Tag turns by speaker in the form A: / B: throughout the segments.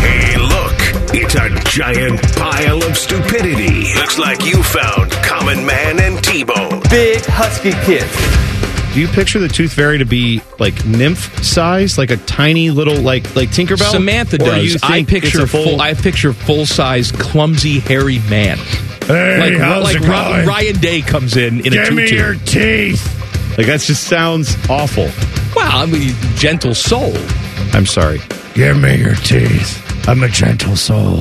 A: Hey, look, it's a giant pile of stupidity. Looks like you found Common Man and T Bone.
B: big husky kid.
C: Do you picture the Tooth Fairy to be like nymph size, like a tiny little like like Tinkerbell?
D: Samantha
C: Or do you
D: does. I
C: think it's
D: picture
C: a
D: full, I picture full size clumsy hairy man. like like Ry- Ryan Day comes in in a tutu.
C: teeth. Like that just sounds awful.
D: Wow, I mean gentle soul.
C: I'm sorry.
E: Give me your teeth. I'm a gentle soul.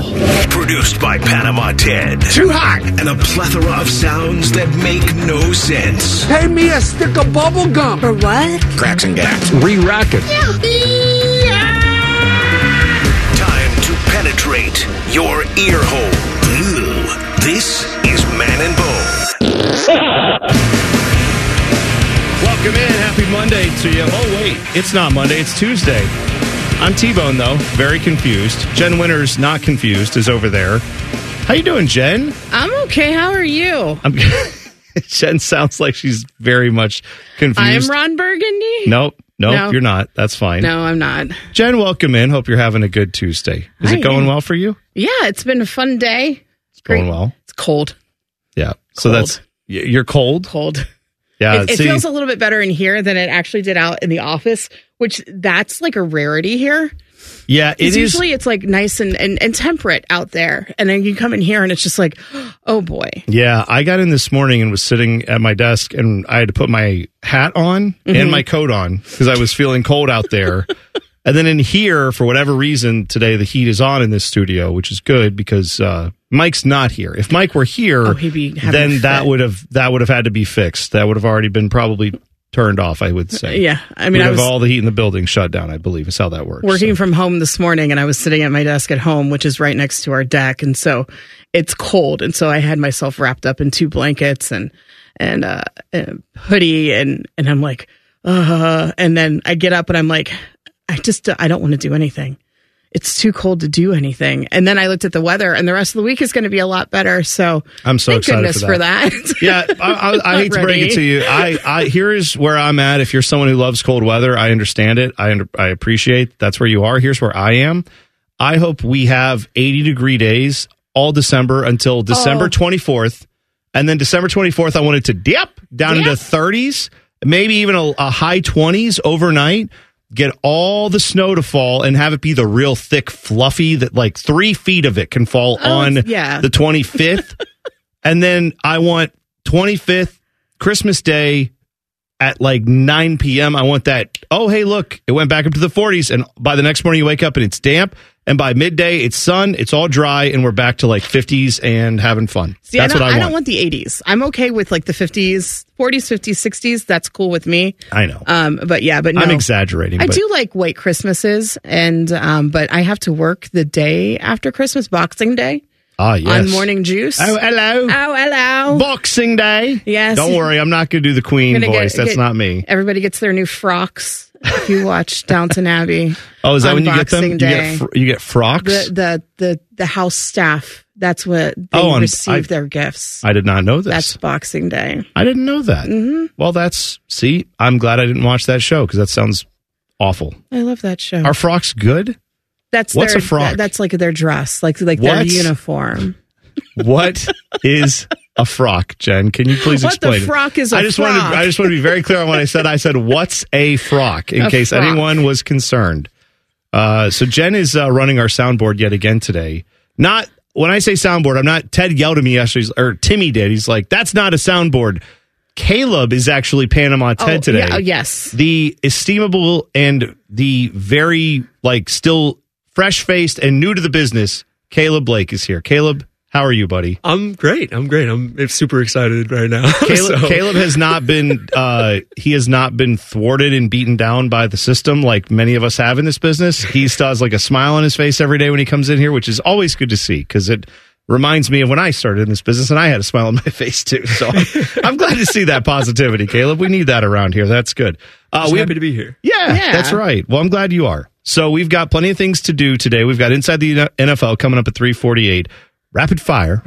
A: Produced by Panama Ted.
E: Too hot.
A: And a plethora of sounds that make no sense.
E: Pay me a stick of bubble gum.
F: For what?
A: Cracks and gaps.
D: Re-rack it.
A: Time to penetrate your ear hole. Ew. This is Man and Bone.
C: Welcome in. Happy Monday to you. Oh wait, it's not Monday. It's Tuesday. I'm T-Bone though. Very confused. Jen Winters, not confused, is over there. How you doing, Jen?
G: I'm okay. How are you?
C: I'm. Jen sounds like she's very much
G: I'm
C: confused.
G: Ron Burgundy.
C: Nope. Nope,
G: No.
C: you're not. That's fine.
G: No, I'm not.
C: Jen, welcome in. Hope you're having a good Tuesday. Is
G: I
C: it going
G: am.
C: well for you?
G: Yeah, it's been a fun day.
C: It's going well.
G: It's cold.
C: Yeah. So
G: Cold.
C: that's y- you're cold.
G: Cold. it,
C: Yeah.
G: it
C: Uh, see,
G: feels a little bit better in here than it actually did out in the office, which that's like a rarity here.
C: yeah, Uh, it
G: 'Cause
C: is.
G: usually it's like nice and, and, and temperate out there. And then you come in here and it's just like, oh boy.
C: yeah, I got in this morning and was sitting at my desk, and I had to put my hat on
G: Mm-hmm.
C: and my coat on because I was feeling cold out there. and then in here, for whatever reason, today the heat is on in this studio, which is good because uh, Mike's not here. If Mike were here,
G: Oh, he'd be having
C: then that
G: fit.
C: would have that would have had to be fixed. That would have already been probably turned off. I would say.
G: Yeah. I
C: I
G: mean,
C: mean,
G: I
C: have
G: was
C: all the heat in the building shut down. I believe is how that works.
G: working
C: So-
G: from home this morning and I was sitting at my desk at home, which is right next to our deck. And so it's cold. And so I had myself wrapped up in two blankets and, and, uh, a hoodie. And, and I'm like, uh, and then I get up and I'm like, I just, I don't want to do anything. It's too cold to do anything. And then I looked at the weather and the rest of the week is going to be a lot better. So
C: I'm so
G: thank
C: excited
G: goodness
C: for
G: for
C: that.
G: that.
C: yeah, I, I, I hate to bring it to you. I, I here is where I'm at. If you're someone who loves cold weather, I understand it. I under, I appreciate that's where you are. Here's where I am. I hope we have 80 degree days all December until December
G: Oh.
C: 24th, and then December 24th I want it to dip down into
G: Dip.
C: 30s, maybe even a, a high 20s overnight. Get all the snow to fall and have it be the real thick, fluffy that like three feet of it can fall
G: Oh,
C: on
G: yeah.
C: the 25th. and then I want 25th, Christmas Day at like 9 p.m. I want that. Oh, hey, look, it went back up to the 40s. And by the next morning, you wake up and it's damp. And by midday, it's sun, it's all dry, and we're back to like 50s and having fun.
G: See,
C: That's
G: I, don't,
C: what I,
G: don't
C: want.
G: want the 80s. I'm okay with like the 50s, 40s, 50s, 60s. That's cool with me.
C: I know.
G: Um, but yeah, but no.
C: I'm exaggerating.
G: I
C: but
G: do like white Christmases, and um, but I have to work the day after Christmas, Boxing Day,
C: Ah, yes.
G: on Morning Juice.
C: Oh,
G: Oh,
C: hello.
G: hello.
C: Boxing Day.
G: Yes.
C: Don't worry, I'm not going to do the Queen
G: I'm gonna get-
C: voice. That's
G: get-
C: not me.
G: Everybody gets their new frocks. If you watch Downton Abbey,
C: Oh, is that
G: on
C: when you get them?
G: Boxing
C: You get,
G: Day.
C: fr- you get frocks?
G: the, the the the house staff. That's what they
C: Oh, on-
G: receive
C: I-
G: their gifts.
C: I did not know Oh, this.
G: That's Boxing Day. Mm-hmm.
C: I didn't know that. Well, that's see. I'm glad I didn't watch that show because that sounds awful.
G: I love that show.
C: Are frocks good?
G: that's
C: what's
G: their,
C: a frock?
G: that- that's like their dress, like like their
C: What?
G: uniform.
C: What is a frock, Jen? Can you please
G: What the
C: explain? it?
G: frock is a
C: I just
G: frock?
C: wanted. I just want to be very clear on what I said. I said what's a frock in
G: A
C: case
G: frock.
C: anyone was concerned. Uh, so Jen is uh, running our soundboard yet again today. Not when I say soundboard, I'm not. Ted yelled at me yesterday, or Timmy did. He's like, "That's not a soundboard." Caleb is actually Panama Ted
G: Oh,
C: today.
G: yeah, oh, yes.
C: the estimable and the very like still fresh faced and new to the business caleb blake is here caleb How are you, buddy?
F: I'm great. I'm great. I'm super excited right now.
C: Caleb,
F: So-
C: Caleb has not been uh, he has not been thwarted and beaten down by the system like many of us have in this business. He still has like a smile on his face every day when he comes in here, which is always good to see because it reminds me of when I started in this business and I had a smile on my face too. So I'm, I'm glad to see that positivity, Caleb. We need that around here. That's good. Uh,
F: Just
C: we
F: happy to be here.
C: yeah,
G: Yeah.
C: that's right. Well, I'm glad you are. So we've got plenty of things to do today. We've got inside the NFL coming up at 3:48, rapid fire,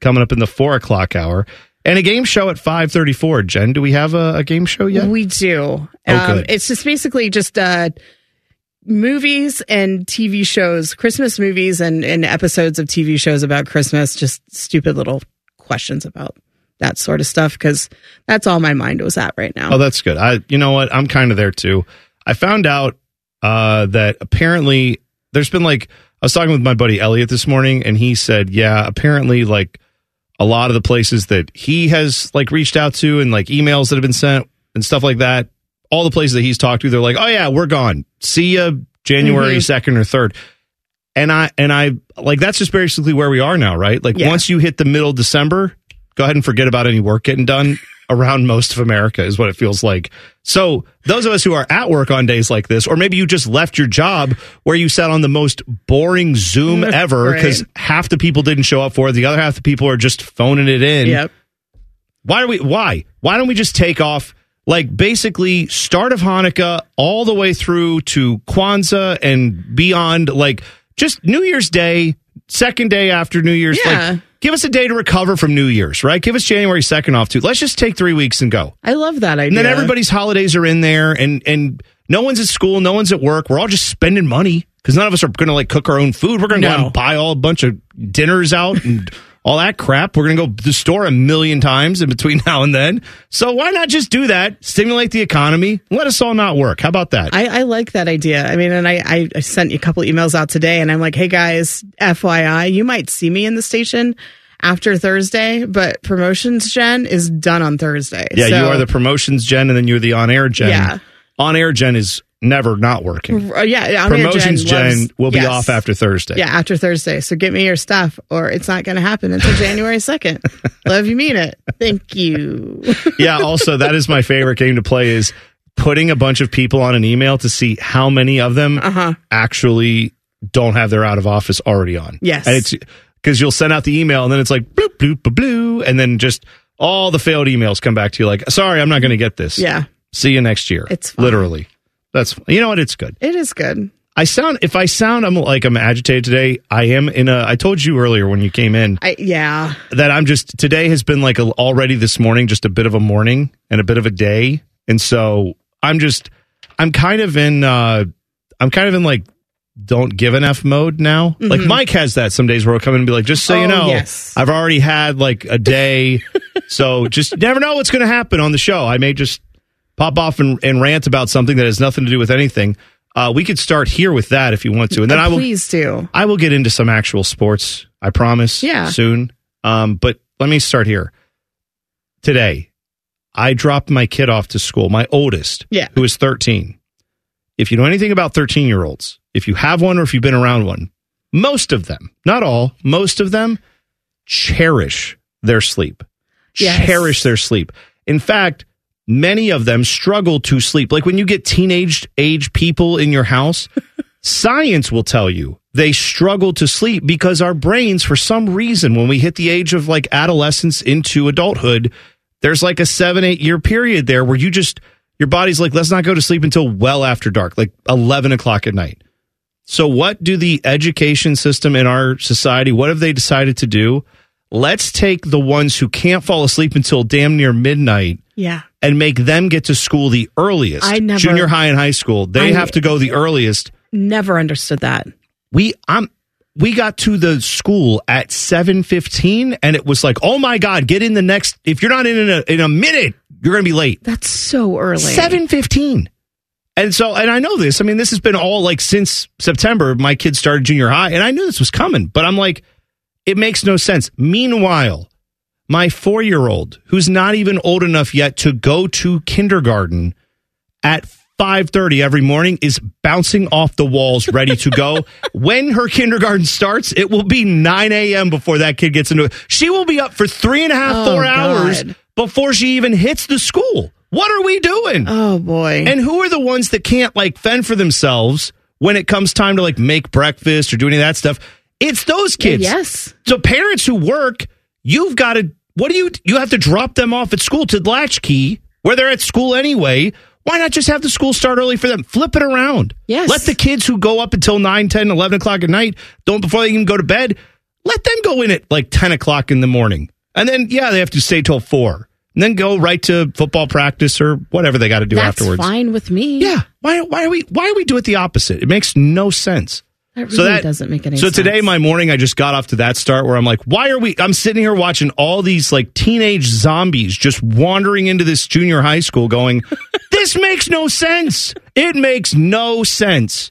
C: coming up in the four o'clock hour, and a game show at 5:34. Jen, do we have a, a game show yet?
G: We do.
C: Oh,
G: um,
C: good.
G: it's just basically just uh, movies and TV shows, Christmas movies and, and episodes of TV shows about Christmas, just stupid little questions about that sort of stuff because that's all my mind was at right now.
C: Oh, that's good. I, you know what? I'm kind of there too. I found out uh, that apparently there's been like I was talking with my buddy Elliot this morning, and he said, yeah, apparently like a lot of the places that he has like reached out to and like emails that have been sent and stuff like that, all the places that he's talked to, they're like, oh yeah, we're gone. See you January 2nd or third. And I and I like that's just basically where we are now, right? Like
G: Yeah.
C: once you hit the middle of December, go ahead and forget about any work getting done around most of America is what it feels like. So those of us who are at work on days like this, or maybe you just left your job where you sat on the most boring Zoom ever
G: Right.
C: because half the people didn't show up for it, the other half the people are just phoning it in.
G: yep.
C: Why do we? Why? Why don't we just take off? Like basically, start of Hanukkah all the way through to Kwanzaa and beyond. Like just New Year's Day, second day after New Year's.
G: Yeah.
C: Like, give us a day to recover from New Year's, right? Give us January second off too. Let's just take three weeks and go.
G: I love that idea.
C: And then everybody's holidays are in there, and and no one's at school, no one's at work. We're all just spending money because none of us are going to like cook our own food. We're going to go
G: No.
C: and buy all a bunch of dinners out and all that crap. We're going to go to the store a million times in between now and then. So why not just do that? Stimulate the economy. Let us all not work. How about that?
G: I, I like that idea. I mean, and I, I, I sent you a couple emails out today, and I'm like, hey guys, FYI, you might see me in the station after Thursday, but promotions gen is done on Thursday.
C: yeah, you
G: So-
C: are the promotions gen, and then you're the on air gen.
G: Yeah.
C: On air gen is never not working.
G: Uh, yeah, yeah, on air
C: Promotions gen,
G: loves-
C: will be
G: yes.
C: off after Thursday.
G: Yeah, after Thursday. So get me your stuff, or it's not going to happen until January second. Love you, mean it. Thank you.
C: yeah also that is my favorite game to play is putting a bunch of people on an email to see how many of them
G: Uh-huh.
C: actually don't have their out of office already on
G: Yes.
C: and it's because you'll send out the email and then it's like bloop bloop bloop, bloop and then just all the failed emails come back to you like sorry i'm not going to get this
G: yeah,
C: see you next year
G: It's fine.
C: literally that's you know what it's good
G: it is good.
C: i sound if i sound i'm like i'm agitated today i am in a i told you earlier when you came in
G: I yeah.
C: that I'm just today has been like a, already this morning just a bit of a morning and a bit of a day, and so I'm just I'm kind of in uh I'm kind of in like don't give an f mode now. Like Mike has that some days where he'll come in and be like, just so you
G: Mm-hmm. Oh,
C: know,
G: yes.
C: I've already had like a day, so just never know what's going to happen on the show. I may just pop off and, and rant about something that has nothing to do with anything. Uh, we could start here with that if you want to, and then
G: Oh,
C: I will
G: please do.
C: Um, I will get into some actual sports, I promise,
G: Yeah.
C: soon. Um, but let me start here. Today, I dropped my kid off to school, my oldest,
G: Yeah.
C: who is 13. If you know anything about 13 year olds, if you have one or if you've been around one, most of them, not all, most of them cherish their sleep.
G: Yes.
C: Cherish their sleep. In fact, many of them struggle to sleep. Like when you get teenage age people in your house, science will tell you they struggle to sleep because our brains, for some reason, when we hit the age of like adolescence into adulthood, there's like a seven, eight year period there where you just, your body's like, let's not go to sleep until well after dark, like 11 o'clock at night. So, what do the education system in our society? What have they decided to do? Let's take the ones who can't fall asleep until damn near midnight
G: Yeah.
C: and make them get to school the earliest.
G: I never-
C: junior high and high school. They
G: I-
C: have to go the earliest.
G: Never understood that.
C: We I'm we got to the school at 7:15 and it was like, "Oh my god, get in the next if you're not in in a, in a minute, you're going to be late."
G: That's so early.
C: Seven fifteen. And so, and I know this. I mean, this has been all like since September. My kids started junior high, and I knew this was coming. But I'm like, it makes no sense. Meanwhile, my four year old, who's not even old enough yet to go to kindergarten, at 5:30 every morning is bouncing off the walls, ready to go. when her kindergarten starts, it will be 9 a.m. before that kid gets into it. She will be up for three and a half,
G: Oh,
C: four hours
G: God.
C: before she even hits the school. What are we doing?
G: Oh boy.
C: And who are the ones that can't like fend for themselves when it comes time to like make breakfast or do any of that stuff? It's those kids.
G: yes.
C: So parents who work, you've got to what do you you have to drop them off at school to latchkey where they're at school anyway. Why not just have the school start early for them? Flip it around.
G: Yes.
C: Let the kids who go up until 9, 10, 11 o'clock at night, don't before they even go to bed, let them go in at like 10 o'clock in the morning. And then, yeah, they have to stay till 4. And then go right to football practice or whatever they got to do
G: That's
C: afterwards.
G: fine with me.
C: Yeah. Why? Why are we? Why are we do it the opposite? It makes no sense.
G: That really doesn't make any
C: So
G: sense.
C: today, my morning, I just got off to that start where I'm like, why are we? I'm sitting here watching all these like teenage zombies just wandering into this junior high school, going, this makes no sense. It makes no sense.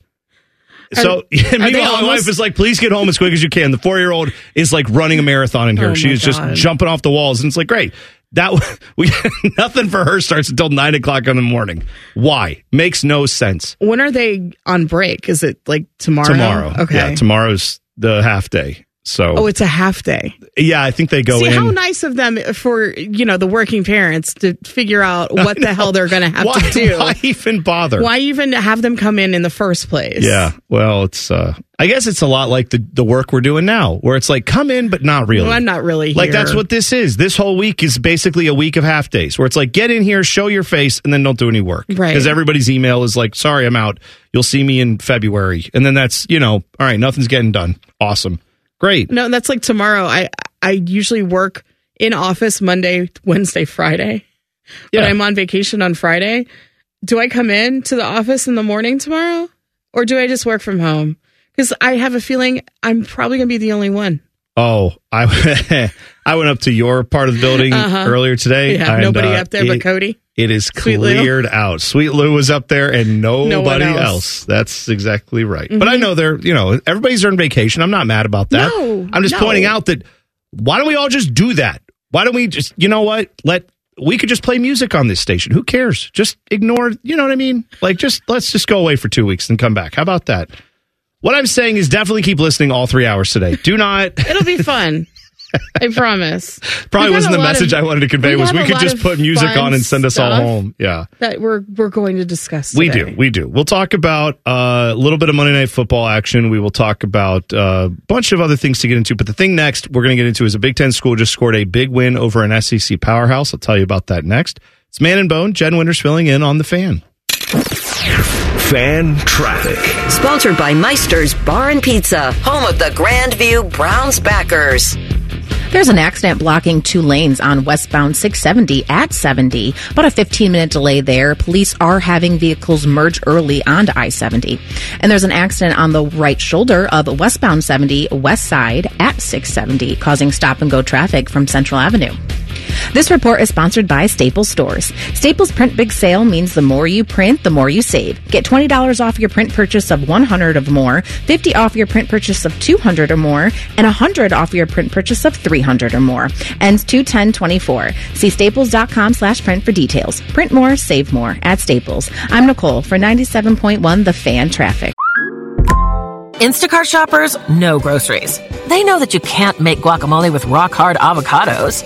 C: So meanwhile, my wife
G: almost-
C: is like, "Please get home as quick as you can." The four-year-old is like running a marathon in here.
G: Oh,
C: she
G: my
C: is just
G: God.
C: jumping off the walls, and it's like, "Great." That we nothing for her starts until nine o'clock in the morning. Why? Makes no sense.
G: When are they on break? Is it like tomorrow?
C: Tomorrow,
G: Okay.
C: yeah, tomorrow's the half day. So,
G: Oh, it's a half day.
C: yeah, I think they go
G: See
C: in.
G: how nice of them for you know the working parents to figure out what the hell they're going to have
C: why,
G: to do.
C: why even bother?
G: Why even have them come in in the first place?
C: Yeah. Well, it's. uh I guess it's a lot like the the work we're doing now, where it's like come in but not really.
G: Well, I'm not really
C: Like
G: here.
C: that's what this is. This whole week is basically a week of half days where it's like get in here, show your face, and then don't do any work.
G: Right.
C: Because everybody's email is like, sorry, I'm out. You'll see me in February. And then that's, you know, all right, nothing's getting done. Awesome. Great.
G: No, that's like tomorrow. I I usually work in office Monday, Wednesday, Friday.
C: Yeah.
G: But I'm on vacation on Friday. Do I come in to the office in the morning tomorrow? Or do I just work from home? Because I have a feeling I'm probably gonna be the only one.
C: Oh, I I went up to your part of the building
G: Uh-huh.
C: earlier today.
G: Yeah,
C: and,
G: nobody
C: uh,
G: up there but
C: it-
G: Cody.
C: It is
G: Sweet Lou.
C: cleared out. Sweet Lou was up there and
G: one
C: nobody else.
G: else. Mm-hmm.
C: That's exactly right. But I know they're, you know, everybody's on vacation. I'm not mad about that.
G: No,
C: I'm just
G: no.
C: pointing out that why don't we all just do that? Why don't we just, you know what? Let, we could just play music on this station. Who cares? Just ignore, you know what I mean? Like, just, let's just go away for two weeks and come back. How about that? What I'm saying is definitely keep listening all three hours today. Do not.
G: It'll be fun. I promise.
C: Probably
G: We got
C: wasn't
G: a
C: the
G: lot
C: message
G: of-
C: I wanted to convey
G: we
C: was
G: got
C: we
G: a
C: could
G: lot
C: just
G: of
C: put music
G: fun
C: on and send us all
G: stuff.
C: home. Yeah.
G: That we're we're going to discuss.
C: We
G: today.
C: do. We do. We'll talk about uh, a little bit of Monday Night Football action. We will talk about uh, a bunch of other things to get into. But the thing next we're going to get into is a Big Ten school just scored a big win over an SEC powerhouse. I'll tell you about that next. It's Man and Bone. Jen Winters filling in on the fan.
A: Fan traffic.
B: Sponsored by Meister's Bar and Pizza, home of the Grandview Browns backers.
H: There's an accident blocking two lanes on westbound 670 at 70. About a 15 minute delay there. Police are having vehicles merge early onto I 70. And there's an accident on the right shoulder of westbound 70 west side at 670, causing stop and go traffic from Central Avenue. This report is sponsored by Staples Stores. Staples Print Big Sale means the more you print, the more you save. Get $20 off your print purchase of 100 of more, 50 off your print purchase of 200 or more, and 100 off your print purchase of 300 or more. Ends 21024. See staples.com slash print for details. Print more, save more at Staples. I'm Nicole for 97.1 The Fan Traffic.
B: Instacart shoppers know groceries. They know that you can't make guacamole with rock hard avocados.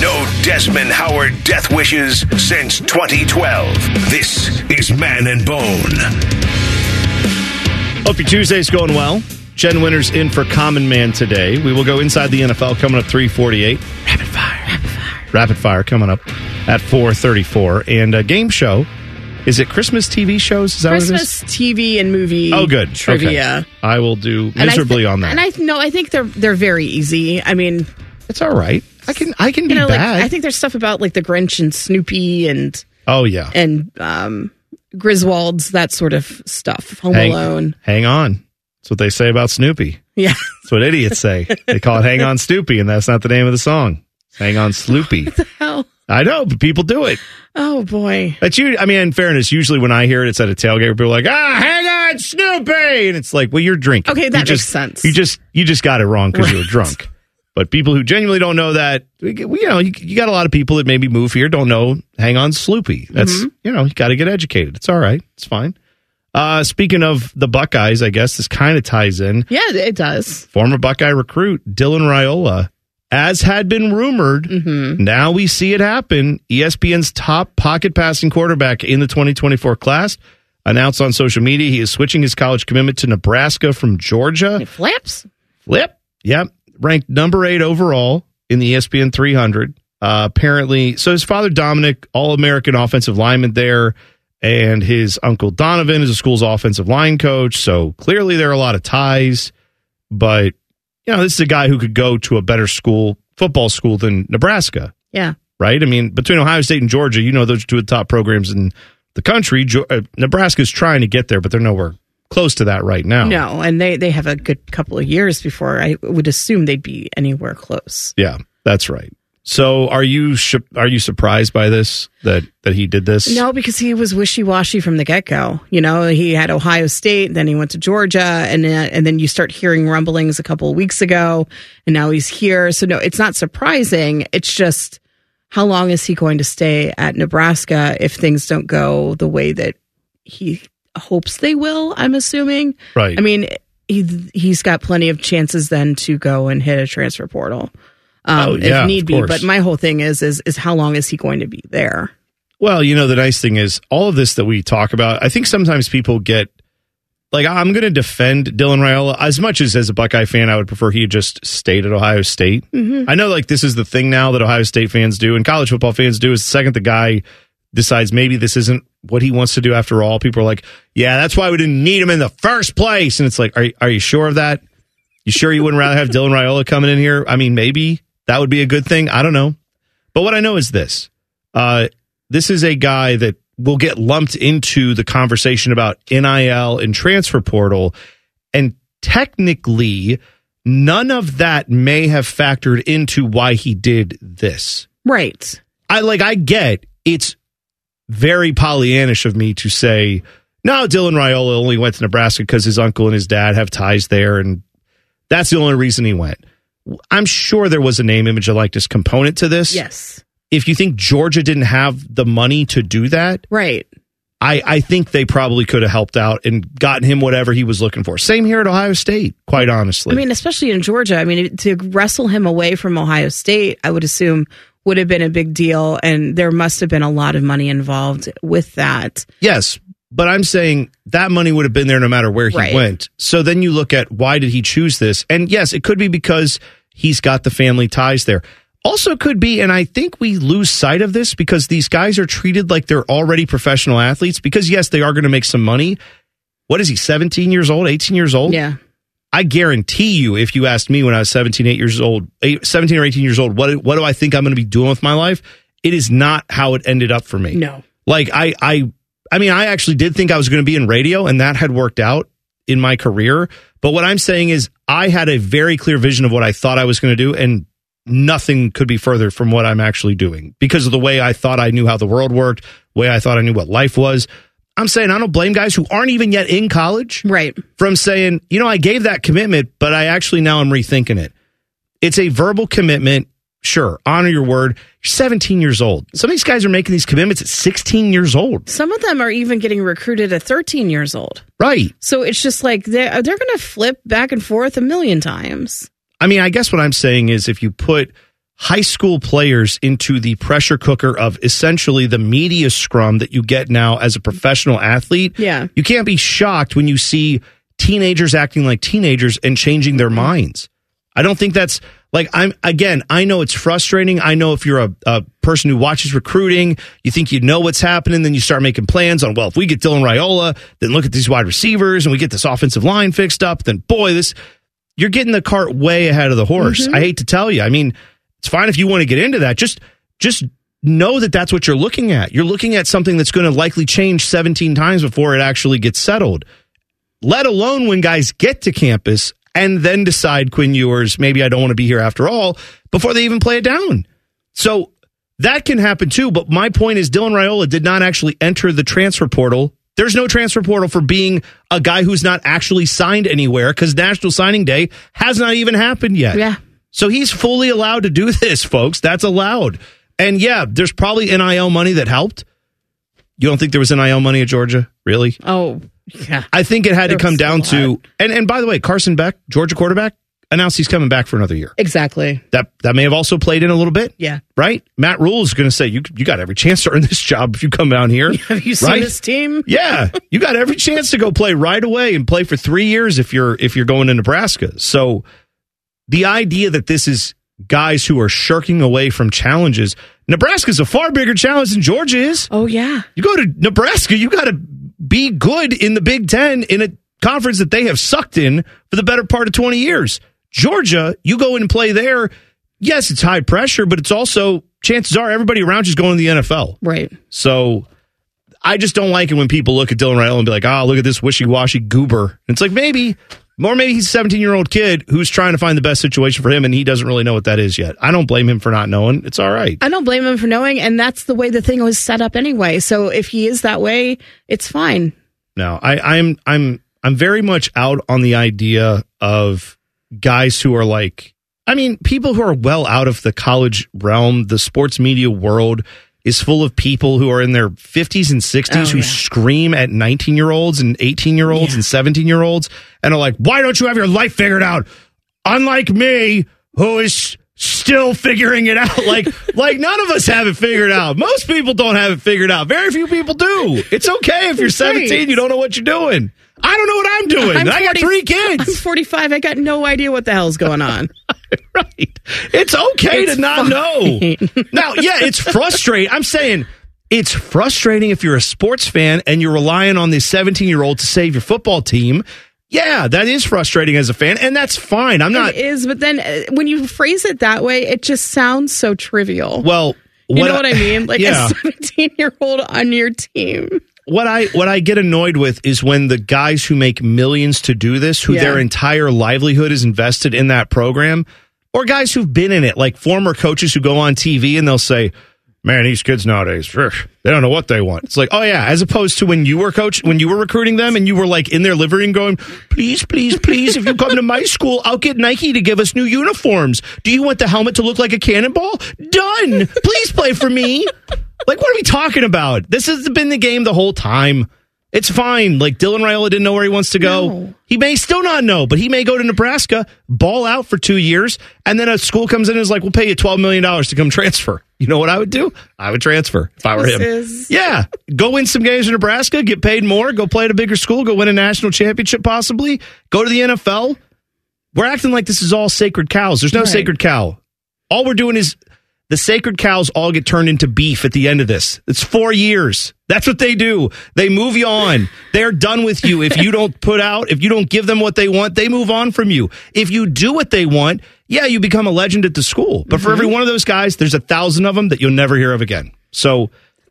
A: No Desmond Howard death wishes since 2012. This is Man and Bone.
C: Hope your Tuesday's going well. Jen Winters in for Common Man today. We will go inside the NFL coming up 348. Rapid fire. Rapid fire. Rapid fire coming up at 434. And a game show. Is it Christmas TV shows? Is that what it is?
G: Christmas TV and movie.
C: Oh, good
G: trivia.
C: Okay. I will do
G: And I thi-
C: miserably on that.
G: And I no, I think they're they're very easy. I mean,
C: it's all right. I can I can be
G: you know, like
C: bad.
G: I think there's stuff about like the Grinch and Snoopy and
C: oh yeah.
G: and um Griswold's that sort of stuff. Home
C: Hang-
G: Alone.
C: Hang on. That's what they say about Snoopy.
G: Yeah.
C: That's what idiots say. They call it Hang On Stoopy, and that's not the name of the song. It's Hang On Sloopy.
G: Hell.
C: I know, but people do it.
G: Oh boy.
C: That's you. I mean, in fairness, usually when I hear it, it's at a tailgate where people are like, ah, hang on, Snoopy. And it's like, well, you're drinking.
G: Okay,
C: You
G: that
C: just,
G: makes sense.
C: You just, you just got it wrong because you were
G: Right.
C: drunk. But people who genuinely don't know that, we get- we- you know, you, you got a lot of people that maybe move here don't know, hang on, Sloopy. That's,
G: Mm-hmm.
I: Mhm.
C: you know, you got to get educated. It's all right. It's fine. Uh, speaking of the Buckeyes, I guess this kind of ties in.
G: Yeah, it does.
C: Former Buckeye recruit Dylan Raiola, as had been rumored,
G: Mm-hmm.
C: now we see it happen. E ESPN's top pocket passing quarterback in the 2024 class announced on social media he is switching his college commitment to Nebraska from Georgia. It
G: flips.
C: Flip. Yep. Ranked number eight overall in the E ESPN 300. Uh, apparently, so his father Dominic, all American offensive lineman there, and his uncle Donovan is the school's offensive line coach. So clearly there are a lot of ties, but you know, this is a guy who could go to a better school, football school than Nebraska
G: Yeah.
C: right? I mean, between Ohio State and Georgia, you know those are two of the top programs in the country. Jo- uh, Nebraska's trying to get there, but they're nowhere close to that right now.
G: No, and they they have a good couple of years before I would assume they'd be anywhere close.
C: Yeah, that's right. So, are you sh- are you surprised by this that that he did this?
G: No, because he was wishy washy from the get go. You know, he had Ohio State, then he went to Georgia, and then- and then you start hearing rumblings a couple of weeks ago, and now he's here. So no, it's not surprising. It's just how long is he going to stay at Nebraska if things don't go the way that he hopes they will? I'm assuming.
C: Right.
G: I mean, he he's got plenty of chances then to go and hit a transfer portal. Um,
C: Oh, yeah,
G: if
C: of
G: need be,
C: course.
G: but my whole thing is is is how long is he going to be there?
C: Well, you know, the nice thing is all of this that we talk about, I think sometimes people get like I'm going to defend Dylan Raiola as much as as a Buckeye fan, I would prefer he had just stayed at Ohio State.
I: Mhm.
C: I know like this is the thing now that Ohio State fans do and college football fans do is the second the guy decides maybe this isn't what he wants to do after all, people are like, "Yeah, that's why we didn't need him in the first place." And it's like, "Are are you sure of that? You sure you wouldn't rather have Dylan Raiola coming in here? I mean, maybe that would be a good thing. I don't know. But what I know is this: uh, this is a guy that will get lumped into the conversation about NIL and transfer portal, and technically, none of that may have factored into why he did this.
G: Right.
C: I like. I get it's very Pollyannish of me to say, no, Dylan Raiola only went to Nebraska because his uncle and his dad have ties there, and that's the only reason he went. I'm sure there was a name, image, and likeness component to this.
G: Yes.
C: If you think Georgia didn't have the money to do that,
G: right?
C: I I think they probably could have helped out and gotten him whatever he was looking for. Same here at Ohio State, quite honestly.
G: I mean, especially in Georgia. I mean, to wrestle him away from Ohio State, I would assume would have been a big deal, and there must have been a lot of money involved with that.
C: Yes, but I'm saying that money would have been there no matter where he
G: Right.
C: went. So then you look at why did he choose this? And yes, it could be because he's got the family ties there. Also could be and I think we lose sight of this because these guys are treated like they're already professional athletes because yes, they are going to make some money. What is he? 17 years old, 18 years old?
G: Yeah.
C: I guarantee you, if you asked me when I was 17, 8 years old, eight, 17 or 18 years old, what, what do I think I'm going to be doing with my life? It is not how it ended up for me.
G: No.
C: Like I, I, I mean, I actually did think I was going to be in radio and that had worked out in my career. But what I'm saying is I had a very clear vision of what I thought I was going to do and nothing could be further from what I'm actually doing because of the way I thought I knew how the world worked, way I thought I knew what life was. I'm saying I don't blame guys who aren't even yet in college
G: right.
C: from saying, you know, I gave that commitment, but I actually now I'm rethinking it. It's a verbal commitment. Sure, honor your word. You're 17 years old. Some of these guys are making these commitments at 16 years old.
G: Some of them are even getting recruited at 13 years old.
C: Right.
G: So it's just like they're, they're going to flip back and forth a million times.
C: I mean, I guess what I'm saying is if you put high school players into the pressure cooker of essentially the media scrum that you get now as a professional athlete,
G: Yeah.
C: you can't be shocked when you see teenagers acting like teenagers and changing their minds. I don't think that's like I'm again, I know it's frustrating. I know if you're a, a person who watches recruiting, you think you know what's happening, then you start making plans on, well, if we get Dylan Raiola, then look at these wide receivers and we get this offensive line fixed up, then boy, this you're getting the cart way ahead of the horse. I hate to tell you. I mean, it's fine if you want to get into that. Just just know that that's what you're looking at. You're looking at something that's going to likely change 17 times before it actually gets settled. Let alone when guys get to campus and then decide, Quinn Ewers, maybe I don't want to be here after all, before they even play it down. So that can happen too. But my point is, Dylan Raiola did not actually enter the transfer portal. There's no transfer portal for being a guy who's not actually signed anywhere because National Signing Day has not even happened yet.
G: Yeah.
C: So he's fully allowed to do this, folks. That's allowed. And yeah, there's probably NIL money that helped. You don't think there was NIL money at Georgia? Really?
G: Oh, yeah.
C: I think it had
G: There
C: to come
G: was a
C: down to
G: lot.
C: and and by the way, Carson Beck, Georgia quarterback, announced he's coming back for another year.
G: Exactly.
C: That that may have also played in a little bit.
G: Yeah.
C: Right? Matt Rule is going to say you you got every chance to earn this job if you come down here.
G: Have you seen
C: right?
G: this team?
C: Yeah, you got every chance to go play right away and play for three years if you're if you're going to Nebraska. So the idea that this is guys who are shirking away from challenges, Nebraska's a far bigger challenge than Georgia is.
G: Oh yeah,
C: you go to Nebraska, you got to be good in the Big Ten in a conference that they have sucked in for the better part of twenty years. Georgia, you go and play there. Yes, it's high pressure, but it's also chances are everybody around you's going to the NFL.
G: Right.
C: So I just don't like it when people look at Dylan Raiola and be like, "Ah, look at this wishy-washy goober." And it's like maybe, or maybe he's a 17-year-old kid who's trying to find the best situation for him, and he doesn't really know what that is yet. I don't blame him for not knowing. It's all right.
G: I don't blame him for knowing, and that's the way the thing was set up anyway. So if he is that way, it's fine.
C: No, I, I'm I'm I'm very much out on the idea of guys who are like I mean, people who are well out of the college realm, the sports media world is full of people who are in their 50s and 60s who scream at 19 year olds and 18 year olds and 17 year olds and are like, why don't you have your life figured out? Unlike me, who is still figuring it out. Like, like none of us have it figured out. Most people don't have it figured out. Very few people do. It's okay if you're
G: That's right.
C: 17, you don't know what you're doing. I don't know what I'm doing.
G: I'm
C: I
G: 40
C: got three kids.
G: I'm 45. I got no idea what the hell's going on.
C: It's okay
G: It's
C: to not
G: fine.
C: know. now, yeah, it's frustrating. I'm saying it's frustrating if you're a sports fan and you're relying on this 17 year old to save your football team. Yeah, that is frustrating as a fan, and that's fine. I'm not.
G: it is, but then uh, when you phrase it that way, it just sounds so trivial.
C: Well,
G: you
C: what
G: know
C: I-
G: what I mean? Like
C: Yeah.
G: a 17 year old on your team.
C: what I what I get annoyed with is when the guys who make millions to do this, who
G: Yeah.
C: their entire livelihood is invested in that program, or guys who've been in it, like former coaches who go on TV and they'll say, "Man, these kids nowadays, phew, they don't know what they want." It's like, oh yeah, as opposed to when you were coach, when you were recruiting them, and you were like in their living room going, "Please, please, please, if you come to my school, I'll get Nike to give us new uniforms. Do you want the helmet to look like a cannonball? Done. Please play for me." Like, what are we talking about? This has been the game the whole time. It's fine. Like, Dylan Raiola didn't know where he wants to go. He may still not know, but he may go to Nebraska, ball out for two years, and then a school comes in and is like, we'll pay you $12 million to come transfer. You know what I would do? I would transfer if I were him.
G: Texas.
C: Yeah. Go win some games in Nebraska, get paid more, go play at a bigger school, go win a national championship possibly, go to the NFL. We're acting like this is all sacred cows. There's no
G: Right.
C: sacred cow. All we're doing is the sacred cows all get turned into beef at the end of this. It's four years. That's what they do. They move you on. They're done with you. If you don't put out, if you don't give them what they want, they move on from you. If you do what they want, yeah, you become a legend at the school. But for every one of those guys, there's a thousand of them that you'll never hear of again. So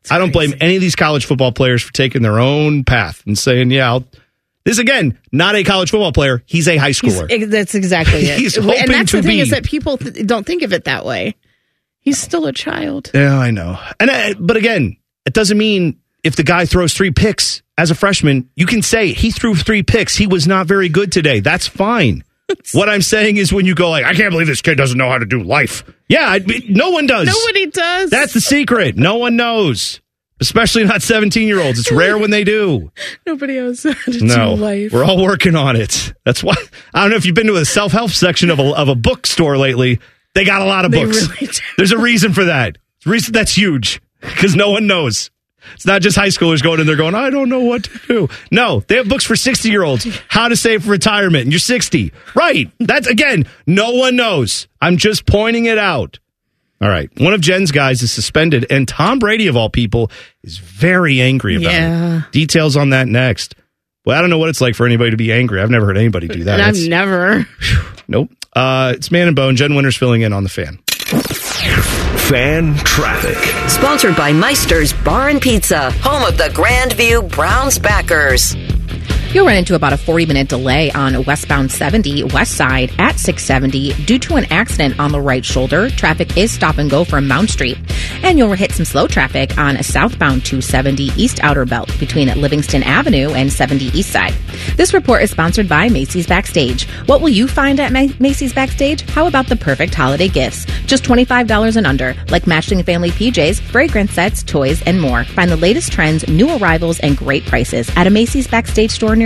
C: I don't blame any of these college football players for taking their own path and saying, yeah, I'll, this again, not a college football player. He's a high schooler.
G: Ex- That's exactly it.
C: He's hoping
G: and that's
C: to
G: the thing
C: be.
G: is that people th- don't think of it that way. He's still a child.
C: Yeah, I know. And I, but again, it doesn't mean if the guy throws three picks as a freshman, you can say he threw three picks. He was not very good today. That's fine. what I'm saying is when you go like, I can't believe this kid doesn't know how to do life. Yeah, I, no one does.
G: Nobody does.
C: That's the secret. No one knows, especially not 17 year olds. It's rare when they do.
G: Nobody else had to
C: No,
G: do life.
C: we're all working on it. That's why I don't know if you've been to a self help section of a of a bookstore lately. They got a lot of
G: They
C: books.
G: really do.
C: There's a reason for that. It's a reason that's huge because no one knows. It's not just high schoolers going in there going, I don't know what to do. No, they have books for 60 year olds, how to save for retirement. And you're 60. Right. That's again, no one knows. I'm just pointing it out. All right. One of Jen's guys is suspended, and Tom Brady, of all people, is very angry about
G: Yeah.
C: it. Details on that next. Well, I don't know what it's like for anybody to be angry. I've never heard anybody do that.
G: and I've
C: That's-
G: never.
C: nope. Uh, it's Man and Bone. Jen Winters filling in on the fan.
A: Fan traffic.
I: Sponsored by Meister's Bar and Pizza, home of the Grandview Browns backers.
H: You'll run into about a 40 minute delay on westbound 70 west side at 670 due to an accident on the right shoulder. Traffic is stop and go from Mount Street. And you'll hit some slow traffic on southbound 270 east outer belt between Livingston Avenue and 70 east side. This report is sponsored by Macy's Backstage. What will you find at Ma- Macy's Backstage? How about the perfect holiday gifts? Just $25 and under, like matching family PJs, fragrance sets, toys, and more. Find the latest trends, new arrivals, and great prices at a Macy's Backstage store near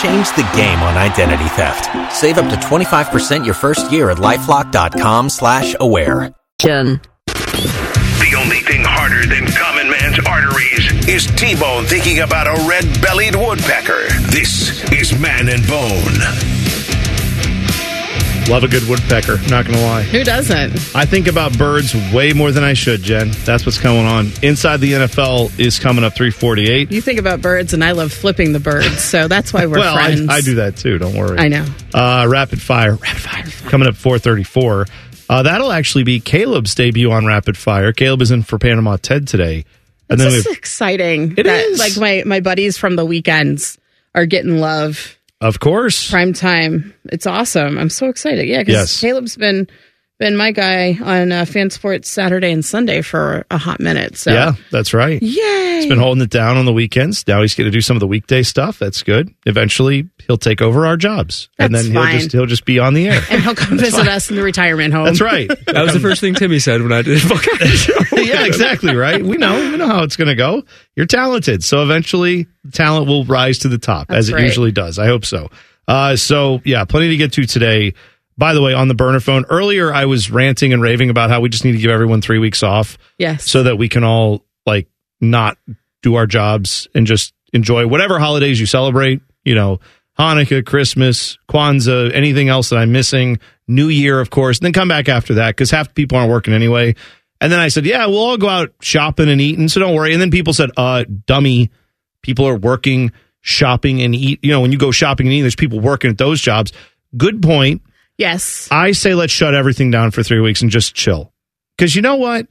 I: Change the game on identity theft. Save up to 25% your first year at LifeLock.com slash aware.
A: The only thing harder than common man's arteries is T-Bone thinking about a red-bellied woodpecker. This is Man and Bone.
C: Love a good woodpecker, not going to lie.
G: Who doesn't?
C: I think about birds way more than I should, Jen. That's what's going on. Inside the NFL is coming up 348.
G: You think about birds, and I love flipping the birds, so that's why we're
C: well, I,
G: friends.
C: I do that too. Don't worry.
G: I know.
C: Uh, rapid fire. Rapid fire. Coming up 434. Uh, that'll actually be Caleb's debut on Rapid Fire. Caleb is in for Panama Ted today. And then we
G: this is
C: have,
G: exciting.
C: It
G: It is
C: is.
G: Like my my buddies from the weekends are getting love.
C: of course,
G: Prime time. It's awesome. I'm so excited. Yeah, because
C: Yes.
G: Caleb's been been my guy on uh, Fan Sports Saturday and Sunday for a hot minute. So
C: yeah, that's right.
G: Yay.
C: He's been holding it down on the weekends. Now he's going to do some of the weekday stuff. That's good. Eventually, he'll take over our jobs, and
G: That's
C: then
G: fine.
C: he'll just he'll just be on the air.
G: and he'll come visit us in the retirement home.
C: That's right.
F: That was the first thing Timmy said when I did.
C: yeah, exactly. Right. We know. We know how it's going to go. You're talented, so eventually talent will rise to the top
J: That's
C: as it
J: right.
C: usually does. I hope so. Uh, so yeah, plenty to get to today. By the way, on the burner phone earlier, I was ranting and raving about how we just need to give everyone three weeks off,
G: Yes.
C: so that we can all like not do our jobs and just enjoy whatever holidays you celebrate. You know, Hanukkah, Christmas, Kwanzaa, anything else that I'm missing. New Year, of course, and then come back after that because half the people aren't working anyway. And then I said, "Yeah, we'll all go out shopping and eating, so don't worry." And then people said, "Uh, dummy, people are working, shopping, and eat. You know, when you go shopping and eating, there's people working at those jobs." Good point.
G: Yes.
C: I say let's shut everything down for three weeks and just chill. Because you know what?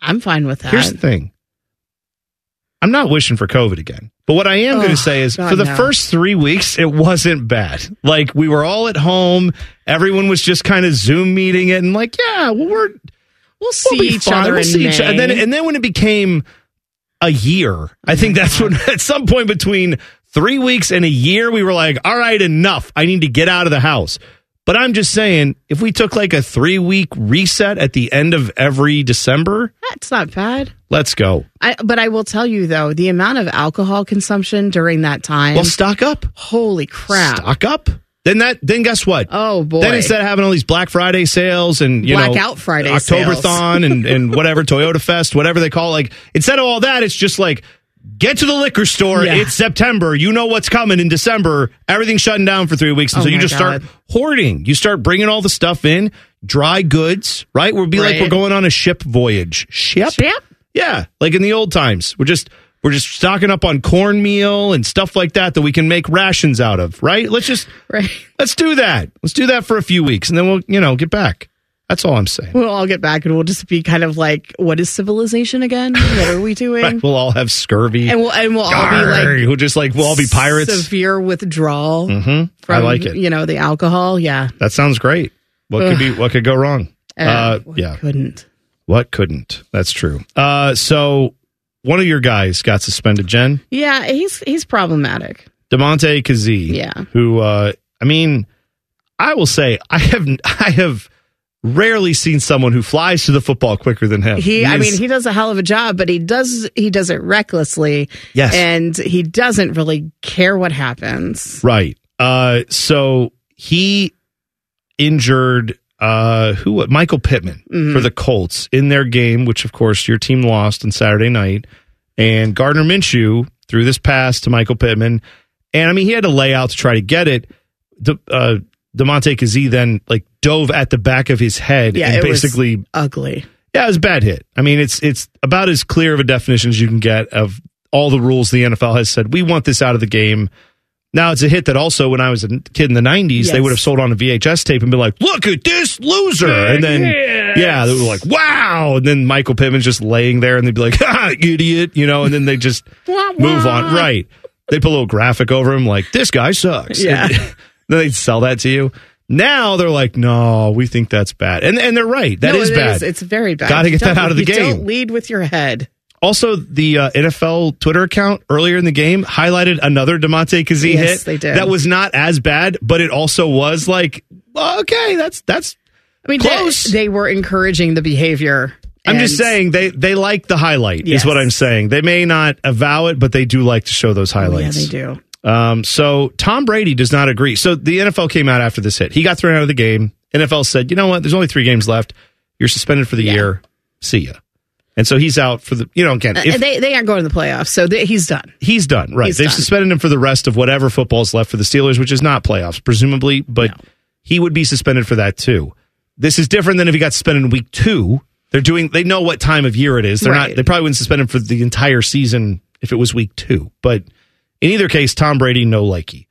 G: I'm fine with that.
C: Here's the thing. I'm not wishing for COVID again. But what I am going to say is
G: God,
C: for the
G: no.
C: first three weeks, it wasn't bad. Like we were all at home. Everyone was just kind of Zoom meeting it and like, yeah, well, we're,
G: we'll
C: see
G: each other in May.
C: And then, and then when it became a year, I think that's
G: Uh-huh.
C: when at some point between three weeks and a year, we were like, all right, enough. I need to get out of the house. But I'm just saying, if we took like a three week reset at the end of every December,
G: That's not bad.
C: let's go.
G: I, but I will tell you though, the amount of alcohol consumption during that time.
C: Well, stock up.
G: Holy crap!
C: Stock up. Then that. Then guess what?
G: Oh boy!
C: Then instead of having all these Black Friday sales and you know
G: Blackout Friday
C: Octoberthon
G: sales.
C: and and whatever Toyota Fest, whatever they call it, like instead of all that, it's just like get to the liquor store.
J: Yeah.
C: It's September. You know what's coming in December. Everything's shutting down for three weeks, and
J: Oh
C: so you
J: my
C: just start
J: God.
C: hoarding. You start bringing all the stuff in, dry goods, right? We'll be like
J: Right.
C: we're going on a ship voyage. Ship.
G: Ship.
C: Yeah, like in the old times. We're just we're just stocking up on cornmeal and stuff like that that we can make rations out of, right? Let's just
G: right.
C: Let's do that. Let's do that for a few weeks and then we'll, you know, get back. That's all I'm saying.
G: we'll all get back and we'll just be kind of like, what is civilization again? What are we doing?
C: Right? We'll all have scurvy.
G: And we'll- and we'll all be, like,
C: Yarr! we'll just like we'll all be pirates.
G: Severe withdrawal.
C: Mhm. I
G: From,
C: like it.
G: You know the alcohol. Yeah.
C: that sounds great. What could
G: Ugh.
C: be what could go wrong?
G: Uh, what
C: yeah.
G: Couldn't.
C: What couldn't? That's true. Uh so one of your guys got suspended, Jen.
G: Yeah, he's he's problematic.
C: Demonte Kazee.
G: Yeah.
C: Who uh I mean, I will say I have I have rarely seen someone who flies to the football quicker than him.
G: He, I
C: is-
G: mean, he does a hell of a job, but he does he does it recklessly.
C: Yes.
G: and he doesn't really care what happens.
C: Right. Uh, so he injured uh, who? wa- Michael Pittman
J: Mhm.
C: for
G: Mm-hmm.
C: the Colts in their game, which of course your team lost on Saturday night. And Gardner Minshew threw this pass to Michael Pittman, and I mean he had to lay out to try to get it. The, uh, Demonte Kazee then like dove at the back of his head
G: Yeah,
C: and
G: it was
C: basically
G: ugly.
C: Yeah, it was a bad hit. I mean, it's it's about as clear of a definition as you can get of all the rules the NFL has said. We want this out of the game. Now it's a hit that also when I was a kid in the '90s, they
E: Yes.
C: would have sold on a VHS tape and been like, "Look at this loser," and then yeah, they were like, "Wow!" And then Michael Pittman's just laying there, and they'd be like, "Ha, idiot," you know, and then they just move on. Right? They put a little graphic over him, like, "This guy sucks."
G: Yeah.
C: then they'd sell that to you. Now they're like, "No, we think that's bad," and and they're right. That
G: No,
C: is
G: it
C: bad.
G: It's very bad.
C: Got to
G: You
C: get that
G: don't-
C: out of the
G: you
C: game.
G: Don't lead with your head.
C: Also, the uh, NFL Twitter account earlier in the game highlighted another Demonte Kazee
G: Yes,
C: hit
G: they did.
C: that was not as bad, but it also was like, okay, that's that's.
G: I mean, Close. They, were encouraging the behavior.
C: I'm just
G: and-
C: saying they they like the highlight
G: Yes. Oh,
C: is what I'm saying. They may not avow it, but they do like to show those highlights.
G: they do.
C: Um, so Tom Brady does not agree. So the NFL came out after this hit. He got thrown out of the game. NFL said, you know what? There's only three games left. You're suspended for the year. See ya. And so he's out for the you know again.
G: Uh,
C: if-
G: they they aren't going to the playoffs, so they, he's done.
C: He's done, right?
G: He's
C: They've
G: done.
C: suspended him for the rest of whatever football's left for the Steelers, which is not playoffs, presumably, but he would be suspended for that too. This is different than if he got suspended in week two. They're doing, they know what time of year it is. They're not,
E: Right.
C: they probably wouldn't suspend him for the entire season if it was week two. But in either case, Tom Brady, no likey.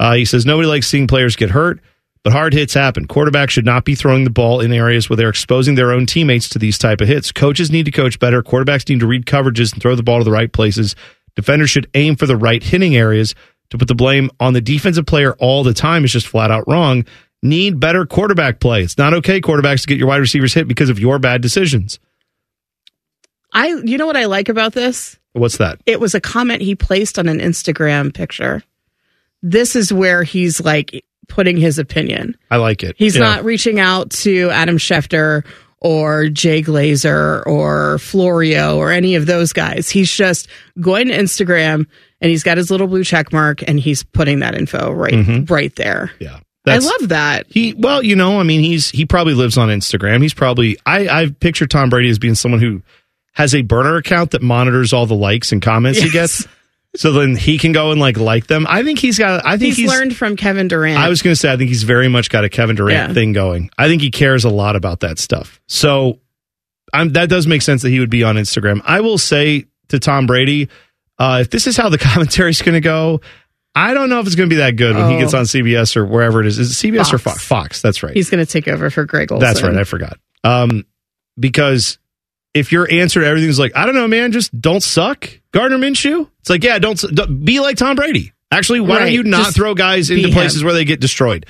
C: Uh, he says nobody likes seeing players get hurt, but hard hits happen. Quarterbacks should not be throwing the ball in areas where they're exposing their own teammates to these type of hits. Coaches need to coach better. Quarterbacks need to read coverages and throw the ball to the right places. Defenders should aim for the right hitting areas. To put the blame on the defensive player all the time is just flat out wrong. Need better quarterback play. It's not okay, quarterbacks, to get your wide receivers hit because of your bad decisions.
G: I you know what I like about this?
C: What's that?
G: It was a comment he placed on an Instagram picture. This is where he's like putting his opinion.
C: I like it.
G: He's
C: Yeah.
G: not reaching out to Adam Schefter or Jay Glazer or Florio or any of those guys. He's just going to Instagram and he's got his little blue check mark and he's putting that info right
C: Mhm.
G: right there.
C: Yeah.
G: I love that.
C: He well, you know, I mean, he's he probably lives on Instagram. He's probably I I picture Tom Brady as being someone who has a burner account that monitors all the likes and comments he gets. So then he can go and like like them. I think he's got. I think
G: He's,
C: he's,
G: learned from Kevin Durant.
C: I was going to say I think he's very much got a Kevin Durant
G: Yeah.
C: thing going. I think he cares a lot about that stuff. So I'm, that does make sense that he would be on Instagram. I will say to Tom Brady, uh, if this is how the commentary's going to go, I don't know if it's going to be that good when he
G: Oh.
C: gets on CBS or wherever it is. Is it CBS or
G: Fox.
C: Fox? Fox. That's right.
G: He's going to take over for Greg Olson.
C: That's right. I forgot. Um, because if your answer to everything is like, I don't know, man, just don't suck, Gardner Minshew. It's like, yeah, don't, s- don't- be like Tom Brady. Actually, why
E: Right.
C: don't you not
E: Just
C: throw guys
E: be
C: into places
E: him.
C: where they get destroyed?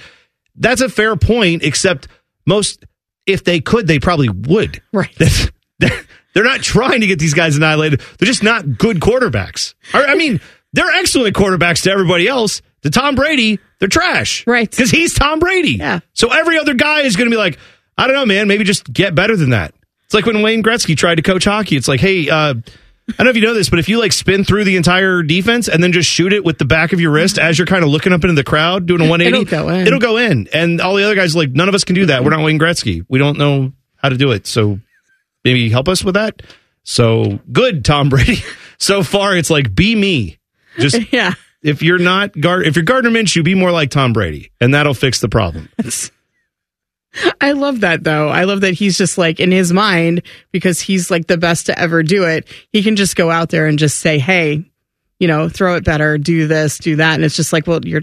C: That's a fair point, except most, if they could, they probably would.
G: Right.
C: They're not trying to get these guys annihilated. They're just not good quarterbacks. I I mean, they're excellent quarterbacks to everybody else. To Tom Brady, they're trash. Right. Because he's Tom Brady. Yeah. So every other guy is going to be like, I don't know, man, maybe just get better than that. It's like when Wayne Gretzky tried to coach hockey. It's like, hey, uh, I don't know if you know this, but if you like spin through the entire defense and then just shoot it with the back of your wrist as you're kind of looking up into the crowd doing a 180,
G: It'll go in.
C: It'll go in. And all the other guys are like, none of us can do that. We're not Wayne Gretzky. We don't know how to do it. So maybe help us with that. So good, Tom Brady. So far, it's like be me. Just
G: yeah.
C: If you're not guard, if you're Gardner Minshew, be more like Tom Brady, and that'll fix the problem.
G: I love that though. I love that he's just like in his mind because he's like the best to ever do it. He can just go out there and just say, "Hey, you know, throw it better, do this, do that." And it's just like, "Well, you're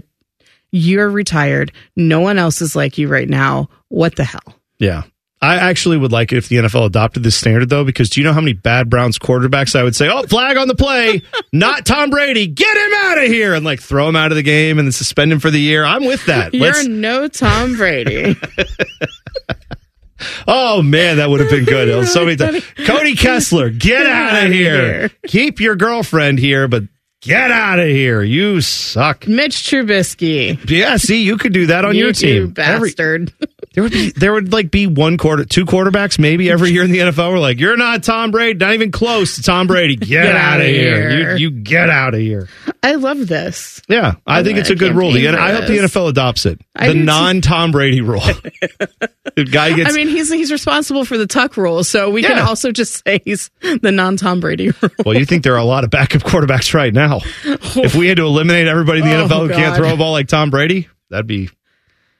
G: you're retired. No one else is like you right now. What the hell?"
C: Yeah. I actually would like it if the NFL adopted this standard, though, because do you know how many bad Browns quarterbacks I would say, oh, flag on the play, not Tom Brady, get him out of here, and like throw him out of the game and then suspend him for the year? I'm with that. Let's-
G: You're no Tom Brady.
C: Oh man, that would have been good. So many times. Cody Kessler, get out of here. Keep your girlfriend here, but get out of here. You suck.
G: Mitch Trubisky.
C: Yeah, see, you could do that on
G: You
C: your
G: two
C: team. Every-
G: bastard.
C: there would be there would like be one quarter two quarterbacks maybe every year in the NFL were like, You're not Tom Brady, not even close to Tom Brady. Get, out
G: outta
C: of here.
G: here.
C: You you get out of here.
G: I love this.
C: Yeah. I
G: I'm
C: think it's a
G: gonna
C: good rule.
G: campaign
C: The-
G: for
C: I hope the
G: this.
C: NFL adopts it.
G: I
C: the
G: do too.
C: non Tom Brady rule. the guy gets
G: I mean, he's he's responsible for the tuck rule, so we can
C: Yeah.
G: also just say he's the non Tom Brady rule.
C: Well, you think there are a lot of backup quarterbacks right now. If we had to eliminate everybody in the
G: Oh,
C: NFL who can't
G: God.
C: throw a ball like Tom Brady, that'd be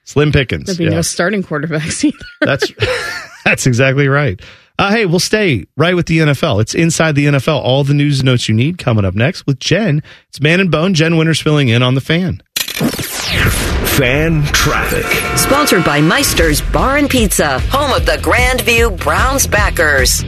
C: Slim Pickens.
G: There'd be
C: yeah.
G: no starting quarterbacks either.
C: That's that's exactly right. Uh, hey, we'll stay right with the NFL. It's inside the NFL. All the news and notes you need coming up next with Jen. It's Man and Bone. Jen Winters filling in on the fan.
A: Fan traffic.
J: Sponsored by Meister's Bar and Pizza, home of the Grandview Browns backers.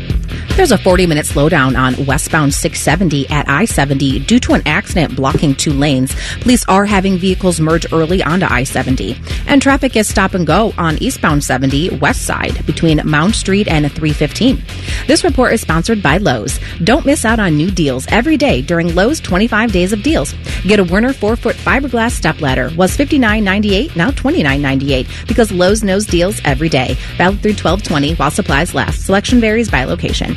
H: There's a 40 minute slowdown on westbound 670 at I 70 due to an accident blocking two lanes. Police are having vehicles merge early onto I 70. And traffic is stop and go on eastbound 70 west side between Mound Street and 315. This report is sponsored by Lowe's. Don't miss out on new deals every day during Lowe's 25 Days of Deals. Get a Werner 4 foot fiberglass stepladder, was $59.98, now $29.98 because Lowe's knows deals every day. Valid through 1220 while supplies last. Selection varies by location.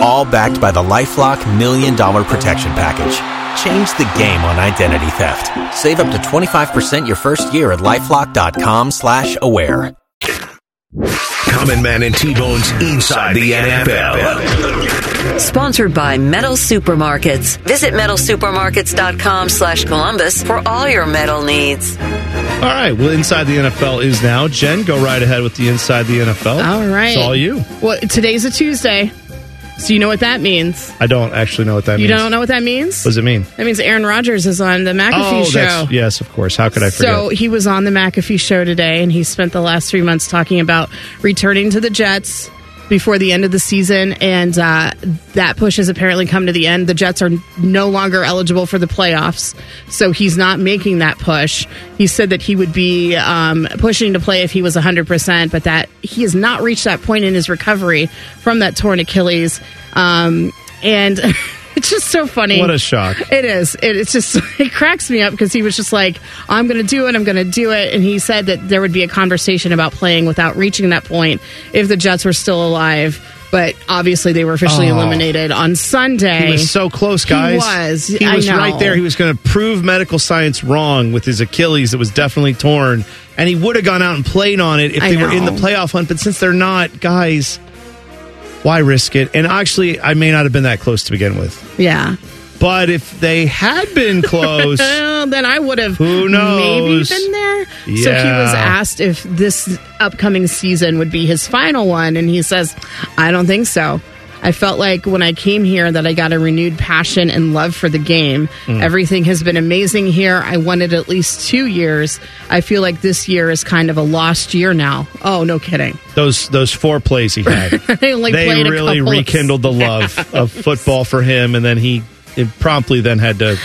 I: All backed by the LifeLock Million Dollar Protection Package. Change the game on identity theft. Save up to 25% your first year at LifeLock.com slash aware.
A: Common Man and T Bones inside the NFL.
J: Sponsored by Metal Supermarkets. Visit metalsupermarkets.com slash Columbus for all your metal needs.
C: All right. Well, inside the NFL is now. Jen, go right ahead with the inside the NFL.
G: All right.
C: It's all you.
G: Well, today's a Tuesday. So you know what that means.
C: I don't actually know what that
G: you
C: means.
G: don't know what that means?
C: What does it mean?
G: That means Aaron Rodgers is on the McAfee
C: oh,
G: show.
C: that's yes, of course. How could I forget?
G: So he was on the McAfee show today, and he spent the last three months talking about returning to the Jets before the end of the season, and uh, that push has apparently come to the end. The Jets are no longer eligible for the playoffs, so he's not making that push. He said that he would be um, pushing to play if he was 100%, but that he has not reached that point in his recovery from that torn Achilles. Um, and. It's just so funny.
C: What a shock.
G: It is. It, it's just, it cracks me up because he was just like, I'm going to do it. I'm going to do it. And he said that there would be a conversation about playing without reaching that point if the Jets were still alive. But obviously, they were officially
C: Oh.
G: eliminated on Sunday.
C: He was so close, guys.
G: He was.
C: He
G: I
C: was
G: know.
C: right there. He was going to prove medical science wrong with his Achilles that was definitely torn, and he would have gone out and played on it if
G: I
C: they were in the
G: know.
C: playoff hunt. But since they're not, guys, why risk it? And actually, I may not have been that close to begin with.
G: Yeah.
C: But if they had been close,
G: Well, then I would have
C: Who
G: maybe
C: knows?
G: been there. So he
C: Yeah.
G: was asked if this upcoming season would be his final one, and he says, I don't think so. I felt like when I came here that I got a renewed passion and love for the game.
C: Hmm.
K: Mm.
G: Everything has been amazing here. I wanted at least two years. I feel like this year is kind of a lost year now. Oh, no kidding.
C: those those four plays he had.
G: I only
C: they
G: played a
C: really
G: couple of-
C: rekindled the love of football for him, and then he it promptly then had to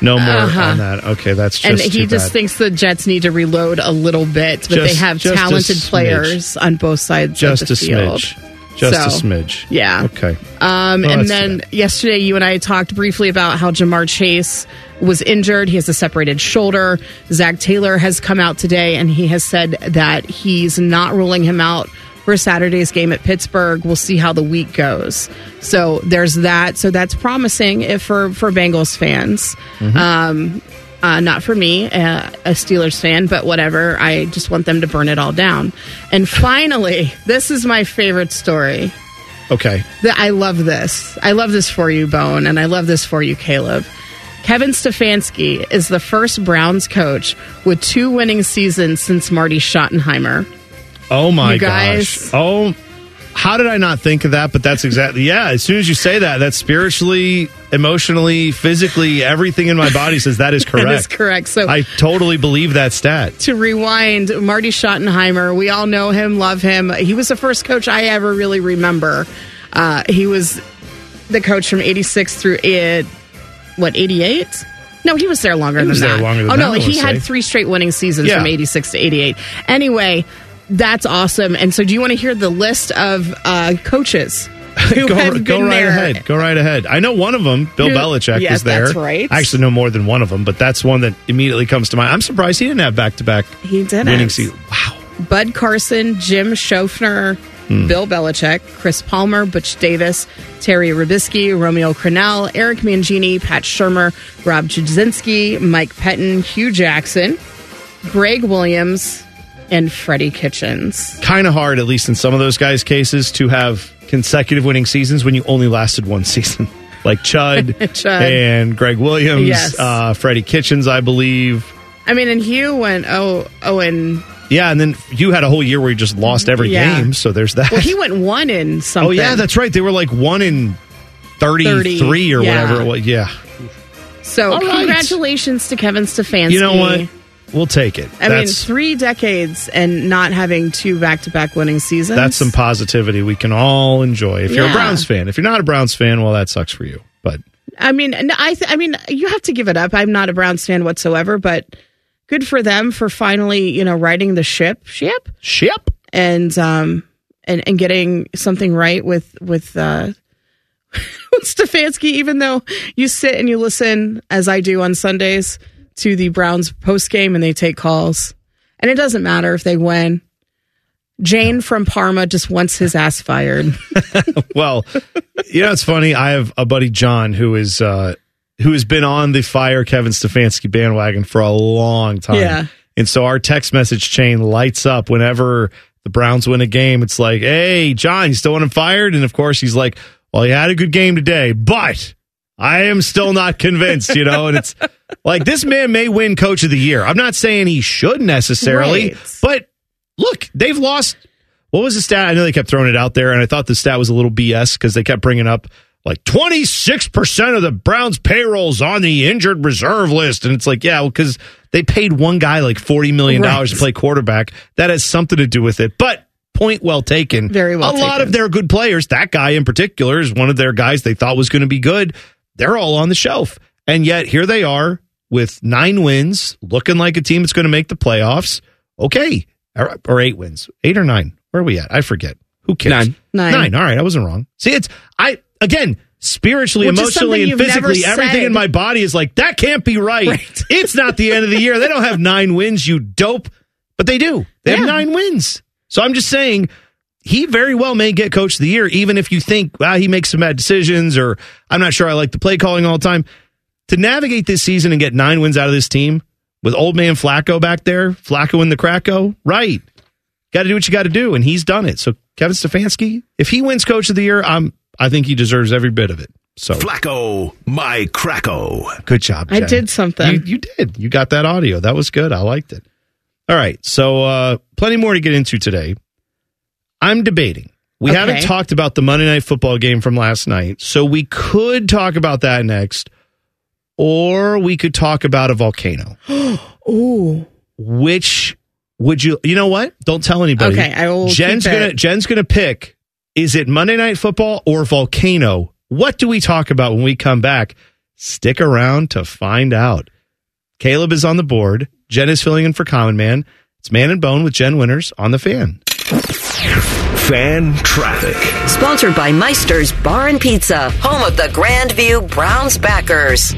C: no more
G: Uh-huh.
C: on that. Okay, that's just
G: and he
C: too
G: just
C: bad.
G: thinks the Jets need to reload a little bit, but they
C: Just-
G: have
C: just a
G: talented
C: smidge.
G: players on both sides.
C: just
G: of
C: a
G: the field.
C: smidge,
G: So,
C: just a smidge.
G: yeah.
C: Okay.
G: Um,
C: Oh,
G: and
C: that's
G: then yesterday, you and I talked briefly about how Jamar Chase was injured. He has a separated shoulder. Zach Taylor has come out today and he has said that he's not ruling him out for Saturday's game at Pittsburgh. We'll see how the week goes. So there's that. So that's promising if for for Bengals fans. Um, uh, not for me, uh, a Steelers fan, but whatever. I just want them to burn it all down. And finally, this is my favorite story.
C: Okay.
G: That I love this. I love this for you, Bone, and I love this for you, Caleb. Kevin Stefanski is the first Browns coach with two winning seasons since Marty Schottenheimer.
C: Oh my
G: You guys.
C: gosh. Oh, how did I not think of that? But that's exactly yeah. As soon as you say that, that's spiritually, emotionally, physically, everything in my body says that is correct.
G: That is correct. So
C: I totally believe that stat.
G: to rewind, Marty Schottenheimer, we all know him, love him. He was the first coach I ever really remember. Uh, he was the coach from 86 through, uh, what, 88? No, he was there longer
K: He
G: than
K: was
G: that.
K: there longer than
G: oh,
K: that,
G: no,
K: I
G: he
K: wanna
G: had
K: say.
G: three straight winning seasons
K: Yeah.
G: from 86 to 88. Anyway, that's awesome. And so, do you want to hear the list of uh, coaches who
C: go
G: have been
C: go right
G: there?
C: ahead. Go right ahead. I know one of them, Bill
G: Who-
C: Belichick,
G: Yes,
C: was there.
G: that's right.
C: I actually know more than one of them, but that's one that immediately comes to mind. I'm surprised he didn't have back to back
G: He didn't.
C: winning season.
G: Bud Carson, Jim Schofner,
C: Hmm.
G: Bill Belichick, Chris Palmer, Butch Davis, Terry Rubisky, Romeo Crennel, Eric Mangini, Pat Shermer, Rob Jasinski, Mike Pettin, Hugh Jackson, Greg Williams, and Freddie Kitchens.
C: Kind of hard, at least in some of those guys' cases, to have consecutive winning seasons when you only lasted one season. Like Chud,
G: Chud.
C: and Greg Williams,
G: Yes.
C: uh, Freddie Kitchens, I believe.
G: I mean, and Hugh went oh oh and
C: Yeah, and then you had a whole year where you just lost every
G: Yeah.
C: game, so there's that.
G: well he went one in something.
C: Oh yeah, that's right. They were like one in thirty-three
G: 30,
C: or
G: yeah.
C: whatever. It was. Yeah,
G: so.
C: All right.
G: Congratulations to Kevin Stefanski.
C: you know what? We'll take it.
G: I mean,
C: that's
G: three decades and not having two back-to-back winning seasons.
C: that's some positivity we can all enjoy. If you're a
G: Yeah.
C: Browns fan, if you're not a Browns fan, well, that sucks for you. But
G: I mean, no, I th- I mean, you have to give it up. I'm not a Browns fan whatsoever, but good for them for finally, you know, riding the ship, ship,
C: ship,
G: and um, and and getting something right with with uh, with Stefanski. Even though you sit and you listen, as I do on Sundays, to the Browns post game, and they take calls, and it doesn't matter if they win. Jane from Parma just wants his ass fired.
C: well, you know, it's funny. I have a buddy John who is uh, who has been on the fire Kevin Stefanski bandwagon for a long time.
G: Yeah.
C: And so our text message chain lights up whenever the Browns win a game. It's like, hey, John, you still want him fired? And of course, he's like, well, he had a good game today, but I am still not convinced, you know? And it's like, this man may win coach of the year. I'm not saying he should necessarily, but look, they've lost. What was the stat? I know they kept throwing it out there, and I thought the stat was a little BS because they kept bringing up like 26% of the Browns' payrolls on the injured reserve list. And it's like, yeah, well, because they paid one guy like $40 million to
G: Right.
C: play quarterback. That has something to do with it. But point well taken. Very
G: well
C: A lot
G: taken.
C: of their good players, that guy in particular is one of their guys they thought was going to be good. They're all on the shelf. And yet here they are with nine wins, looking like a team that's going to make the playoffs. Okay. Or, or eight wins. Eight or nine. Where are we at? I forget. Who cares? Nine.
G: Nine.
C: All right. I wasn't wrong. See, it's, I, again, spiritually,
G: Which is
C: emotionally,
G: something
C: and
G: you've never
C: physically, everything
G: said.
C: in my body is like, that can't be right. It's not the end of the year. They don't have nine wins, you dope. But they do. They have nine wins. So I'm just saying, he very well may get coach of the year, even if you think, wow, he makes some bad decisions, or I'm not sure I like the play calling all the time. To navigate this season and get nine wins out of this team with old man Flacco back there, Flacco in the Cracko, right. Got to do what you got to do, and he's done it. So Kevin Stefanski, if he wins coach of the year, I'm I think he deserves every bit of it. So
A: Flacco, my cracko.
C: Good job.
G: I
C: Jen.
G: did something.
C: You, you did. You got that audio. That was good. I liked it. All right. So, uh, plenty more to get into today. I'm debating. We
G: Okay.
C: haven't talked about the Monday Night Football game from last night. So, we could talk about that next, or we could talk about a volcano.
G: Ooh.
C: Which would you, you know what? Don't tell anybody.
G: Okay, I will
C: Jen's
G: keep it.
C: gonna, Jen's going to pick is it Monday Night Football or Volcano? What do we talk about when we come back? Stick around to find out. Caleb is on the board. Jen is filling in for Common Man. It's Man and Bone with Jen Winners on the fan.
A: Fan traffic.
J: Sponsored by Meister's Bar and Pizza, home of the Grandview Browns backers.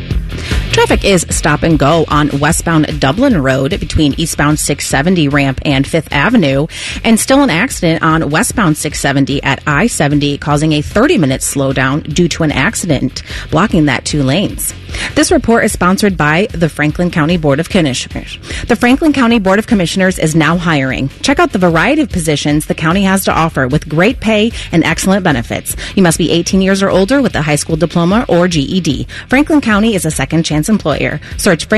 H: Traffic is stop and go on westbound Dublin Road between eastbound 670 ramp and 5th Avenue, and still an accident on westbound 670 at I 70, causing a 30 minute slowdown due to an accident, blocking that two lanes. This report is sponsored by the Franklin County Board of Commissioners. The Franklin County Board of Commissioners is now hiring. Check out the variety of positions the county has to offer with great pay and excellent benefits. You must be 18 years or older with a high school diploma or GED. Franklin County is a second chance employer. Search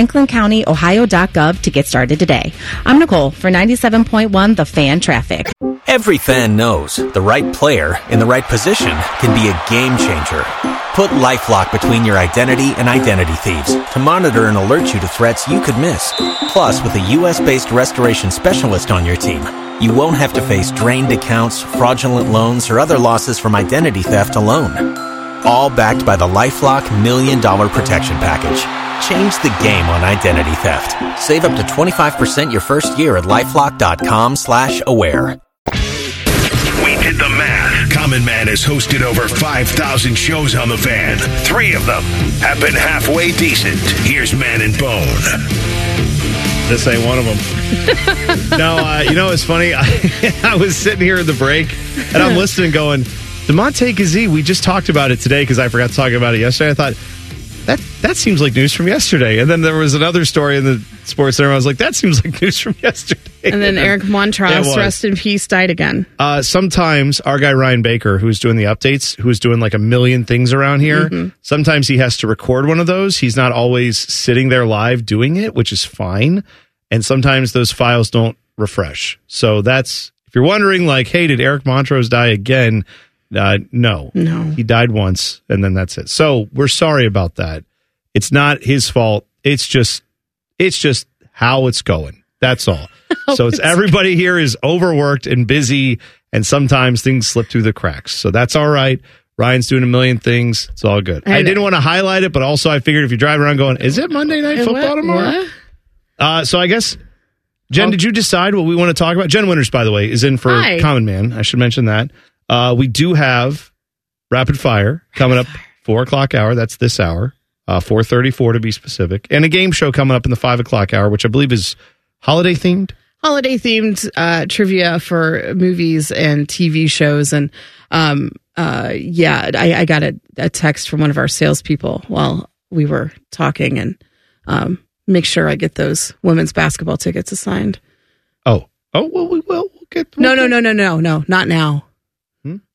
H: franklincountyohio.gov to get started today. I'm Nicole for 97.1 The Fan Traffic.
I: Every fan knows the right player in the right position can be a game changer. Put LifeLock between your identity and identity thieves to monitor and alert you to threats you could miss. Plus, with a U.S.-based restoration specialist on your team, you won't have to face drained accounts, fraudulent loans, or other losses from identity theft alone. All backed by the LifeLock Million Dollar Protection Package. Change the game on identity theft. Save up to 25% your first year at LifeLock.com slash aware.
A: We did the math. Common Man has hosted over 5,000 shows on the fan. Three of them have been halfway decent. Here's Man and Bone.
C: This ain't one of them. no, uh, you know what's funny? I, I was sitting here in the break and I'm listening, going, the Monte Gazee. We just talked about it today because I forgot to talk about it yesterday. I thought that that seems like news from yesterday, and then there was another story in the Sports Center. I was like, that seems like news from yesterday.
G: And then Eric
C: It
G: Montross,
C: was.
G: rest in peace, died again.
C: Uh, sometimes our guy Ryan Baker, who's doing the updates, who's doing like a million things around here,
G: Mhm.
C: sometimes he has to record one of those. He's not always sitting there live doing it, which is fine. And sometimes those files don't refresh. So that's if you're wondering, like, hey, did Eric Montrose die again? Uh, no,
G: no,
C: he died once, and then that's it. So we're sorry about that. It's not his fault. It's just, it's just how it's going. That's all. so it's everybody here is overworked and busy, and sometimes things slip through the cracks. So that's all right. Ryan's doing a million things. It's all good. I,
G: I know.
C: didn't want to highlight it, but also I figured if you drive around going, is it Monday Night
G: Hey,
C: Football
G: what?
C: tomorrow?
G: What?
C: Uh, so I guess, Jen, did you decide what we want to talk about? Jen Winters, by the way, is in for
G: Hi.
C: Common Man. I should mention that. Uh, we do have Rapid Fire coming up four o'clock hour. That's this hour, uh, four thirty four to be specific, and a game show coming up in the five o'clock hour, which I believe is holiday themed.
G: holiday themed uh, trivia for movies and TV shows. And um, uh, yeah, I, I got a, a text from one of our salespeople while we were talking and um, make sure I get those women's basketball tickets assigned.
C: Oh, oh well, we will. We'll get. Hmm?
G: No, no, no, no, no, no, not now.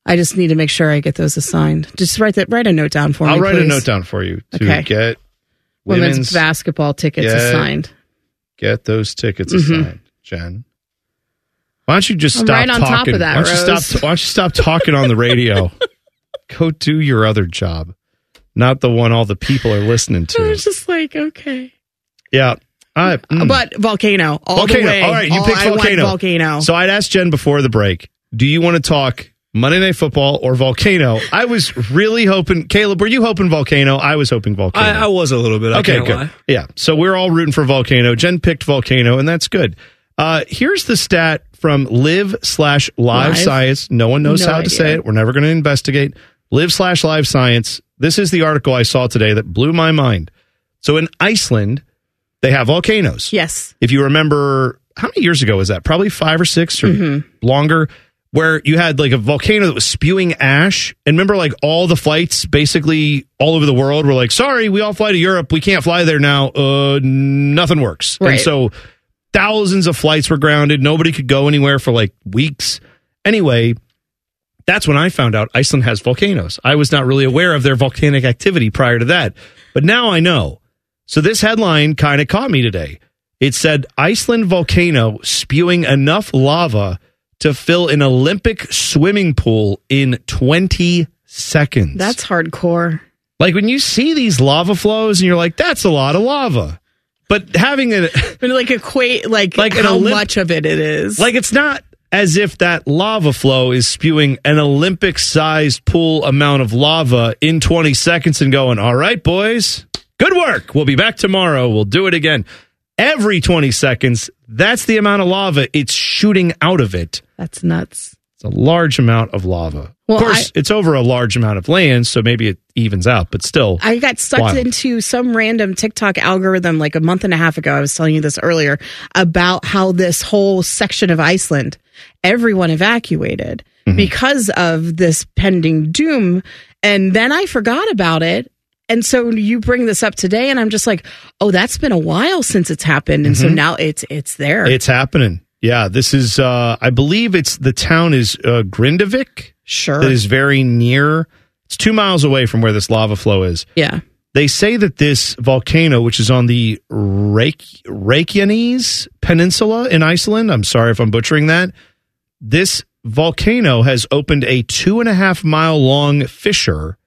G: I just need to make sure I get those assigned. Just write that. Write a note down for
C: I'll
G: me.
C: write a
G: please.
C: note down for you to
G: Okay.
C: get
G: Women's,
C: women's
G: basketball tickets
C: Yeah.
G: assigned.
C: get those tickets
G: Mhm.
C: assigned, Jen. Why don't you just
G: I'm
C: stop
G: right on top
C: talking?
G: of that,
C: why don't you
G: Rose.
C: stop? Why don't you stop talking on the radio? Go do your other job, not the one all the people are listening
G: I
C: to.
G: was just like, okay.
C: Yeah. All right. Mm.
G: Uh, But volcano. All
C: volcano.
G: The way.
C: All right, you
G: All
C: picked
G: I want
C: volcano.
G: volcano.
C: So I'd asked Jen before the break, do you want to talk Monday Night Football or Volcano? I was really hoping, Caleb, were you hoping Volcano? I was hoping Volcano.
F: I, I was a little bit. I
C: okay,
F: can't
C: good.
F: lie.
C: Yeah. So we're all rooting for Volcano. Jen picked Volcano, and that's good. Uh, here's the stat from Live slash Live
F: Live?
C: Science. No one knows
F: No
C: how to
F: idea.
C: say it. We're never going to investigate. Live slash Live Science. This is the article I saw today that blew my mind. So in Iceland, they have volcanoes.
G: Yes.
C: If you remember, how many years ago was that? Probably five or six or longer, where you had like a volcano that was spewing ash. And remember, like all the flights basically all over the world were like, sorry, we all fly to Europe. We can't fly there now. Uh, nothing works. And
F: Right.
C: so thousands of flights were grounded. Nobody could go anywhere for like weeks. Anyway, that's when I found out Iceland has volcanoes. I was not really aware of their volcanic activity prior to that, but now I know. So this headline kind of caught me today. It said Iceland volcano spewing enough lava to fill an Olympic swimming pool in 20 seconds.
G: That's hardcore.
C: Like when you see these lava flows and you're like, that's a lot of lava. But having a
G: But like equate like,
C: Like an
G: how
C: Olymp-
G: much of it it is.
C: Like it's not as if that lava flow is spewing an Olympic sized pool amount of lava in 20 seconds and going, all right, boys, good work. We'll be back tomorrow. We'll do it again. Every 20 seconds, that's the amount of lava it's shooting out of it.
G: That's nuts.
C: It's a large amount of lava.
G: Well,
C: of course, it's over a large amount of land, so maybe it evens out, but still.
G: I got sucked
C: wild.
G: into some random TikTok algorithm like a month and a half ago. I was telling you this earlier about how this whole section of Iceland, everyone evacuated because of this pending doom. And then I forgot about it. And so you bring this up today, and I'm just like, oh, that's been a while since it's happened. And so
C: Mhm.
G: now it's it's there.
C: It's happening. Yeah, this is. Uh, I believe it's the town is uh, Grindavik.
G: Sure,
C: that is very near. It's two miles away from where this lava flow is.
G: yeah.
C: They say that this volcano, which is on the Reykj- Reykjanes Peninsula in Iceland, I'm sorry if I'm butchering that. This volcano has opened a two and a half mile long fissure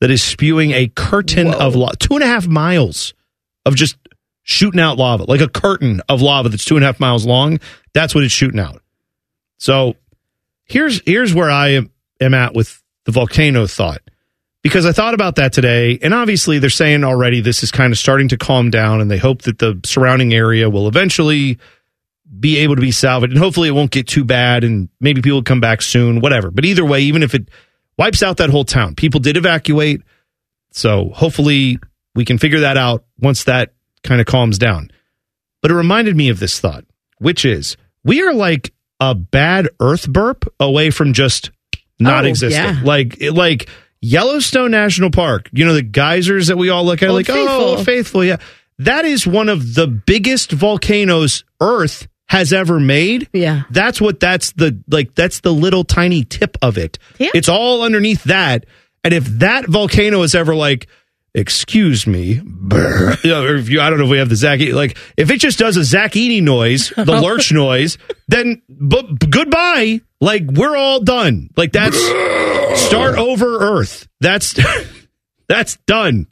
C: that is spewing a curtain of lava. Two and a half miles of just shooting out lava, like a curtain of lava that's two and a half miles long. That's what it's shooting out. So here's here's where I am, am at with the volcano thought. Because I thought about that today, and obviously they're saying already this is kind of starting to calm down, and they hope that the surrounding area will eventually be able to be salvaged, and hopefully it won't get too bad, and maybe people will come back soon, whatever. But either way, even if it wipes out that whole town, people did evacuate, so hopefully we can figure that out once that kind of calms down. But it reminded me of this thought, which is we are like a bad earth burp away from just not
K: Oh,
C: existing.
K: yeah.
C: Like like Yellowstone National Park, you know the geysers that we all look at
K: Old
C: like oh Old faithful, yeah. That is one of the biggest volcanoes earth has ever made.
G: Yeah.
C: That's what that's the like that's the little tiny tip of it.
G: Yeah.
C: It's all underneath that. And if that volcano is ever like, excuse me, brr," you know, or if you, I don't know if we have the Zach, E- like if it just does a Zach Eady noise, the lurch noise, then bu- b- goodbye. Like we're all done. Like that's start over Earth. That's that's done.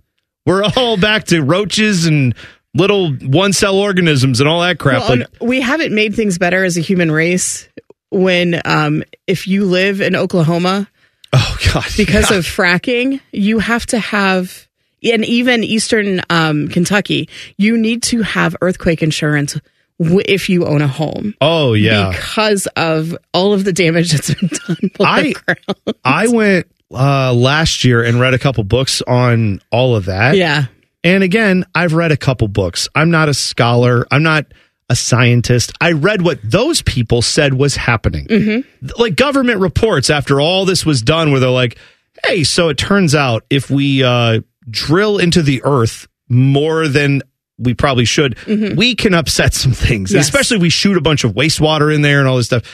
C: We're all back to roaches and little one cell organisms and all that crap.
G: Well,
C: like,
G: and we haven't made things better as a human race when, um, if you live in Oklahoma,
C: oh god,
G: because
C: yeah.
G: of fracking, you have to have, and even Eastern um, Kentucky, you need to have earthquake insurance w- if you own a home.
C: oh yeah.
G: Because of all of the damage that's been done.
C: I I went uh, last year and read a couple books on all of that.
G: Yeah.
C: And again, I've read a couple books. I'm not a scholar. I'm not a scientist. I read what those people said was happening. Like government reports after all this was done, where they're like, hey, so it turns out if we uh, drill into the earth more than we probably should, we can upset some things,
K: Yes.
C: especially especially we shoot a bunch of wastewater in there and all this stuff.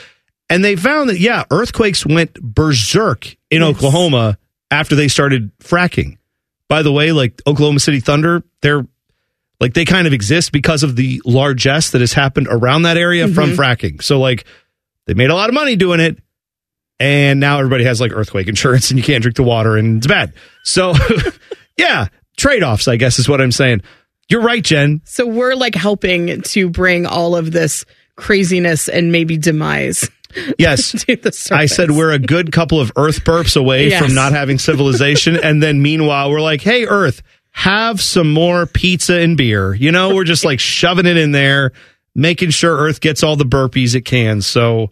C: And they found that yeah, earthquakes went berserk in Oklahoma after they started fracking. By the way, like Oklahoma City Thunder, they're like they kind of exist because of the largesse that has happened around that area from
K: Mhm.
C: fracking. So like they made a lot of money doing it and now everybody has like earthquake insurance and you can't drink the water and it's bad. So yeah, trade-offs I guess is what I'm saying. You're right, Jen.
G: So we're like helping to bring all of this craziness and maybe demise.
C: Yes. I said we're a good couple of Earth burps away
G: Yes.
C: from not having civilization. and then meanwhile, we're like, hey, Earth, have some more pizza and beer. You know, we're just like shoving it in there, making sure Earth gets all the burpees it can. So,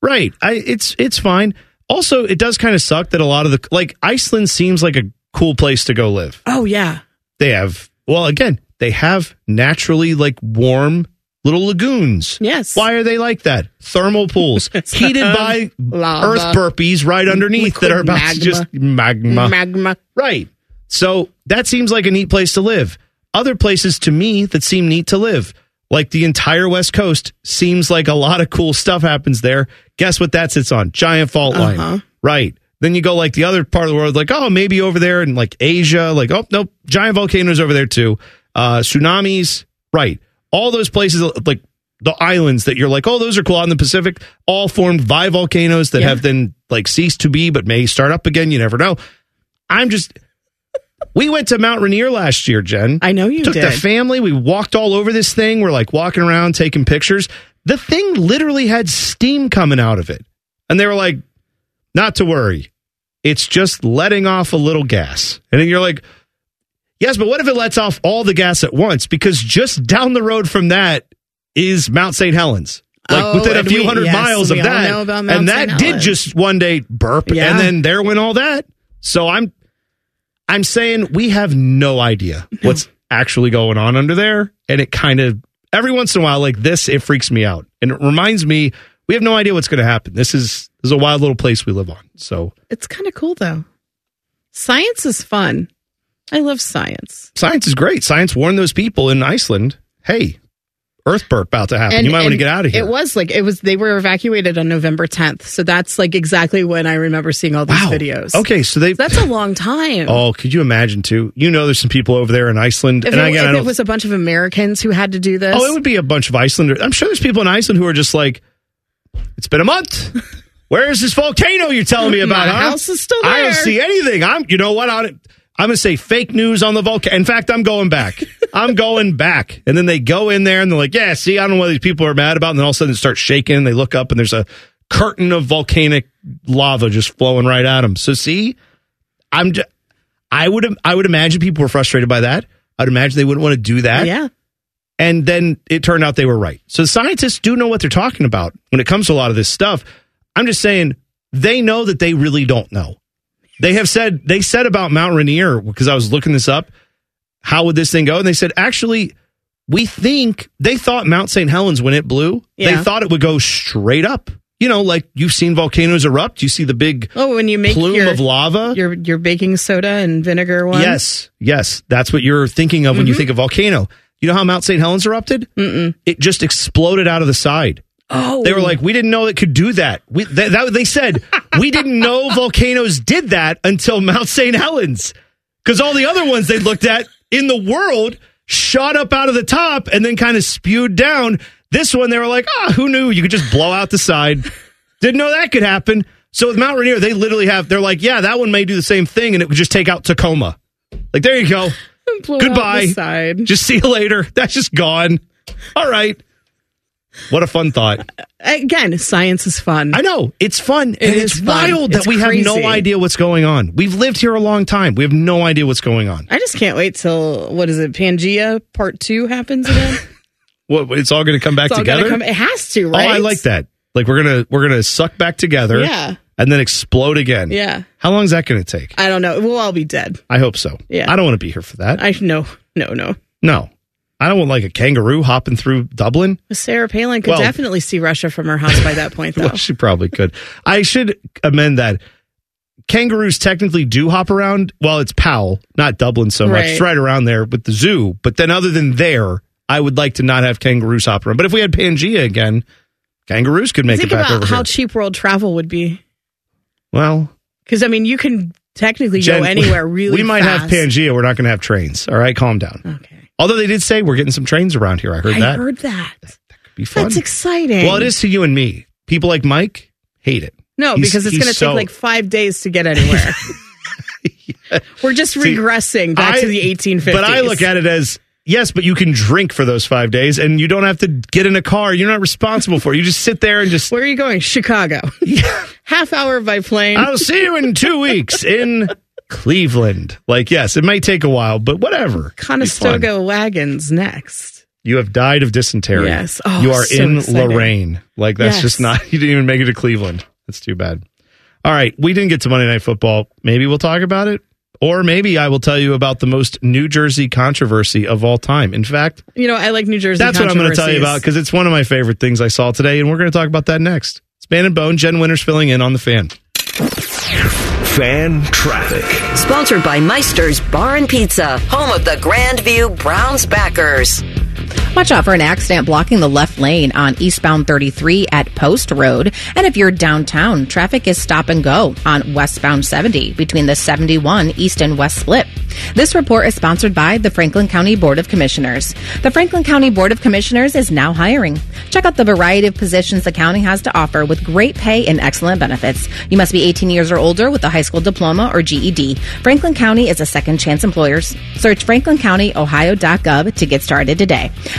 C: right. I, it's, it's fine. Also, it does kind of suck that a lot of the, like, Iceland seems like a cool place to go live
G: Oh yeah.
C: they have well again they have naturally like warm little lagoons
G: yes
C: why are they like that thermal pools heated by
A: Um,
G: Lava.
C: earth burpees right underneath that are about to
G: uh, magma.
C: just magma
G: Magma.
C: right so that seems like a neat place to live other places to me that seem neat to live like the entire west coast seems like a lot of cool stuff happens there guess what that sits on giant fault line right then you go like the other part of the world like oh maybe over there in like asia like oh nope giant volcanoes over there too uh tsunamis right all those places like the islands that you're like oh those are cool out in the pacific all formed by volcanoes that have then like ceased to be but may start up again you never know i'm just we went to Mount Rainier last year, Jen. I know you took the
K: did.
C: family. We walked all over this thing. We're like walking around taking pictures. The thing literally had steam coming out of it, and they were like, "Not to worry, it's just letting off a little gas." And then you're like, "Yes, but what if it lets off all the gas at once?" Because just down the road from that is Mount St. Helens. Like
K: Oh,
C: within a
K: and
C: few
K: we-
C: hundred
K: yes,
C: miles of
K: we all
C: that,
K: know about Mount
C: and that
K: St.
C: did
K: Helens.
C: just one day burp,
K: Yeah.
C: and then there went all that. So I'm I'm saying we have no idea what's actually going on under there. And it kind of, every once in a while, like this, it freaks me out. And it reminds me, we have no idea what's going to happen. This is, this is a wild little place we live on. So
G: It's kind of cool though. Science is fun. I love science.
C: science is great. Science warned those people in Iceland hey, earth burp about to happen. you might want to get out of here.
G: It was like it was they were evacuated on November 10th. So that's like exactly when I remember seeing all these videos.
C: okay. So they,
G: That's a long time.
C: oh, could you imagine too? You know, there's some people over there in Iceland.
G: if
C: and
G: it,
C: again,
G: if
C: I
G: it
C: don't
G: was a bunch of Americans who had to do this.
C: Oh, it would be a bunch of Icelanders. I'm sure there's people in Iceland who are just like, it's been a month. Where is this volcano you're telling me about?
K: My
C: huh?
K: house is still
C: I don't
K: there."
C: see anything. I'm, you know what? I'll, I'm gonna say fake news on the volcano. In fact, I'm going back. I'm going back. And then they go in there and they're like, yeah, see, I don't know what these people are mad about. And then all of a sudden it starts shaking. They look up and there's a curtain of volcanic lava just flowing right at them. So see, I'm. J- I would. I would imagine people were frustrated by that. I'd imagine they wouldn't want to do that.
G: Yeah.
C: And then it turned out they were right. So scientists do know what they're talking about when it comes to a lot of this stuff. I'm just saying they know that they really don't know. They have said they said about Mount Rainier because I was looking this up. How would this thing go? And they said actually we think they thought Mount St. Helens when it blew,
G: Yeah.
C: they thought it would go straight up. You know, like you've seen volcanoes erupt, you see the big
G: Oh, when you make
C: plume
G: your,
C: of lava.
G: your your baking soda and vinegar one.
C: Yes, yes, that's what you're thinking of when you think of volcano. You know how Mount St. Helens erupted? Mm-mm. It just exploded out of the side.
G: Oh,
C: they were like, we didn't know it could do that. We that, that they said we didn't know volcanoes did that until Mount St. Helens, because all the other ones they looked at in the world shot up out of the top and then kind of spewed down. This one, they were like, ah, who knew you could just blow out the side? Didn't know that could happen. So with Mount Rainier, they literally have. They're like, yeah, that one may do the same thing, and it would just take out Tacoma. Like, there you go.
G: Blow out the
C: Goodbye.
G: side.
C: Just see you later. That's just gone. All right. What a fun thought.
G: Again, science is fun. I
C: know it's fun, and it's wild that we have no
G: idea.
C: idea what's going on. We've lived here a long time. We have no idea what's going on.
G: I just can't wait till what is it? Pangea Part Two happens again.
C: What it's all going to come back
G: It's all gonna
C: together.
G: come- it has to, right?
C: Oh, I like that. Like we're gonna we're gonna suck back together.
G: Yeah.
C: And then explode again.
G: Yeah.
C: How long is that going to take?
G: I don't know. We'll all be dead.
C: I hope so.
G: Yeah.
C: I don't want to be here for that.
G: I no no no.
C: no. I don't want like a kangaroo hopping through Dublin.
G: Sarah Palin could
C: Well-
G: definitely see Russia from her house by that point, though.
C: Well, she probably could. I should amend that. Kangaroos technically do hop around. Well, it's Powell, not Dublin so much.
G: Right.
C: It's right around there with the zoo. But then, other than there, I would like to not have kangaroos hop around. But if we had Pangea again, kangaroos could make
G: Think
C: it back
G: about
C: over
G: how
C: here.
G: cheap world travel would be.
C: well,
G: Because I mean, you can technically
C: Jen,
G: go anywhere really.
C: We might have
G: fast.
C: Pangea. We're not going to have trains. All right, calm down. Okay. Although they did say we're getting some trains around here. I heard
G: I
C: that.
G: heard that.
C: Be fun.
G: That's exciting.
C: Well, it is to you and me. People like Mike hate it.
G: No,
C: He's-
G: because it's
C: he's
G: going to
C: so-
G: take like five days to get anywhere. We're just regressing back
C: I-
G: to the 1850s.
C: But I look at it as yes, but you can drink for those five days, and you don't have to get in a car. You're not responsible for. it. You just sit there and just.
G: Where are you going? Chicago. half hour by plane.
C: I'll see you in two weeks in Cleveland. Like yes, it may take a while, but whatever. Be fun.
G: Conestoga wagons next.
C: You have died of dysentery.
G: Yes. Oh,
C: you are
G: so
C: in
G: exciting.
C: Lorraine. Like that's
G: Yes.
C: just not. You didn't even make it to Cleveland. That's too bad. All right, we didn't get to Monday Night Football. Maybe we'll talk about it, or maybe I will tell you about the most New Jersey controversy of all time. In fact,
G: You know, I like New Jersey.
C: That's what I'm going to tell you
G: controversies.
C: about because it's one of my favorite things I saw today, and we're going to talk about that next. It's Man and Bone. Jen Winters filling in on the fan.
A: Fan traffic.
J: Sponsored by Meister's Bar and Pizza, home of the Grandview Browns backers.
H: Watch out for an accident blocking the left lane on eastbound 33 at Post Road. And if you're downtown, traffic is stop and go on westbound 70 between the 71 east and west split. This report is sponsored by the Franklin County Board of Commissioners. The Franklin County Board of Commissioners is now hiring. Check out the variety of positions the county has to offer with great pay and excellent benefits. You must be 18 years or older with a high school diploma or GED. Franklin County is a second chance employers. Search franklincountyohio.gov to get started today.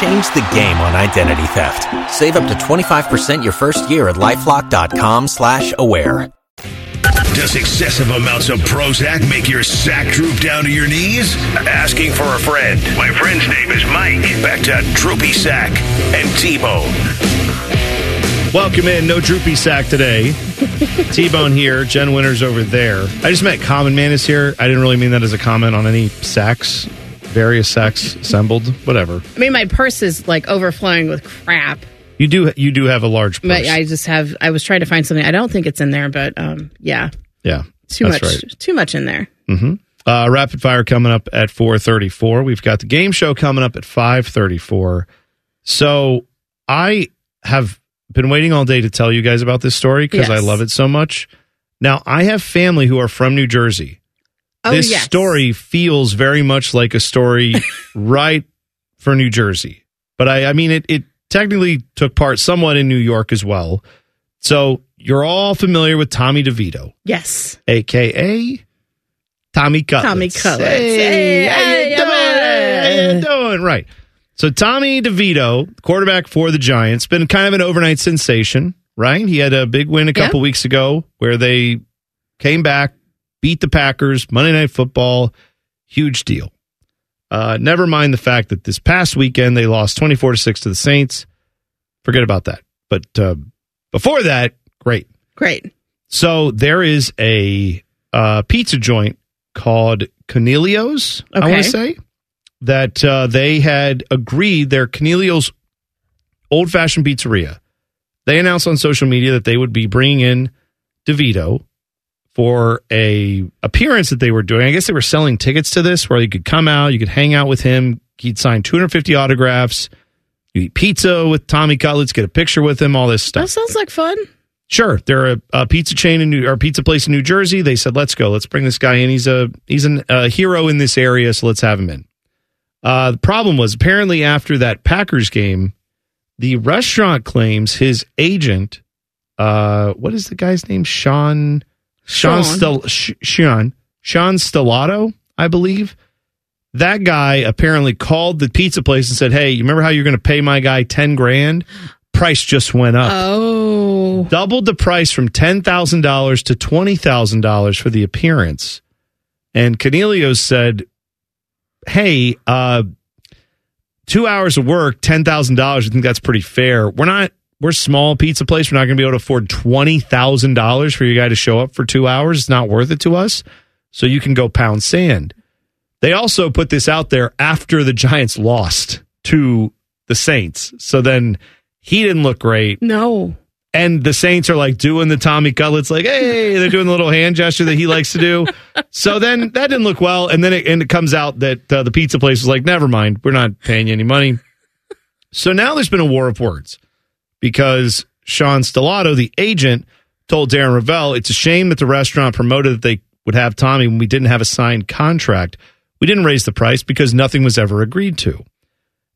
I: Change the game on identity theft. Save up to 25% your first year at LifeLock.com slash aware.
A: Does excessive amounts of Prozac make your sack droop down to your knees? Asking for a friend. My friend's name is Mike. Back to Droopy Sack and T-Bone.
C: Welcome in. No droopy sack today. T Bone here. Jen Winters over there. I just met Common Man is here. I didn't really mean that as a comment on any sacks, various sacks assembled, whatever.
G: I mean, my purse is like overflowing with crap,
C: You do you do have a large.
G: but I just have. I was trying to find something. I don't think it's in there, but um, yeah,
C: Yeah,
G: too
C: that's
G: much,
C: right.
G: too much in there.
C: hmm Uh, rapid fire coming up at four thirty four. We've got the game show coming up at five thirty four. So I have been waiting all day to tell you guys about this story because I
K: Yes.
C: love it so much. Now I have family who are from New Jersey.
K: Oh,
C: this
K: yes.
C: story feels very much like a story right for New Jersey, but I, I mean it. It technically took part somewhat in New York as well. So you're all familiar with Tommy DeVito,
G: Yes,
C: aka Tommy Cutlets.
G: Tommy Cutlets.
C: Hey,
G: Hey,
C: how you
G: hey,
C: doing? How you
G: hey.
C: doing? Right. So Tommy DeVito, quarterback for the Giants, been kind of an overnight sensation, right? He had a big win a couple weeks ago where they came back, beat the Packers, Monday Night Football, huge deal. Uh, never mind the fact that this past weekend they lost twenty four to six to the Saints. Forget about that. But uh, before that, great,
G: great.
C: So there is a uh, pizza joint called Cornelio's. I
K: Okay.
C: want to say that uh, they had agreed their Cornelio's old fashioned pizzeria. They announced on social media that they would be bringing in DeVito for a appearance that they were doing. I guess they were selling tickets to this where you could come out, you could hang out with him. He'd sign 250 autographs. You eat pizza with Tommy Cutlets, get a picture with him, all this stuff.
G: That sounds like fun.
C: Sure, they're a, a pizza chain in New or a pizza place in New Jersey. They said, "Let's go. Let's bring this guy in. He's a he's an, a hero in this area, so let's have him in." Uh, the problem was apparently after that Packers game, the restaurant claims his agent, uh, what is the guy's name? Sean Sean
K: Sean.
C: Stel, Sh- Sean Sean Stellato, I believe. That guy apparently called the pizza place and said, "Hey, you remember how you're going to pay my guy ten grand? Price just went up.
G: Oh,
C: doubled the price from ten thousand dollars to twenty thousand dollars for the appearance." And Cornelio said, "Hey, uh, two hours of work, ten thousand dollars. I think that's pretty fair. We're not." We're a small pizza place. We're not going to be able to afford twenty thousand dollars for your guy to show up for two hours. It's not worth it to us. So you can go pound sand. They also put this out there after the Giants lost to the Saints. So then he didn't look great.
G: No.
C: And the Saints are like doing the Tommy Cutlets, like, hey, they're doing the little hand gesture that he likes to do. so then that didn't look well. And then it, and it comes out that uh, the pizza place was like, never mind, we're not paying you any money. So now there's been a war of words because Sean Stellato, the agent, told Darren Ravel, it's a shame that the restaurant promoted that they would have Tommy when we didn't have a signed contract. We didn't raise the price because nothing was ever agreed to.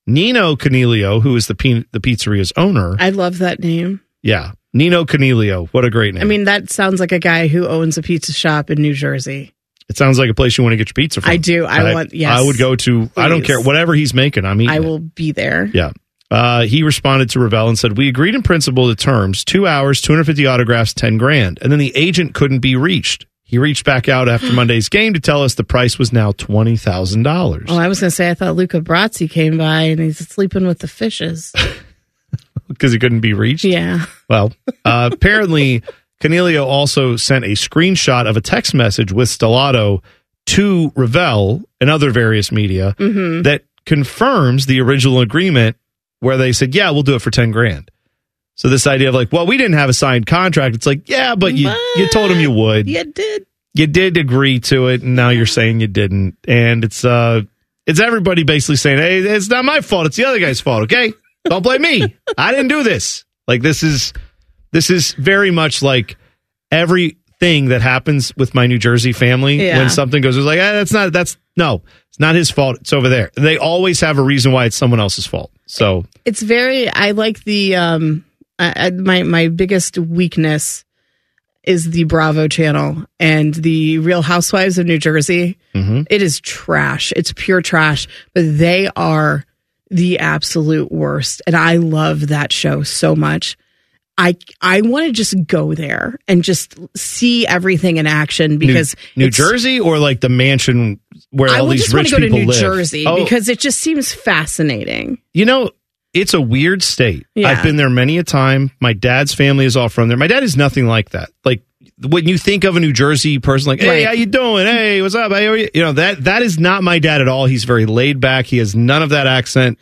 C: Nino Canelio, who is the, pe- the pizzeria's owner,
G: I love that name.
C: yeah, Nino Canelio, what a great name.
G: I mean, that sounds like a guy who owns a pizza shop in New Jersey.
C: it sounds like a place you want to get your pizza from.
G: I do. I want- yes.
C: I would go to, I don't
G: Please.
C: care, whatever he's making, I'm eating
G: I
C: it.
G: will be there.
C: Yeah. Uh, he responded to Ravel and said, We agreed in principle to terms two hours, 250 autographs, 10 grand. And then the agent couldn't be reached. He reached back out after Monday's game to tell us the price was now $20,000.
G: Oh, I was gonna say I thought Luca Brazzi came by and he's sleeping with the fishes.
C: because he couldn't be reached.
G: Yeah.
C: Well, uh, apparently, Canelio also sent a screenshot of a text message with Stellato to Ravel and other various media
G: Mm-hmm.
K: Mhm.
C: that confirms the original agreement where they said, "Yeah, we'll do it for ten grand." So this idea of like, well, we didn't have a signed contract. It's like, yeah, but you you told him you would.
G: You did.
C: You did agree to it, and now you're saying you didn't. And it's uh, it's everybody basically saying, "Hey, it's not my fault. It's the other guy's fault." Okay, don't blame me. I didn't do this. Like this is this is very much like everything that happens with my New Jersey family
K: Yeah.
C: when something goes. It's like, eh, that's not that's no, it's not his fault. It's over there. They always have a reason why it's someone else's fault. So
G: It's very. I like the um. I, I, my my biggest weakness is the Bravo channel and the Real Housewives of New Jersey.
C: Mm-hmm.
G: It is trash. It's pure trash. But they are the absolute worst, and I love that show so much. I I want to just go there and just see everything in action
C: New-
G: because
C: New,
G: it's-
C: Jersey or like the mansion where
G: I
C: all
G: would
C: these
G: just want
C: rich
G: to go to
C: people
G: New
C: live.
G: Jersey
C: Oh,
G: because it just seems fascinating.
C: You know, it's a weird state.
G: Yeah.
C: I've been there many a time. My dad's family is all from there. My dad is nothing like that. Like when you think of a New Jersey person, like, hey,
K: Right.
C: how you doing? Hey, what's up? Hey, how are you? you know that that is not my dad at all. He's very laid back. He has none of that accent.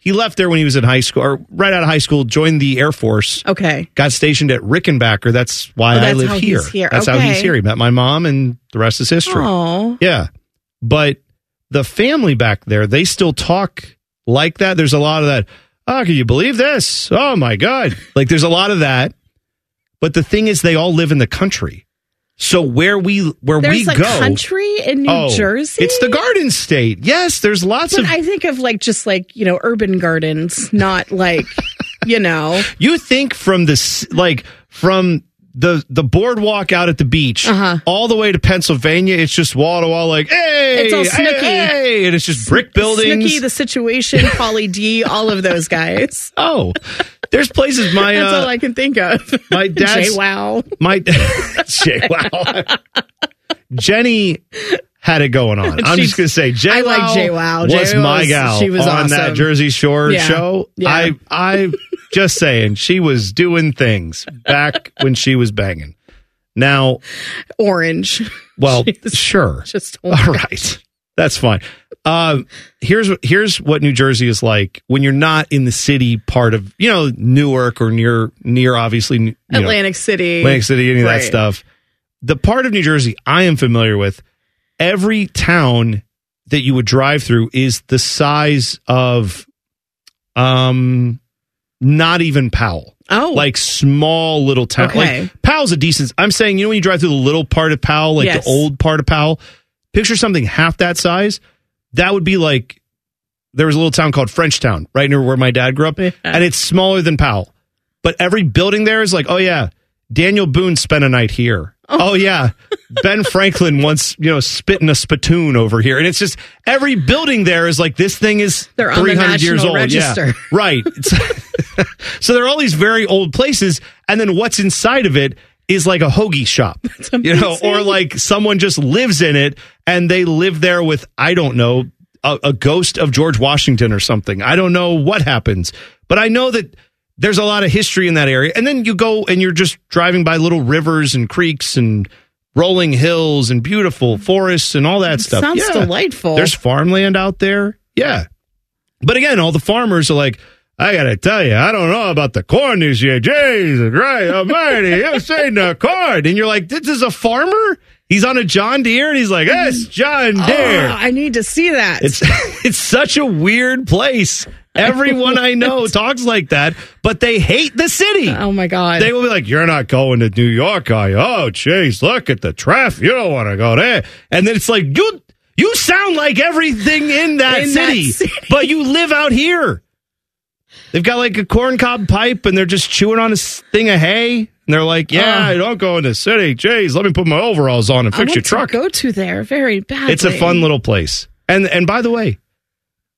C: He left there when he was in high school, or right out of high school, joined the Air Force.
G: Okay.
C: Got stationed at Rickenbacker. That's why
K: Oh,
C: I
K: that's
C: live
K: how he's
C: here.
K: here.
C: That's how he's
K: Okay.
C: here. He met my mom, and the rest is history.
K: Aw.
C: Yeah. But the family back there, they still talk like that. There's a lot of that. Oh, can you believe this? Oh my God. Like there's a lot of that. But the thing is they all live in the country. So where we where
G: There's
C: we
G: a
C: go
G: country in New
C: Oh,
G: Jersey.
C: It's the garden state. Yes, there's lots
G: but
C: of
G: I think of like just like you know urban gardens, not like you know
C: You think from this like from the the boardwalk out at the beach
G: Uh-huh.
C: all the way to Pennsylvania. It's just wall to wall, like hey,
G: It's all
C: hey,
G: Snooki.
C: hey," and it's just brick buildings.
G: Snooki, the situation, Polly D, all of those guys.
C: Oh, there's places my
G: That's
C: uh,
G: all I can think of.
C: my dad's
G: Jay Wow.
C: My Jay Wow. Jenny had it going on. I'm
G: She-
C: just gonna say Jay
G: I like
C: Wow,
G: Jay Wow. Jay
C: was
G: Wow
C: my
G: was-
C: gal
G: she was
C: on that
G: awesome.
C: Jersey Shore
G: Yeah.
C: show.
G: Yeah.
C: I I just saying she was doing things back when she was banging. Now
G: Orange.
C: well, sure.
G: Just
C: all right. That's fine. Um, here's what- here's what New Jersey is like when you're not in the city part of you know Newark or near near obviously you know,
G: Atlantic City.
C: Atlantic City, any of
G: Right.
C: that stuff. The part of New Jersey I am familiar with, every town that you would drive through is the size of, um, not even Powell.
G: Oh,
C: like small little town.
G: Okay.
C: Like Powell's a decent. I'm saying you know when you drive through the little part of Powell, like
G: Yes.
C: the old part of Powell. Picture something half that size. That would be like there was a little town called Frenchtown right near where my dad grew up, and it's smaller than Powell. But every building there is like, oh yeah, Daniel Boone spent a night here. Oh, yeah, Ben Franklin once you know spit in a spittoon over here, and it's just every building there is like this thing is
G: They're on the
C: three hundred years
G: National
C: old. Yeah,
G: Register.
C: right. It's- so there are all these very old places, and then what's inside of it is like a hoagie shop, you know, or like someone just lives in it and they live there with I don't know a, a ghost of George Washington or something. I don't know what happens, but I know that there's a lot of history in that area. And then you go and you're just driving by little rivers and creeks and rolling hills and beautiful forests and all that stuff.
G: sounds delightful.
C: There's farmland out there. Yeah. But again, all the farmers are like, I gotta tell you, I don't know about the corn this year. Jesus Christ Almighty, I'm saying the corn, and you're like, this is a farmer. He's on a John Deere, and he's like, that's John
G: Oh,
C: Deere.
G: I need to see that.
C: It's it's such a weird place. Everyone I know talks like that, but they hate the city. Oh
G: my god.
C: They will be like, You're not going to New York, are you? Oh jeez, look at the traffic. You don't want to go there. And then it's like, you you sound like everything in that,
G: In that
C: city, but you live out here. They've got like a corncob pipe and they're just chewing on a s- thing of hay. And they're like, Yeah, I don't go in the city. Jeez, let me put my overalls on and
G: Uh. I
C: fix
G: want
C: your truck.
G: To Uh, go to there very badly.
C: It's a fun little place. And and by the way,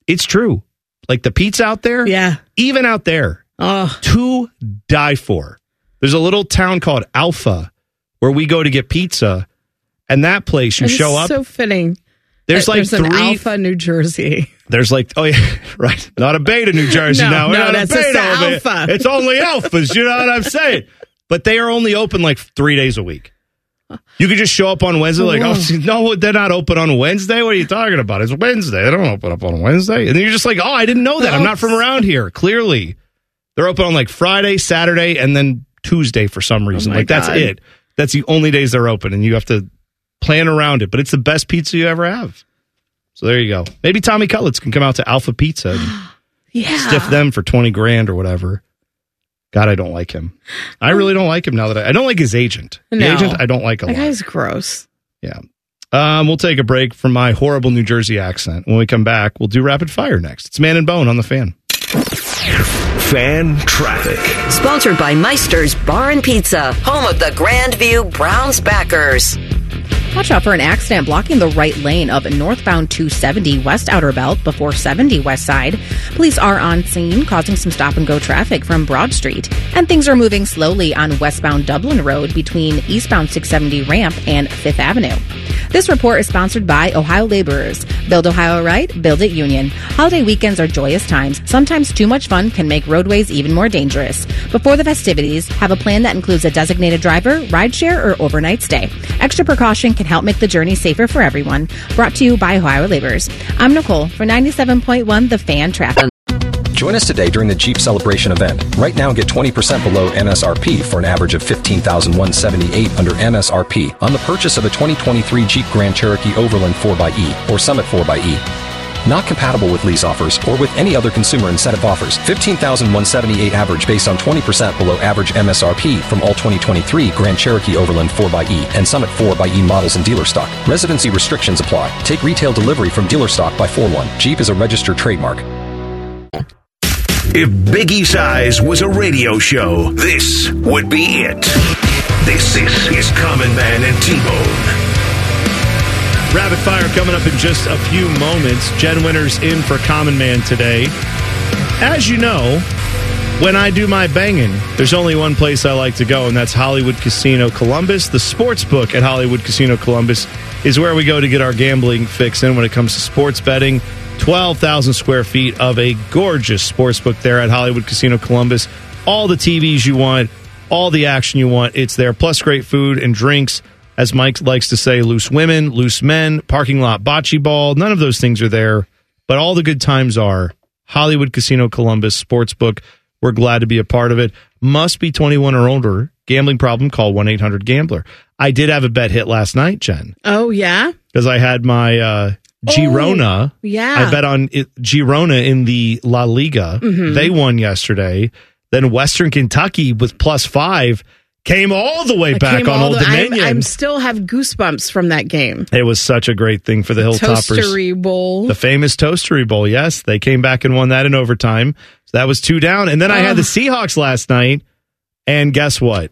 C: it's true. Like the Pete's out there,
G: yeah,
C: even out there, to die for. There's a little town called Alpha where we go to get pizza, and that place you
G: It's
C: show up.
G: So fitting.
C: There's
G: that
C: like
G: there's an
C: three-
G: Alpha, New Jersey.
C: there's like oh yeah right not a beta New Jersey
G: No,
C: now We're
G: no,
C: not a
G: that's just
C: beta
G: the
C: over here.
G: alpha.
C: it's only alphas you know what I'm saying but they are only open like three days a week you could just show up on Wednesday like
G: Wow.
C: oh see, no they're not open on Wednesday what are you talking about it's Wednesday they don't open up on Wednesday and you're just like oh I didn't know that I'm not from around here clearly they're open on like Friday Saturday and then Tuesday for some reason
G: Oh my
C: like that's
G: God.
C: it that's the only days they're open and you have to plan around it but it's the best pizza you ever have. So there you go. Maybe Tommy Cutlets can come out to Alpha Pizza and
G: Yeah.
C: stiff them for 20 grand or whatever. God, I don't like him. I really don't like him now that I, I don't like his agent. The
G: No.
C: agent I don't like a
G: That
C: lot.
G: guy's gross.
C: Yeah. Um, we'll take a break from my horrible New Jersey accent. When we come back, we'll do rapid fire next. It's Man and Bone on the fan.
A: Fan traffic.
J: Sponsored by Meister's Bar and Pizza, home of the Grandview Browns backers.
H: Watch out for an accident blocking the right lane of northbound 270 West Outer Belt before 70 West Side. Police are on scene, causing some stop and go traffic from Broad Street. And things are moving slowly on westbound Dublin Road between eastbound 670 Ramp and Fifth Avenue. This report is sponsored by Ohio Laborers. Build Ohio right, build it union. Holiday weekends are joyous times. Sometimes too much fun can make roadways even more dangerous. Before the festivities, have a plan that includes a designated driver, rideshare, or overnight stay. Extra precaution can help make the journey safer for everyone. Brought to you by Ohio Laborers. I'm Nicole for 97.1 The Fan Traffic.
K: Join us today during the Jeep Celebration event. Right now, get 20% below MSRP for an average of 15178 under MSRP on the purchase of a 2023 Jeep Grand Cherokee Overland 4xE or Summit 4xE. Not compatible with lease offers or with any other consumer incentive offers. 15178 average based on 20% below average MSRP from all 2023 Grand Cherokee Overland 4xE and Summit 4xE models in dealer stock. Residency restrictions apply. Take retail delivery from dealer stock by 4 1. Jeep is a registered trademark.
A: If Biggie's Eyes was a radio show, this would be it. This is, is Common Man and T-Bone.
C: Rapid fire coming up in just a few moments. Jen Winters in for Common Man today. As you know, when I do my banging, there's only one place I like to go, and that's Hollywood Casino Columbus. The sports book at Hollywood Casino Columbus is where we go to get our gambling fix in when it comes to sports betting. 12,000 square feet of a gorgeous sports book there at Hollywood Casino Columbus. All the TVs you want, all the action you want, it's there. Plus, great food and drinks as Mike likes to say, loose women, loose men, parking lot bocce ball. None of those things are there, but all the good times are. Hollywood Casino Columbus Sportsbook. We're glad to be a part of it. Must be 21 or older. Gambling problem, call 1 800 Gambler. I did have a bet hit last night, Jen,
G: Oh yeah.
C: because I had my uh, Girona.
G: Oh, yeah.
C: I bet on it, Girona in the La Liga.
G: Mhm.
C: They won yesterday. Then Western Kentucky with plus five came all the way
G: I
C: back
G: came
C: on
G: all
C: Old
G: the- I'm-
C: Dominion.
G: I'm still have goosebumps from that game.
C: It was such a great thing for the Hilltoppers.
G: Toastery bowl.
C: The famous Toastery Bowl. Yes, they came back and won that in overtime. So that was two down. And then I had the Seahawks last night. And guess what?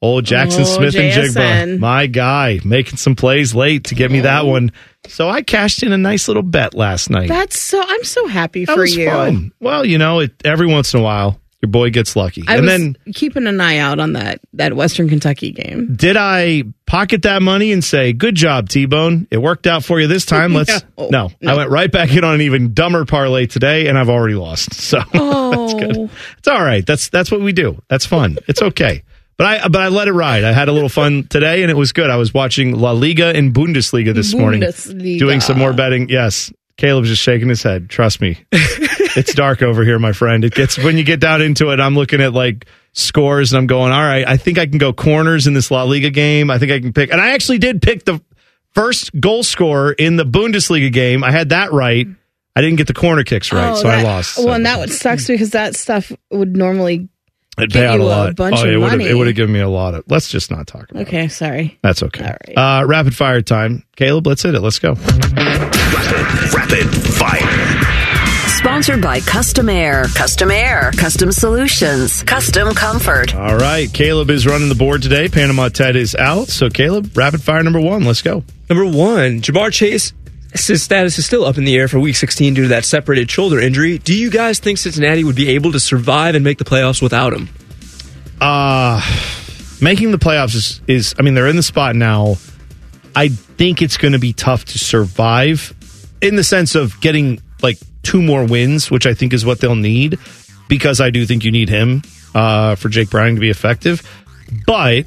C: Old Jackson
G: Oh,
C: Smith and Jigba,
G: JSN.
C: my guy, making some plays late to get me that one. So I cashed in a nice little bet last night.
G: That's so. I'm so happy
C: That
G: for
C: was
G: you.
C: fun. Well, you know, it, every once in a while, your boy gets lucky.
G: I
C: and
G: was
C: then
G: keeping an eye out on that that Western Kentucky game.
C: did I pocket that money and say, "Good job, T Bone. It worked out for you this time." Let's no,
G: No.
C: I went right back in on an even dumber parlay today, and I've already lost. So that's
G: Oh.
C: good. It's all right. That's that's what we do. That's fun. It's okay. But I but I let it ride. I had a little fun today, and it was good. I was watching La Liga and Bundesliga this morning,
G: Bundesliga.
C: doing some more betting. Yes. Caleb's just shaking his head. Trust me. it's dark over here, my friend. It gets when you get down into it. I'm looking at like scores, and I'm going, all right. I think I can go corners in this La Liga game. I think I can pick, and I actually did pick the first goal scorer in the Bundesliga game. I had that right. I didn't get the corner kicks right,
G: Oh,
C: so I
G: that-
C: lost.
G: Well, and that would sucks because that stuff would normally.
C: It'd
G: give
C: pay out a
G: you a
C: lot.
G: bunch
C: oh,
G: of
C: it would have
G: money.
C: it would have given me a lot of. Let's just not talk.
G: Okay, sorry.
C: That's okay. Uh, rapid fire time, Caleb. Let's hit it. Let's go.
A: Rapid fire.
J: Sponsored by Custom Air, Custom Air, Custom Solutions, Custom Comfort.
C: All right, Caleb is running the board today. Panama Ted is out, so Caleb, rapid fire number one. Let's go.
F: Number one, Jamar Chase. His status is still up in the air for Week 16 due to that separated shoulder injury. Do you guys think Cincinnati would be able to survive and make the playoffs without him?
C: Uh making the playoffs is, is I mean, they're in the spot now. I think it's gonna be tough to survive in the sense of getting like two more wins, which I think is what they'll need, because I do think you need him uh for Jake Browning to be effective. But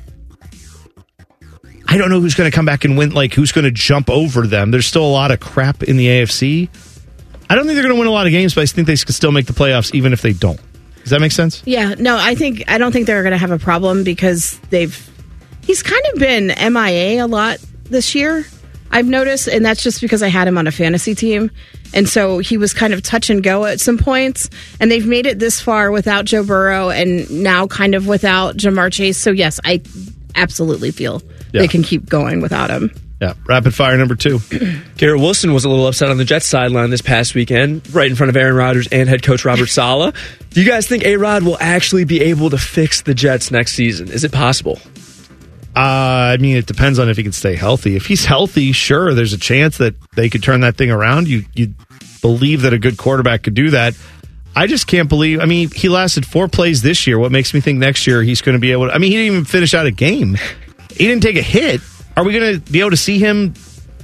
C: I don't know who's going to come back and win, like who's going to jump over them. There's still a lot of crap in the AFC. I don't think they're going to win a lot of games, but I think they can still make the playoffs even if they don't. Does that make sense?
G: Yeah, no, I think I don't think they're going to have a problem because they've he's kind of been MIA a lot this year. I've noticed, and that's just because I had him on a fantasy team, and so he was kind of touch and go at some points. And they've made it this far without Joe Burrow, and now kind of without Jamar Chase. So yes, I absolutely feel
F: Yeah.
G: they can keep going without him.
C: Yeah. Rapid fire number two.
F: Garrett Wilson was a little upset on the Jets sideline this past weekend, right in front of Aaron Rodgers and head coach Robert Sala. Do you guys think A Rod will actually be able to fix the Jets next season? Is it possible?
C: Uh, I mean, it depends on if he can stay healthy. If he's healthy, sure, there's a chance that they could turn that thing around. You you believe that a good quarterback could do that. I just can't believe. I mean, he lasted four plays this year. What makes me think next year he's going to be able? to I mean, he didn't even finish out a game. He didn't take a hit. Are we going to be able to see him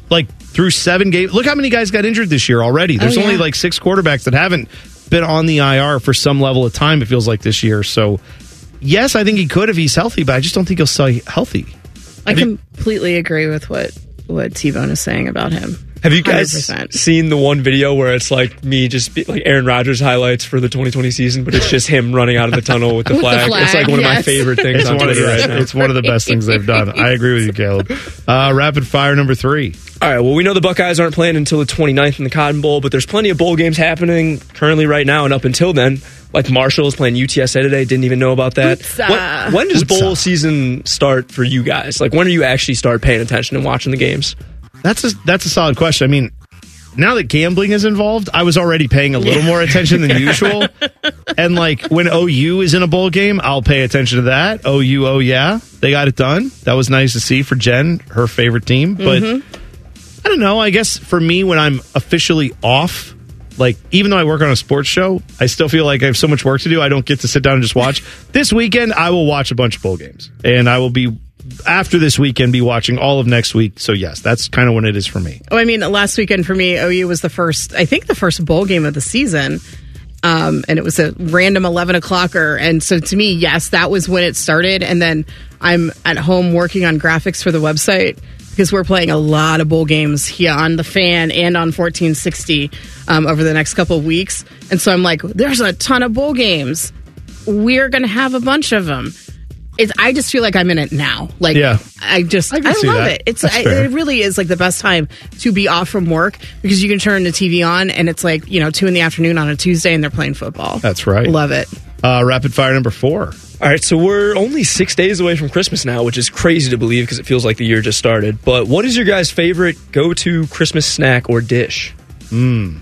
C: like through seven games? Look how many guys got injured this year already. There's
F: Oh, yeah.
C: only like six quarterbacks that haven't been on the IR for some level of time. It feels like this year. So, yes, I think he could if he's healthy, but I just don't think he'll stay healthy.
G: I completely agree with what what T Bone is saying about him.
F: Have you guys
G: 100%.
F: seen the one video where it's like me just be, like Aaron Rodgers highlights for the 2020 season, but it's just him running out of the tunnel with the,
C: With the
F: flag. It's like
C: flag,
F: one of my
C: yes.
F: favorite things
C: It's
F: on
C: one of
F: Twitter
C: the-
F: right now.
C: it's one of the best things they've done. I agree with you, Caleb. Uh, rapid fire number three.
F: All right, well, we know the Buckeyes aren't playing until the 29th in the Cotton Bowl, but there's plenty of bowl games happening currently right now and up until then. Like Marshall is playing UTSA today. Didn't even know about that.
G: Hootsa.
F: When, when does bowl season start for you guys? Like, when do you actually start paying attention and watching the games?
C: That's a that's a solid question. I mean, now that gambling is involved, I was already paying a little more attention than usual. And like when OU is in a bowl game, I'll pay attention to that. OU, oh yeah, they got it done. That was nice to see for Jen, her favorite team. But
L: Mhm.
C: I don't know. I guess for me, when I'm officially off, like even though I work on a sports show, I still feel like I have so much work to do. I don't get to sit down and just watch. this weekend, I will watch a bunch of bowl games, and I will be after this weekend be watching all of next week. So yes, that's kind of when it is for me.
G: Oh, I mean, last weekend for me, OU was the first, I think, the first bowl game of the season. Um, and it was a random 11 o'clocker. And so to me, yes, that was when it started. And then I'm at home working on graphics for the website because we're playing a lot of bowl games here on the fan and on 1460 um, over the next couple of weeks. And so I'm like, there's a ton of bowl games. We're going to have a bunch of them. It's, I just feel like I'm in it now. Like,
C: Yeah.
G: I just, I,
C: can see
G: love
C: that.
G: it. It's,
C: That's
G: I,
C: fair.
G: it really is like the best time to be off from work because you can turn the TV on and it's like, you know, two in the afternoon on a Tuesday and they're playing football.
C: That's right.
G: Love it.
C: Uh, rapid fire number four.
F: All right, so we're only six days away from Christmas now, which is crazy to believe because it feels like the year just started. But what is your guys' favorite go-to Christmas snack or dish?
C: Hmm.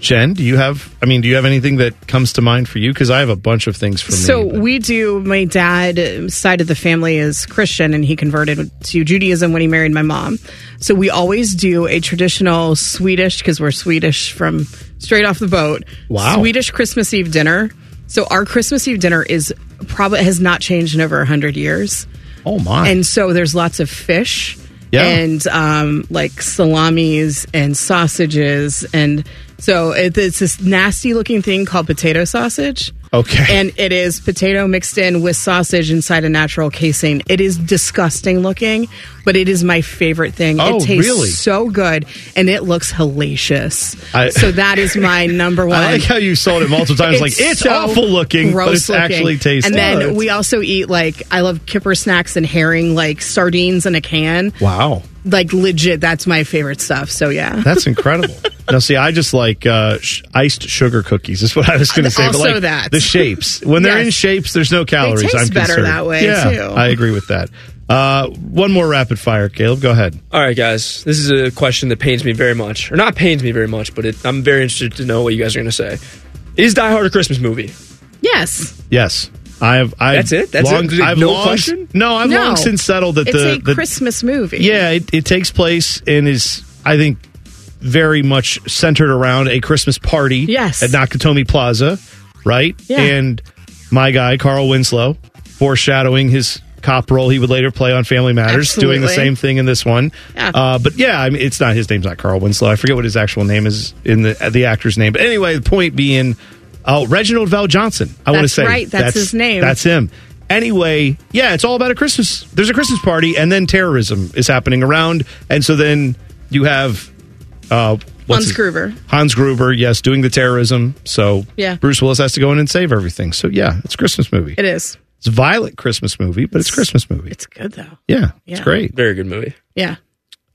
C: Jen, do you have? I mean, do you have anything that comes to mind for you? Because I have a bunch of things for me.
G: So we do. My dad side of the family is Christian, and he converted to Judaism when he married my mom. So we always do a traditional Swedish because we're Swedish from straight off the boat.
M: Wow.
G: Swedish Christmas Eve dinner. So our Christmas Eve dinner is probably has not changed in over hundred years.
C: Oh my!
G: And so there's lots of fish.
C: Yeah.
G: And um, like salamis and sausages. And so it, it's this nasty looking thing called potato sausage.
C: Okay.
G: And it is potato mixed in with sausage inside a natural casing. It is disgusting looking, but it is my favorite thing.
C: Oh,
G: it tastes
C: really?
G: so good and it looks hellacious.
C: I-
G: so that is my number one.
C: I like how you sold it multiple times. like it's
G: so
C: awful looking, but
G: gross
C: it's actually
G: looking.
C: tasty.
G: And then we also eat like I love kipper snacks and herring, like sardines in a can.
C: wow,
G: Like legit, that's my favorite stuff. So yeah,
C: that's incredible. now, see, I just like uh, sh- iced sugar cookies. Is what I was going to say. but
G: Also
C: like
G: that.
C: the shapes when they're in
G: Yes.
C: shapes, there's no calories.
G: taste
C: I'm
G: better
C: concerned.
G: that way,
C: Yeah,
G: too.
C: I agree with that. Uh, one more rapid fire, Caleb. Go ahead.
F: All right, guys, this is a question that pains me very much, or not pains me very much, but it, I'm very interested to know what you guys are going to say. Is Die Hard a Christmas movie?
G: yes.
C: Yes, I have. I've
F: That's it? That's
C: long,
F: it? There's
C: I've
F: no
C: long-
F: question?
C: No, I've long since settled that
G: it's
C: the
G: a
C: the-
G: Christmas movie.
C: Yeah, it, it takes place and is, I think, very much centered around a Christmas party.
G: Yes.
C: At Nakatomi Plaza, right?
G: Yeah.
C: And my guy, Carl Winslow, foreshadowing his cop role he would later play on Family Matters, doing the
G: Absolutely.
C: same thing in this one.
G: Yeah.
C: Uh, but yeah, I mean, it's not his name's not Carl Winslow. I forget what his actual name is in the the actor's name. But anyway, the point being, oh, Reginald Val Johnson. I want to
G: That's
C: say
G: right. That's his name.
C: That's him. Anyway, yeah, it's all about a Christmas. There's a Christmas party, and then terrorism is happening around, and so then you have uh, what's
G: Hans
C: his-
G: Gruber.
C: Hans Gruber, yes, doing the terrorism. So
G: Yeah.
C: Bruce Willis has to go in and save everything. So yeah, it's a Christmas movie.
G: It is.
C: It's a violent Christmas movie, but it's a Christmas movie.
G: It's good though.
C: yeah, it's
G: Yeah.
C: great.
F: Very good movie.
G: Yeah.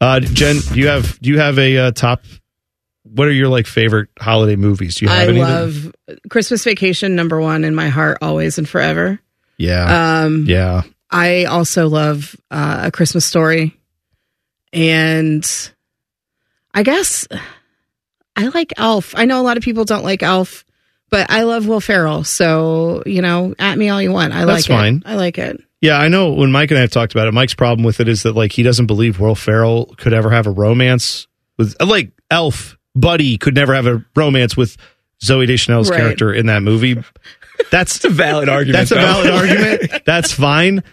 C: Uh, Jen, do you have do you have a uh, top? What are your like favorite holiday movies? Do you have
G: I
C: any? that-
G: love Christmas Vacation number one in my heart, always and forever.
C: Yeah.
G: Um,
C: yeah.
G: I also love uh, A Christmas Story, and I guess I like Elf. I know a lot of people don't like Elf, but I love Will Ferrell. So you know, at me all you want. I
C: That's
G: like
C: fine.
G: it. I like it.
C: Yeah, I know when Mike and I have talked about it, Mike's problem with it is that like he doesn't believe Will Ferrell could ever have a romance with like Elf Buddy could never have a romance with Zoe Deschanel's
F: Right.
C: character in that movie. That's a
F: valid argument,
C: That's a
F: though.
C: valid argument. That's fine.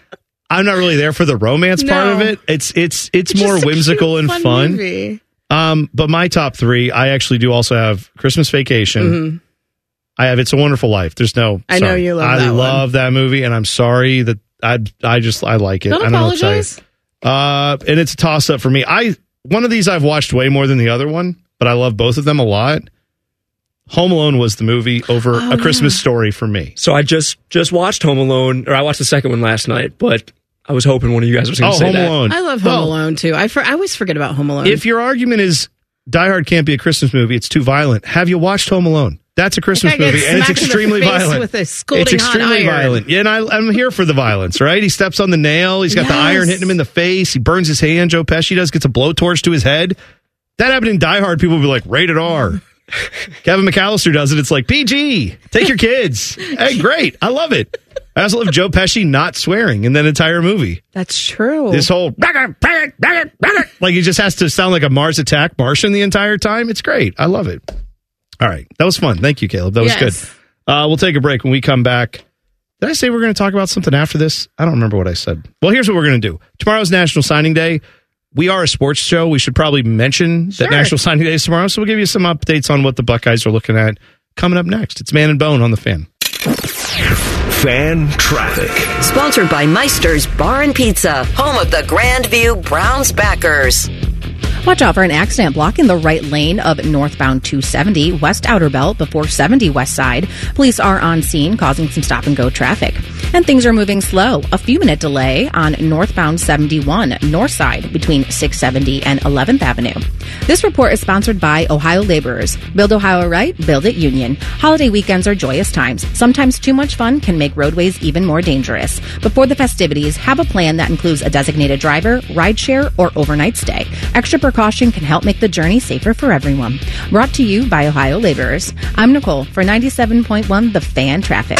C: I'm not really there for the romance part of
G: No.
C: it. It's it's it's,
G: It's
C: more
G: just a
C: whimsical
G: cute,
C: and fun.
G: movie.
C: Um, but my top three, I actually do also have Christmas Vacation.
G: Mhm.
C: I have It's a Wonderful Life. There's no.
G: I know
C: sorry.
G: you love
C: I
G: that one.
C: love that movie, and I'm sorry that I I just I like it.
G: Don't
C: I don't
G: apologize.
C: know what to tell you. Uh, and it's a toss up for me. I one of these I've watched way more than the other one, but I love both of them a lot. Home Alone was the movie over
F: Oh,
C: A Christmas Story for me.
F: So I just just watched Home Alone, or I watched the second one last night, but I was hoping one of you guys was
C: Oh,
F: going to say that.
G: I love Oh, Home Alone Oh. too. I for, I always forget about Home Alone.
C: If your argument is Die Hard can't be a Christmas movie, it's too violent. Have you watched Home Alone? That's a Christmas
G: That guy gets
C: movie, and it's
G: smacked in the
C: extremely
G: face
C: violent.
G: with a scolding
C: it's
G: hot
C: extremely
G: iron.
C: violent. Yeah, and I, I'm here for the violence, right? He steps on the nail. He's got the
G: Yes.
C: iron hitting him in the face. He burns his hand. Joe Pesci does gets a blowtorch to his head. That happened in Die Hard. People would be like, rated R. Kevin McAllister does it. It's like, PG, take your kids. hey, great. I love it. I also love Joe Pesci not swearing in that entire movie.
G: That's true.
C: This whole like he just has to sound like a Mars attack Martian the entire time. It's great. I love it. All right. That was fun. Thank you, Caleb. That was
G: Yes.
C: good. Uh, we'll take a break when we come back. Did I say we're going to talk about something after this? I don't remember what I said. Well, here's what we're going to do. Tomorrow's National Signing Day. We are a sports show. We should probably mention that National Signing Day is tomorrow. So we'll give you some updates on what the Buckeyes are looking at coming up next. It's Man and Bone on the fan.
A: Fan traffic.
J: Sponsored by Meister's Bar and Pizza, home of the Grandview Browns backers.
H: Watch out for an accident blocking the right lane of northbound 270 West Outer Belt before 70 West Side. Police are on scene causing some stop and go traffic. And things are moving slow. A few minute delay on northbound 71 North Side between 670 and 11th Avenue. This report is sponsored by Ohio Laborers. Build Ohio right, build it union. Holiday weekends are joyous times. Sometimes too much fun can make roadways even more dangerous. Before the festivities, have a plan that includes a designated driver, rideshare, or overnight stay. Extra precaution can help make the journey safer for everyone. Brought to you by Ohio Laborers. I'm Nicole for 97.1 The Fan Traffic.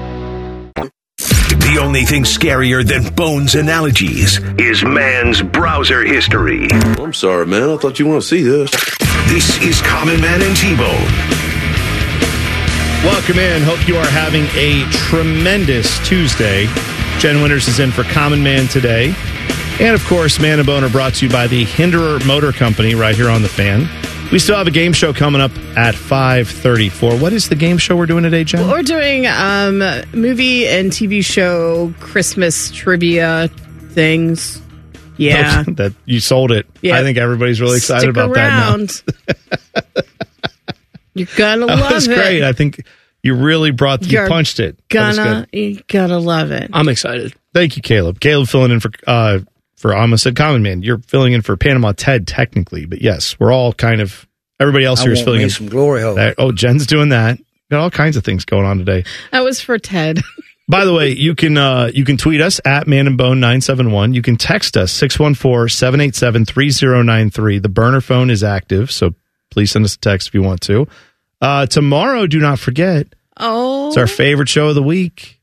A: The only thing scarier than Bone's analogies is man's browser history.
L: I'm sorry, man. I thought you want to see this.
A: This is Common Man and T Bone.
C: Welcome in. Hope you are having a tremendous Tuesday. Jen Winters is in for Common Man today. And of course, Man and Bone are brought to you by the Hinderer Motor Company right here on the fan. We still have a game show coming up at 534. What is the game show we're doing today, Jen?
G: We're doing um movie and TV show Christmas trivia things. Yeah.
C: that you sold it.
G: Yeah.
C: I think everybody's really excited
G: Stick
C: about that now.
G: around. You're gonna
C: That
G: love
C: was
G: it.
C: great. I think you really brought you
G: You're
C: punched it. That was good.
G: Gonna you gotta love it.
C: I'm excited. Thank you, Caleb. Caleb filling in for uh for I almost said common man. You're filling in for Panama Ted technically, but yes, we're all kind of everybody else
G: I
C: here is
G: want
C: filling
G: me
C: in
G: some
C: glory hole. oh, Jen's doing that. Got all kinds of things going on today.
G: That was for Ted.
C: By the way, you can uh, you can tweet us at man and bone 971. You can text us 614-787-3093. The burner phone is active, so please send us a text if you want to. Uh, tomorrow, do not forget,
G: Oh
C: it's our favorite show of the week,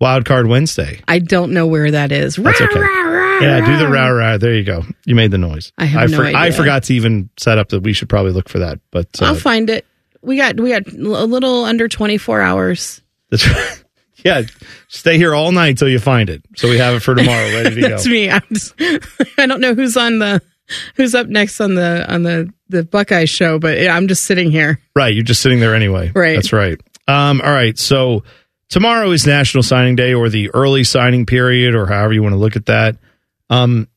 C: Wild Card Wednesday.
G: I don't know where that is.
C: That's okay. yeah, do the rah rah. There you go. You made the noise.
G: I have
C: I,
G: no idea.
C: I forgot to even set up that we should probably look for that. But uh,
G: I'll find it. We got we got a little under twenty four hours.
C: that's right. yeah, stay here all night till you find it. So we have it for tomorrow, ready to go.
G: That's me. I'm just, I don't know who's on the who's up next on the on the the Buckeye show, but yeah, I'm just sitting here.
C: Right, you're just sitting there anyway.
G: Right.
C: That's right. Um, all right. So tomorrow is National Signing Day or the early signing period or however you want to look at that. Um,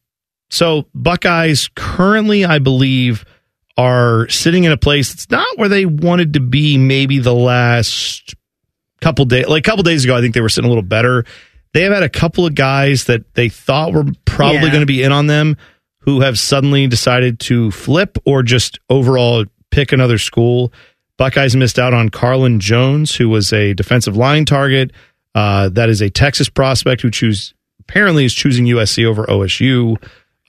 C: so Buckeyes currently, I believe, are sitting in a place that's not where they wanted to be maybe the last couple days like a couple days ago, I think they were sitting a little better. They have had a couple of guys that they thought were probably
G: Yeah.
C: going to be in on them who have suddenly decided to flip or just overall pick another school. Buckeyes missed out on Carlin Jones, who was a defensive line target. Uh, that is a Texas prospect who choose apparently is choosing USC over OSU.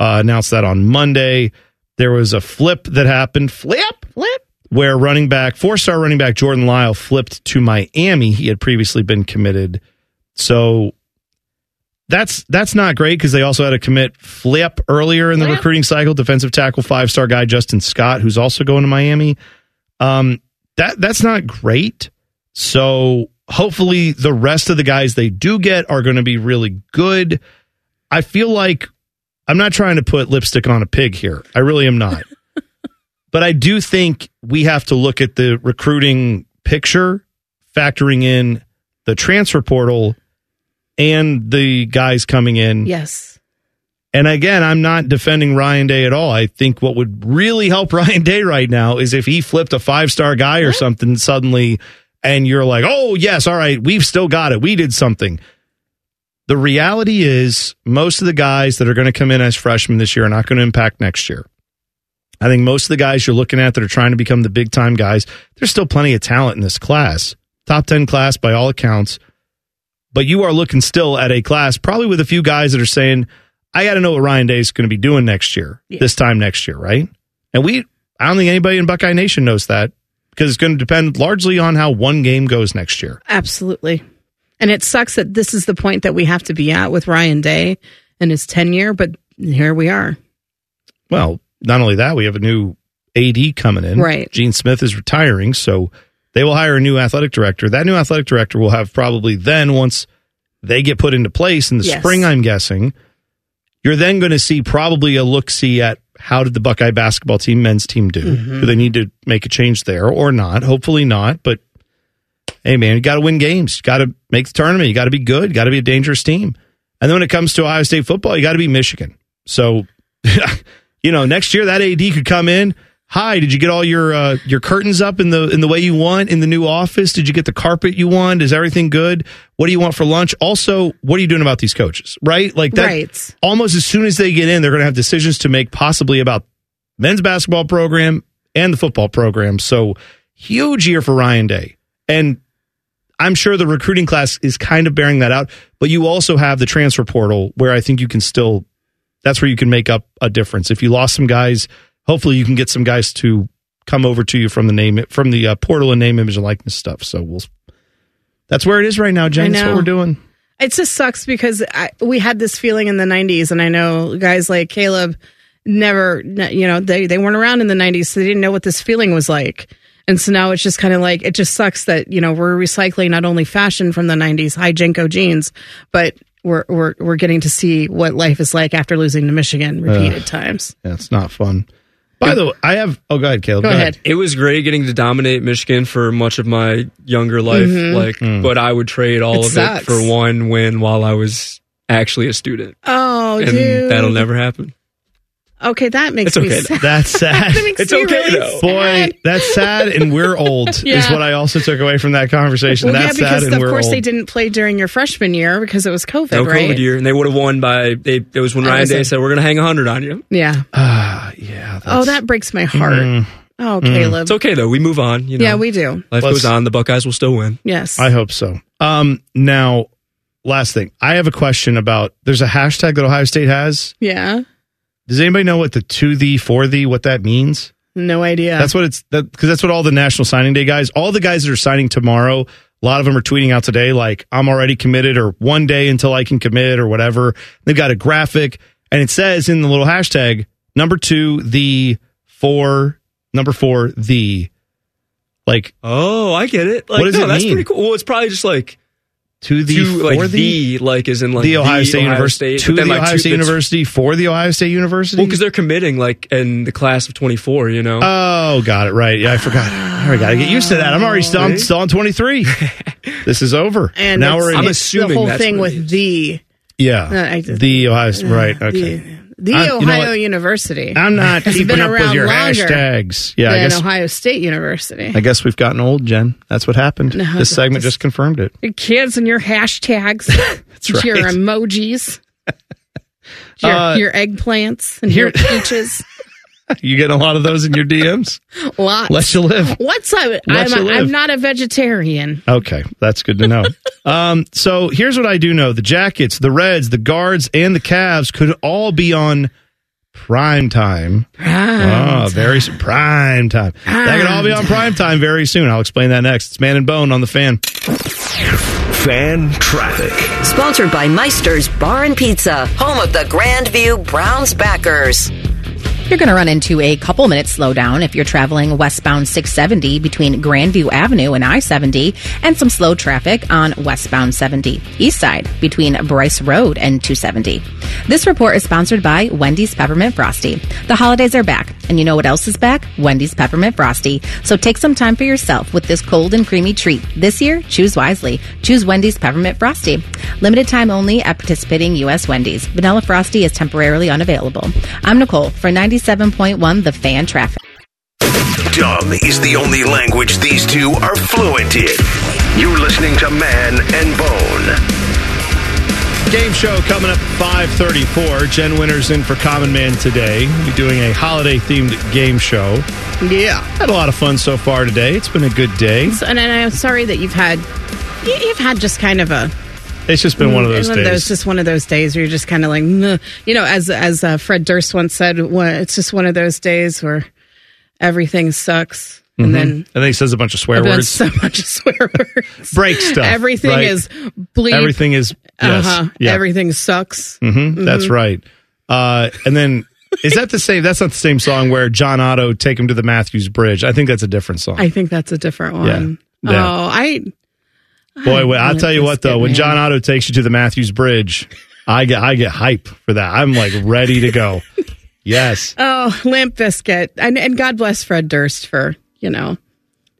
C: Uh, announced that on Monday. There was a flip that happened. Flip, flip where running back, four star running back Jordan Lyle flipped to Miami. He had previously been committed. So that's that's not great because they also had a commit flip earlier in the recruiting cycle. Defensive tackle five star guy Justin Scott, who's also going to Miami. Um, that that's not great. So hopefully the rest of the guys they do get are going to be really good. I feel like I'm not trying to put lipstick on a pig here. I really am not. But I do think we have to look at the recruiting picture, factoring in the transfer portal and the guys coming in
G: Yes.
C: And again, I'm not defending Ryan Day at all. I think what would really help Ryan Day right now is if he flipped a five star guy or something suddenly, and you're like, oh, yes, all right, we've still got it. We did something. The reality is, most of the guys that are going to come in as freshmen this year are not going to impact next year. I think most of the guys you're looking at that are trying to become the big time guys, there's still plenty of talent in this class. Top 10 class by all accounts. But you are looking still at a class, probably with a few guys that are saying, I got to know what Ryan Day is going to be doing next year, this time next year, right? And we, I don't think anybody in Buckeye Nation knows that because it's going to depend largely on how one game goes next year.
G: Absolutely. And it sucks that this is the point that we have to be at with Ryan Day and his tenure, but here we are.
C: Well, not only that, we have a new AD coming in.
G: Right.
C: Gene Smith is retiring, so they will hire a new athletic director. That new athletic director will have probably then, once they get put into place in the
M: Yes.
C: spring, I'm guessing, you're then going to see probably a look see at how did the Buckeye basketball team, men's team do?
M: Mhm.
C: Do they need to make a change there or not? Hopefully not, but hey man, you got to win games. You got to make the tournament. You got to be good. You got to be a dangerous team. And then when it comes to Ohio State football, you got to be Michigan. So, you know, next year that AD could come in. Hi, did you get all your uh, your curtains up in the in the way you want in the new office? Did you get the carpet you want? Is everything good? What do you want for lunch? Also, what are you doing about these coaches? Right, like that.
G: Right.
C: Almost as soon as they get in, they're going to have decisions to make, possibly about men's basketball program and the football program. So huge year for Ryan Day, and I'm sure the recruiting class is kind of bearing that out, but you also have the transfer portal where I think you can still that's where you can make up a difference. If you lost some guys, hopefully you can get some guys to come over to you from the name from the uh, portal and name image and likeness stuff. So we'll That's where it is right now, Jen.
G: I
C: That's what
G: know.
C: we're doing.
G: It just sucks because I, we had this feeling in the 90s, and I know guys like Caleb never, n- you know, they, they weren't around in the 90s, so they didn't know what this feeling was like. And so now it's just kind of like, it just sucks that, you know, we're recycling not only fashion from the 90s, high Jenko jeans, but we're, we're, we're getting to see what life is like after losing to Michigan repeated
C: Ugh.
G: times.
C: Yeah, it's not fun. By the way, I have. Oh, go ahead, Caleb.
G: Go ahead.
F: It was great getting to dominate Michigan for much of my younger life.
G: Mhm.
F: Like,
C: Mm.
F: but I would trade all
G: It
F: of
G: sucks.
F: it for one win while I was actually a student.
G: Oh,
F: and
G: dude.
F: that'll never happen.
G: Okay, that makes
F: It's
G: me
F: okay.
G: sad.
C: That's sad.
G: That makes
F: It's
G: me
F: okay,
G: really
F: though.
C: Boy, that's sad, and we're old. Is
G: Yeah.
C: what I also took away from that conversation.
G: Well, yeah,
C: that's sad,
G: because
C: and
G: of
C: we're
G: course
C: old.
G: they didn't play during your freshman year because it was COVID,
F: No
G: right?
F: COVID year, and they would have won by. They, it was when
G: That
F: Ryan
G: was
F: Day
G: it.
F: said, "We're going to hang hundred on you."
G: Yeah.
C: Ah, Mm-hmm.
F: yeah.
G: Oh, that breaks my heart.
C: Mm,
G: Oh, Caleb.
F: It's okay though. We move on. You know,
G: Yeah, we do.
F: life
C: Let's-
F: goes on. The Buckeyes will still win.
G: Yes.
C: I hope so. Um, now, last thing, I have a question about. There's a hashtag that Ohio State has.
G: Yeah.
C: Does anybody know what the to the for the what that means?
G: No idea.
C: That's what it's that because that's what all the National Signing Day guys, all the guys that are signing tomorrow, a lot of them are tweeting out today like I'm already committed or one day until I can commit or whatever. They've got a graphic and it says in the little hashtag number two the for number four the like
F: oh I get it. Like,
C: what does
F: no,
C: it
F: that's
C: mean?
F: pretty cool. Well, it's probably just like
C: to the
F: to, like
C: for
F: the, like is in like
C: the Ohio
F: the
C: State
F: Ohio
C: University
F: State,
C: to
F: but then,
C: the
F: like,
C: Ohio
F: two-
C: State
F: that's-
C: University for the Ohio State University.
F: Well, because they're committing like in the class of twenty four. You know.
C: Oh, got it right. Yeah, I forgot. I got to get used to that. I'm already still, I'm still on 23. this is over.
G: And
C: now
G: it's-
C: we're in.
G: it's the whole thing with the
C: Yeah,
G: Uh, I just-
C: the Ohio State. Right. Okay.
G: the
C: I'm- you know
G: Ohio
C: what?
G: University.
C: I'm not
G: has
C: keeping
G: been
C: up with
G: around
C: your
G: longer
C: hashtags. Yeah, I
G: than
C: guess-
G: Ohio State University.
C: I guess we've gotten old, Jen. That's what happened.
G: No,
C: this
G: that
C: segment just confirmed it.
G: Your kids and your hashtags,
C: right.
G: your emojis, your,
C: Uh,
G: your eggplants and your peaches.
C: You get a lot of those in your DMs.
G: Lots.
C: Let you live.
G: What's I?
C: Let
G: I'm,
C: you live.
G: I'm not a vegetarian.
C: Okay, that's good to know. um, so here's what I do know: the Jackets, the Reds, the Guards, and the Cavs could all be on prime time.
G: Prime
C: oh, very s- prime time. They could all be on prime time very soon. I'll explain that next. It's Man and Bone on the Fan.
A: Fan traffic.
J: Sponsored by Meister's Bar and Pizza, home of the Grandview Browns backers.
H: You're going to run into a couple minutes slowdown if you're traveling westbound 670 between Grandview Avenue and I 70, and some slow traffic on westbound 70 east side between Bryce Road and 270. This report is sponsored by Wendy's Peppermint Frosty. The holidays are back, And you know what else is back? Wendy's Peppermint Frosty. So take some time for yourself with this cold and creamy treat. This year, choose wisely. Choose Wendy's Peppermint Frosty. Limited time only at participating U.S. Wendy's. Vanilla Frosty is temporarily unavailable. I'm Nicole for 97.1 The Fan Traffic.
A: Dumb is the only language these two are fluent in. You're listening to Man and Bone.
C: Game show coming up at 5:34. Jen Winters in for Common Man today. We'll be doing a holiday themed game show.
G: Yeah,
C: had a lot of fun so far today. It's been a good day.
G: So- and, and I'm sorry that you've had you- you've had just kind of a
C: It's just been one of those days.
G: just one of those days where you're just kind of like, "Meh." you know, as as uh, Fred Durst once said, "Wha- it's just one of those days where everything sucks,
C: Mhm.
G: and then
C: he says a bunch of swear
G: I've done
C: words.
G: so much swear words,
C: break stuff.
G: Everything
C: right?
G: is bleep.
C: Everything is yes.
G: uh-huh.
C: Yeah.
G: Everything sucks.
C: hmm That's
G: Mhm.
C: right. Uh, and then is that the same? That's not the same song where John Otto take him to the Matthews Bridge. I think that's a different song.
G: I think that's a different one.
C: Oh. Yeah. Yeah.
G: Oh, I
C: Boy, wait, I'll tell you what though, when
G: man.
C: John Otto takes you to the Matthews Bridge, I get I get hype for that. I'm like ready to go. yes.
G: oh Limp Biscuit, and and God bless Fred Durst for you know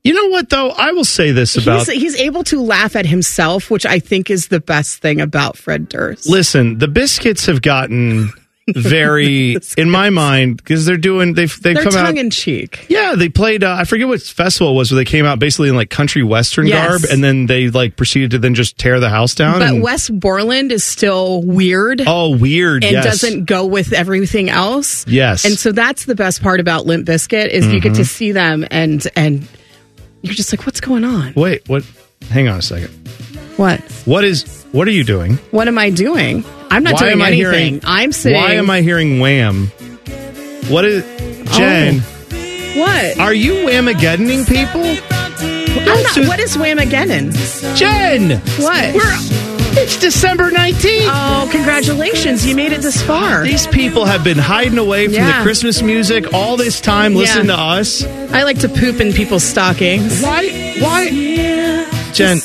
C: You know what though? I will say this about
G: he's he's able to laugh at himself, which I think is the best thing about Fred Durst.
C: Listen, the biscuits have gotten very in my mind because they're doing they've they've
G: They're
C: come out
G: tongue in cheek.
C: Yeah, they played. Uh, I forget what festival it was where they came out basically in like country western
G: Yes.
C: garb, and then they like proceeded to then just tear the house down.
G: But
C: and,
G: Wes Borland is still weird.
C: oh, weird.
G: and
C: yes.
G: doesn't go with everything else.
C: Yes.
G: And so that's the best part about Limp Bizkit is you get
C: Mhm.
G: to see them and and you're just like, what's going on?
C: Wait, what? Hang on a second.
G: What?
C: What is? What are you doing?
G: What am I doing? I'm not
C: Why
G: doing
C: am I
G: anything.
C: hearing-
G: I'm sitting. Oh.
C: Why am I hearing Wham? What is Jen?
G: What?
C: Are you Whamageddon people?
G: I'm not, what is Whamageddon?
C: Jen!
G: What?
C: it's December 19th.
G: Oh, congratulations. You made it this far.
C: These people have been hiding away from
G: Yeah.
C: the Christmas music all this time.
G: Yeah.
C: Listen to us,
G: I like to poop in people's stockings.
C: Why? Why? Jen.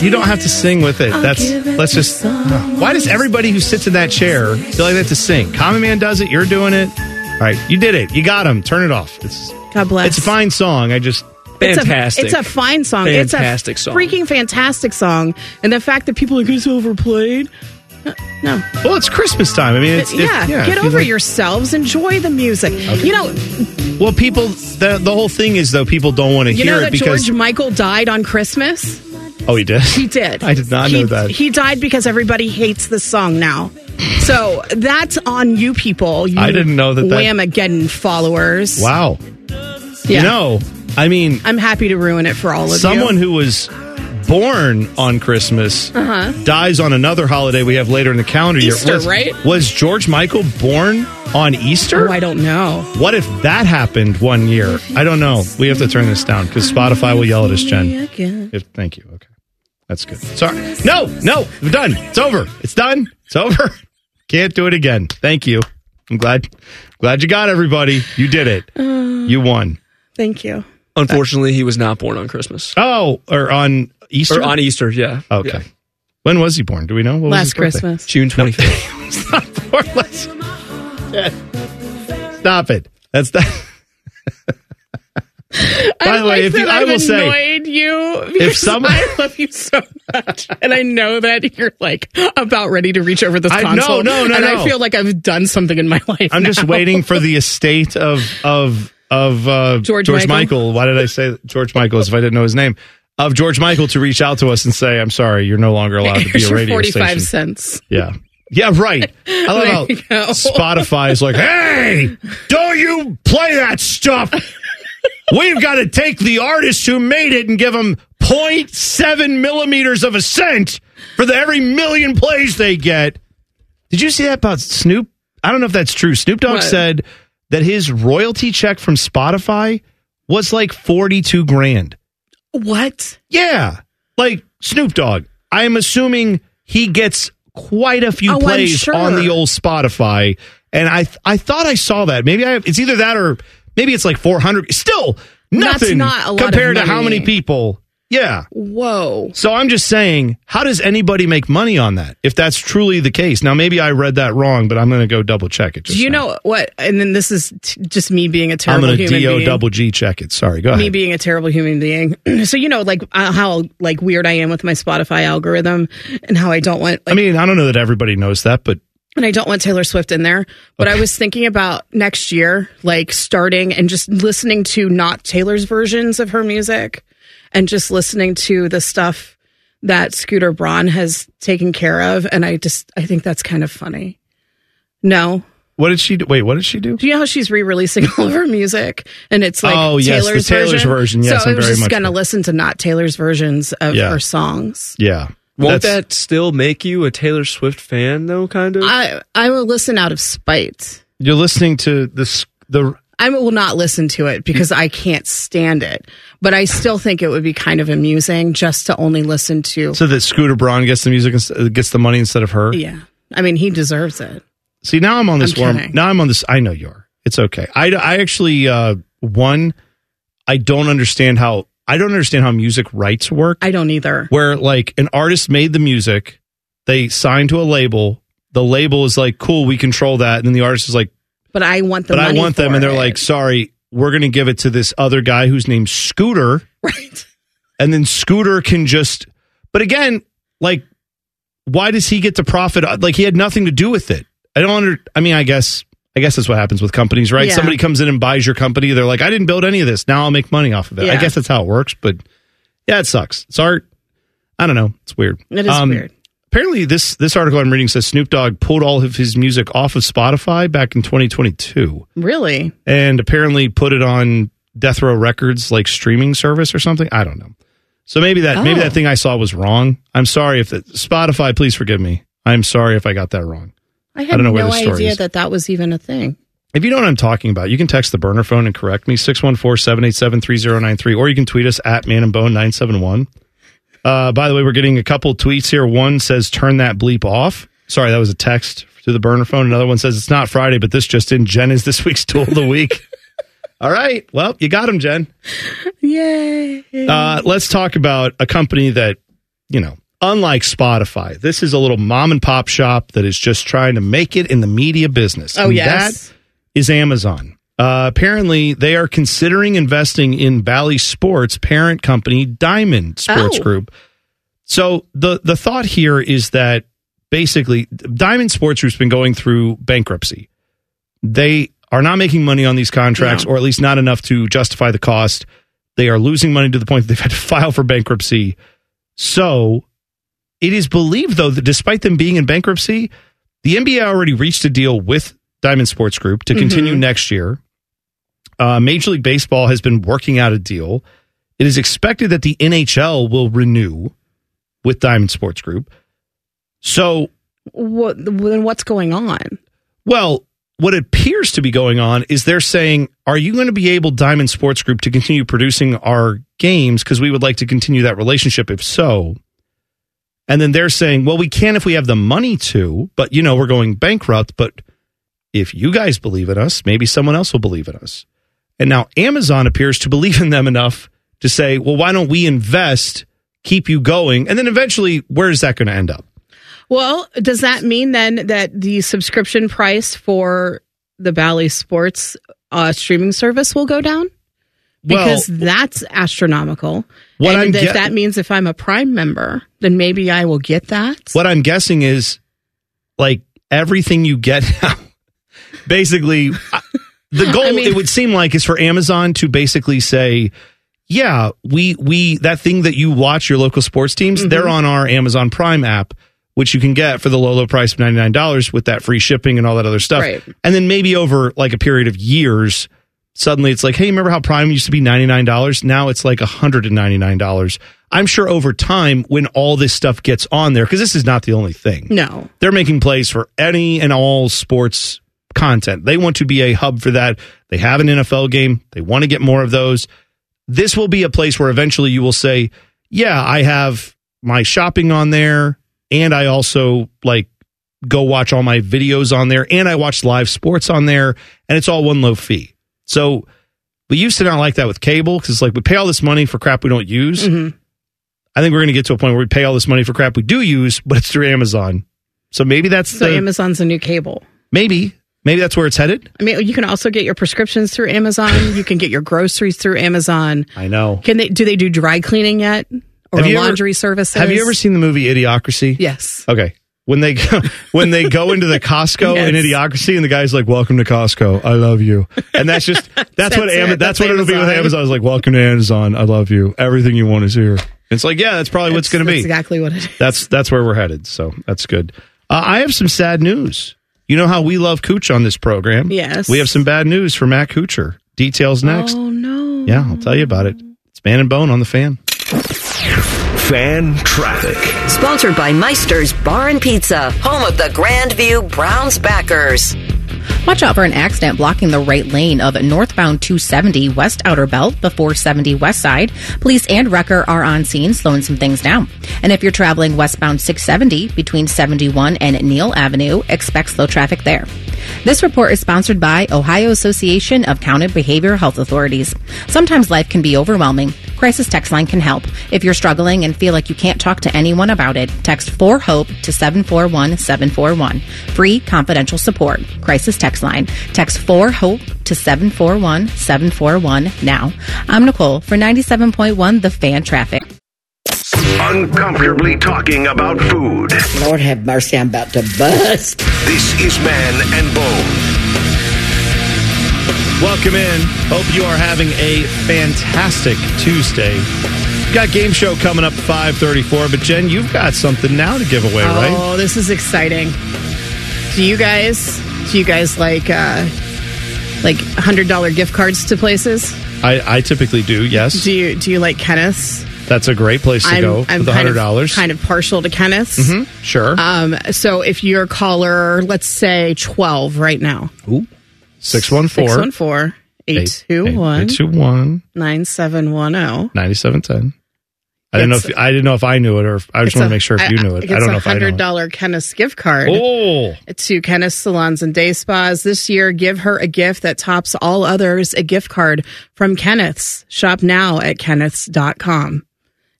C: You don't have to sing with it. That's let's just. Why does everybody who sits in that chair feel like they have to sing? Common Man does it. You're doing it. All right, you did it. You got him. Turn it off. It's
G: God bless.
C: It's a fine song. I just
G: It's a- It's a, fine song.
C: Fantastic
G: it's a
C: song.
G: freaking fantastic song. And the fact that people are like, it's overplayed. No.
C: Well, it's Christmas time. I mean, it's, it's-
G: yeah,
C: if
G: get
C: you
G: over
C: like-
G: yourselves. Enjoy the music. You know,
C: Well, people. The, the whole thing is though, people don't want to
G: you
C: hear
G: know that
C: it because.
G: George Michael died on Christmas.
C: oh, he did.
G: He did.
C: I did not
G: he,
C: know that.
G: He died because everybody hates this song now. So that's on you, people. You
C: I didn't know that that-
G: Whamageddon followers.
C: wow.
G: Yeah.
C: You know, I mean,
G: I'm happy to ruin it for all of
C: someone
G: you.
C: who was born on Christmas
G: Uh-huh.
C: dies on another holiday we have later in the calendar
G: Easter,
C: year. Was,
G: right?
C: Was George Michael born on Easter?
G: Oh, I don't know.
C: What if that happened one year? I don't know. We have to turn this down because Spotify will yell at us, Jen. If, thank you. Okay. That's good. Sorry. No, no. I'm done. It's over. It's done. It's over. Can't do it again. Thank you. I'm glad. Glad you got everybody. You did it. You won.
G: Thank you.
F: Unfortunately, he was not born on Christmas.
C: Oh, or on Easter?
F: Or on Easter, yeah.
C: Okay.
F: Yeah.
C: When was he born? Do we know? What
F: Last
C: was his birthday?
F: Christmas. June 25th.
C: Stop it. That's that. By the way, if you, I will say,
G: annoyed you
C: if
G: because
C: someone-
G: I love you so much, and I know that you're like about ready to reach over this
C: I- no,
G: console.
C: no, no,
G: and
C: no.
G: I feel like I've done something in my life.
C: I'm just
G: now.
C: waiting for the estate of of of uh,
G: George
C: Michael.
G: Michael.
C: Why did I say George Michael? As if I didn't know his name. Of George Michael to reach out to us and say, "I'm sorry, you're no longer allowed to be
G: Here's
C: a
G: your
C: radio
G: 45
C: station."
G: cents.
C: Yeah, yeah, right. I
G: There
C: love
G: you
C: how
G: go.
C: Spotify is like, "Hey, don't you play that stuff? We've got to take the artists who made it and give them 0.7 millimeters of a cent for the every million plays they get." Did you see that about Snoop? I don't know if that's true. Snoop Dogg
G: What?
C: said that his royalty check from Spotify was like 42 grand.
G: What?
C: Yeah. Like Snoop Dogg. I am assuming he gets quite a few
G: Oh, I'm
C: plays
G: sure.
C: on the old Spotify. And I I thought I saw that. Maybe I it's either that or maybe it's like 400. Still
G: That's
C: nothing
G: not a lot of
C: compared to how
G: money.
C: many people Yeah.
G: Whoa.
C: So I'm just saying, how does anybody make money on that if that's truly the case? Now, maybe I read that wrong, but I'm going to go double check it.
G: Do
C: Just,
G: you know what? And then this is t- just me being a
C: I'm
G: terrible
C: going to
G: human
C: do
G: being.
C: double G check it. Sorry, go
G: me
C: ahead.
G: being a terrible human being. so you know, like uh, how like weird I am with my Spotify algorithm, and how I don't want
C: I mean, I don't know that everybody knows that, but
G: and I don't want Taylor Swift in there, but I was thinking about next year, like starting and just listening to not Taylor's versions of her music and just listening to the stuff that Scooter Braun has taken care of. And I just, I think that's kind of funny. No.
C: what did she do? Wait, what did she do?
G: Do you know how she's re-releasing all of her music, and it's like
C: Oh, yes, the
G: Taylor's,
C: Taylor's version, yes,
G: so I
C: I'm
G: was
C: very
G: just
C: much-
G: going to listen to not Taylor's versions of
F: Yeah.
G: her songs.
C: Yeah.
F: Won't that still make you a Taylor Swift fan, though, kind of?
G: I I will listen out of spite.
C: You're listening to this the
G: I will not listen to it because I can't stand it. But I still think it would be kind of amusing just to only listen to.
C: so that Scooter Braun gets the music, ins- uh, gets the money instead of her.
G: yeah, I mean he deserves it.
C: See, now I'm on this
G: I'm
C: warm.
G: kidding.
C: Now I'm on this. I know you are. It's okay. I, I actually uh, one. I don't understand how I don't understand how music rights work.
G: I don't either.
C: Where like an artist made the music, they signed to a label. The label is like, cool, we control that, and then the artist is like,
G: But I want the.
C: but I
G: money
C: want them,
G: for
C: and they're
G: it.
C: like, sorry, we're going to give it to this other guy who's named Scooter,
G: right?
C: And then Scooter can just, but again, like, why does he get to profit? Like, he had nothing to do with it. I don't under. I mean, I guess, I guess that's what happens with companies, right?
G: Yeah.
C: Somebody comes in and buys your company. They're like, I didn't build any of this. Now I'll make money off of it. I
G: Yeah.
C: guess that's how it works. But yeah, it sucks. It's art. I don't know. It's weird. Um,
G: It is weird.
C: Apparently, this this article I'm reading says Snoop Dogg pulled all of his music off of Spotify back in 2022
G: Really?
C: and apparently put it on Death Row Records like streaming service or something. I don't know. So maybe that maybe
G: Oh.
C: that thing I saw was wrong. I'm sorry if that Spotify, please forgive me. I'm sorry if I got that wrong.
G: I
C: I
G: had
C: don't know
G: no
C: where the story
G: idea
C: is.
G: that that was even a thing.
C: If you know what I'm talking about, you can text the burner phone and correct me 614-787-3093 or you can tweet us at man and bone 971. Uh, by the way, we're getting a couple tweets here. One says turn that bleep off. Sorry, that was a text to the burner phone. Another one says it's not Friday, but this just in Jen is this week's tool of the week. All right. Well, you got him, Jen.
G: Yay!
C: Uh, let's talk about a company that, you know, unlike Spotify, this is a little mom and pop shop that is just trying to make it in the media business.
G: Oh,
C: and
G: yes.
C: That is Amazon. Uh, apparently, they are considering investing in Bally Sports' parent company, Diamond Sports
M: Oh.
C: Group. So the the thought here is that basically, Diamond Sports Group's been going through bankruptcy they are not making money on these contracts, or at least not enough to justify the cost. They are losing money to the point that they've had to file for bankruptcy. So it is believed, though, that despite them being in bankruptcy, the NBA already reached a deal with Diamond Sports Group to continue next year. Uh, Major League Baseball has been working out a deal. It is expected that the NHL will renew with Diamond Sports Group. So
G: What? Then what's going on?
C: well, what appears to be going on is they're saying, are you going to be able, Diamond Sports Group, to continue producing our games? Because we would like to continue that relationship if so. And then they're saying, well, we can if we have the money to, but, you know, we're going bankrupt. But if you guys believe in us, maybe someone else will believe in us. And now Amazon appears to believe in them enough to say, well, why don't we invest, keep you going? And then eventually, where is that going to end up?
G: Well, does that mean then that the subscription price for the Bally Sports uh, streaming service will go down?
C: Well-
G: Because that's astronomical.
C: What
G: and
C: I'm
G: if
C: get-
G: that means if I'm a Prime member, then maybe I will get that.
C: What I'm guessing is like everything you get now, basically, I- the goal it would seem like is for Amazon to basically say, yeah, we we that thing that you watch your local sports teams, they're on our Amazon Prime app, which you can get for the low low price of ninety nine dollars with that free shipping and all that other stuff.
G: Right.
C: And then maybe over like a period of years, suddenly it's like, hey, remember how Prime used to be ninety nine dollars? Now it's like hundred and ninety nine dollars. I'm sure over time when all this stuff gets on there, because this is not the only thing.
G: No.
C: They're making plays for any and all sports content. They want to be a hub for that. They have an NFL game. They want to get more of those. This will be a place where eventually you will say, "Yeah, I have my shopping on there and I also like go watch all my videos on there and I watch live sports on there and it's all one low fee."
G: Mm-hmm.
C: So we used to not like that with cable because like we pay all this money for crap we don't use. I think we're going to get to a point where we pay all this money for crap we do use, but it's through Amazon. So maybe that's
G: So
C: the
G: Amazon's a new cable.
C: maybe maybe that's where it's headed.
G: I mean, you can also get your prescriptions through Amazon. you can get your groceries through Amazon.
C: I know.
G: Can they do they do dry cleaning yet or
C: Have you ever-
G: laundry services?
C: Have you ever seen the movie Idiocracy?
G: Yes.
C: Okay. When they go, when they go into the Costco in Idiocracy, and the guy's like, "Welcome to Costco, I love you," and that's just that's, what
G: That's
C: Ama-
G: it.
C: that's,
G: That's
C: what it'll be with
G: Amazon.
C: Amazon. It's like, "Welcome to Amazon, I love you. Everything you want is here." It's like, yeah, that's probably what's going to be.
G: That's exactly what it is.
C: That's that's where we're headed. So that's good. Uh, I have some sad news. You know how we love Cooch on this program.
G: Yes.
C: We have some bad news for Matt Coocher. Details next.
G: Oh no.
C: Yeah, I'll tell you about it. It's Man and Bone on the Fan.
A: Fan traffic.
J: Sponsored by Meister's Bar and Pizza, home of the Grandview Browns backers.
H: Watch out for an accident blocking the right lane of northbound 270 West Outer Belt before 70 West Side. Police and wrecker are on scene, slowing some things down. And if you're traveling westbound 670 between 71 and Neal Avenue, expect slow traffic there. This report is sponsored by Ohio Association of County Behavioral Health Authorities. Sometimes life can be overwhelming. Crisis Text Line can help. If you're struggling and feel like you can't talk to anyone about it, text 4HOPE to 741741. Free confidential support. Crisis Text Line. Text 4HOPE to 741741 now. I'm Nicole for 97.1 The Fan Traffic.
A: Uncomfortably talking about food.
M: Lord have mercy, I'm about to bust.
A: This is Man and Bone.
C: Welcome in. Hope you are having a fantastic Tuesday. Got game show coming up 5:34, but Jen, you've got something now to give away, right?
G: Oh, this is exciting. Do you guys do you guys like uh like hundred dollar gift cards to places?
C: I, I typically do. Yes,
G: Do you do you like Kenneths?
C: that's a great place to go for the
G: kind
C: hundred
G: of-
C: dollars.
G: Kind of partial to Kenneths.
C: Mhm, sure.
G: Um, so if you're caller, let's say twelve right now.
C: Ooh, six one four.
G: 614 821 9710.
C: 9710. I didn't know if
G: It's-
C: I didn't know if I knew it or if, I just want to make sure if you knew it. I don't know
G: a
C: if I know.
G: hundred
C: it.
G: dollar Kenneth's gift card.
C: Oh.
G: to Kenneth's salons and day spas this year. Give her a gift that tops all others. A gift card from Kenneth's. Shop now at Kenneth's.com.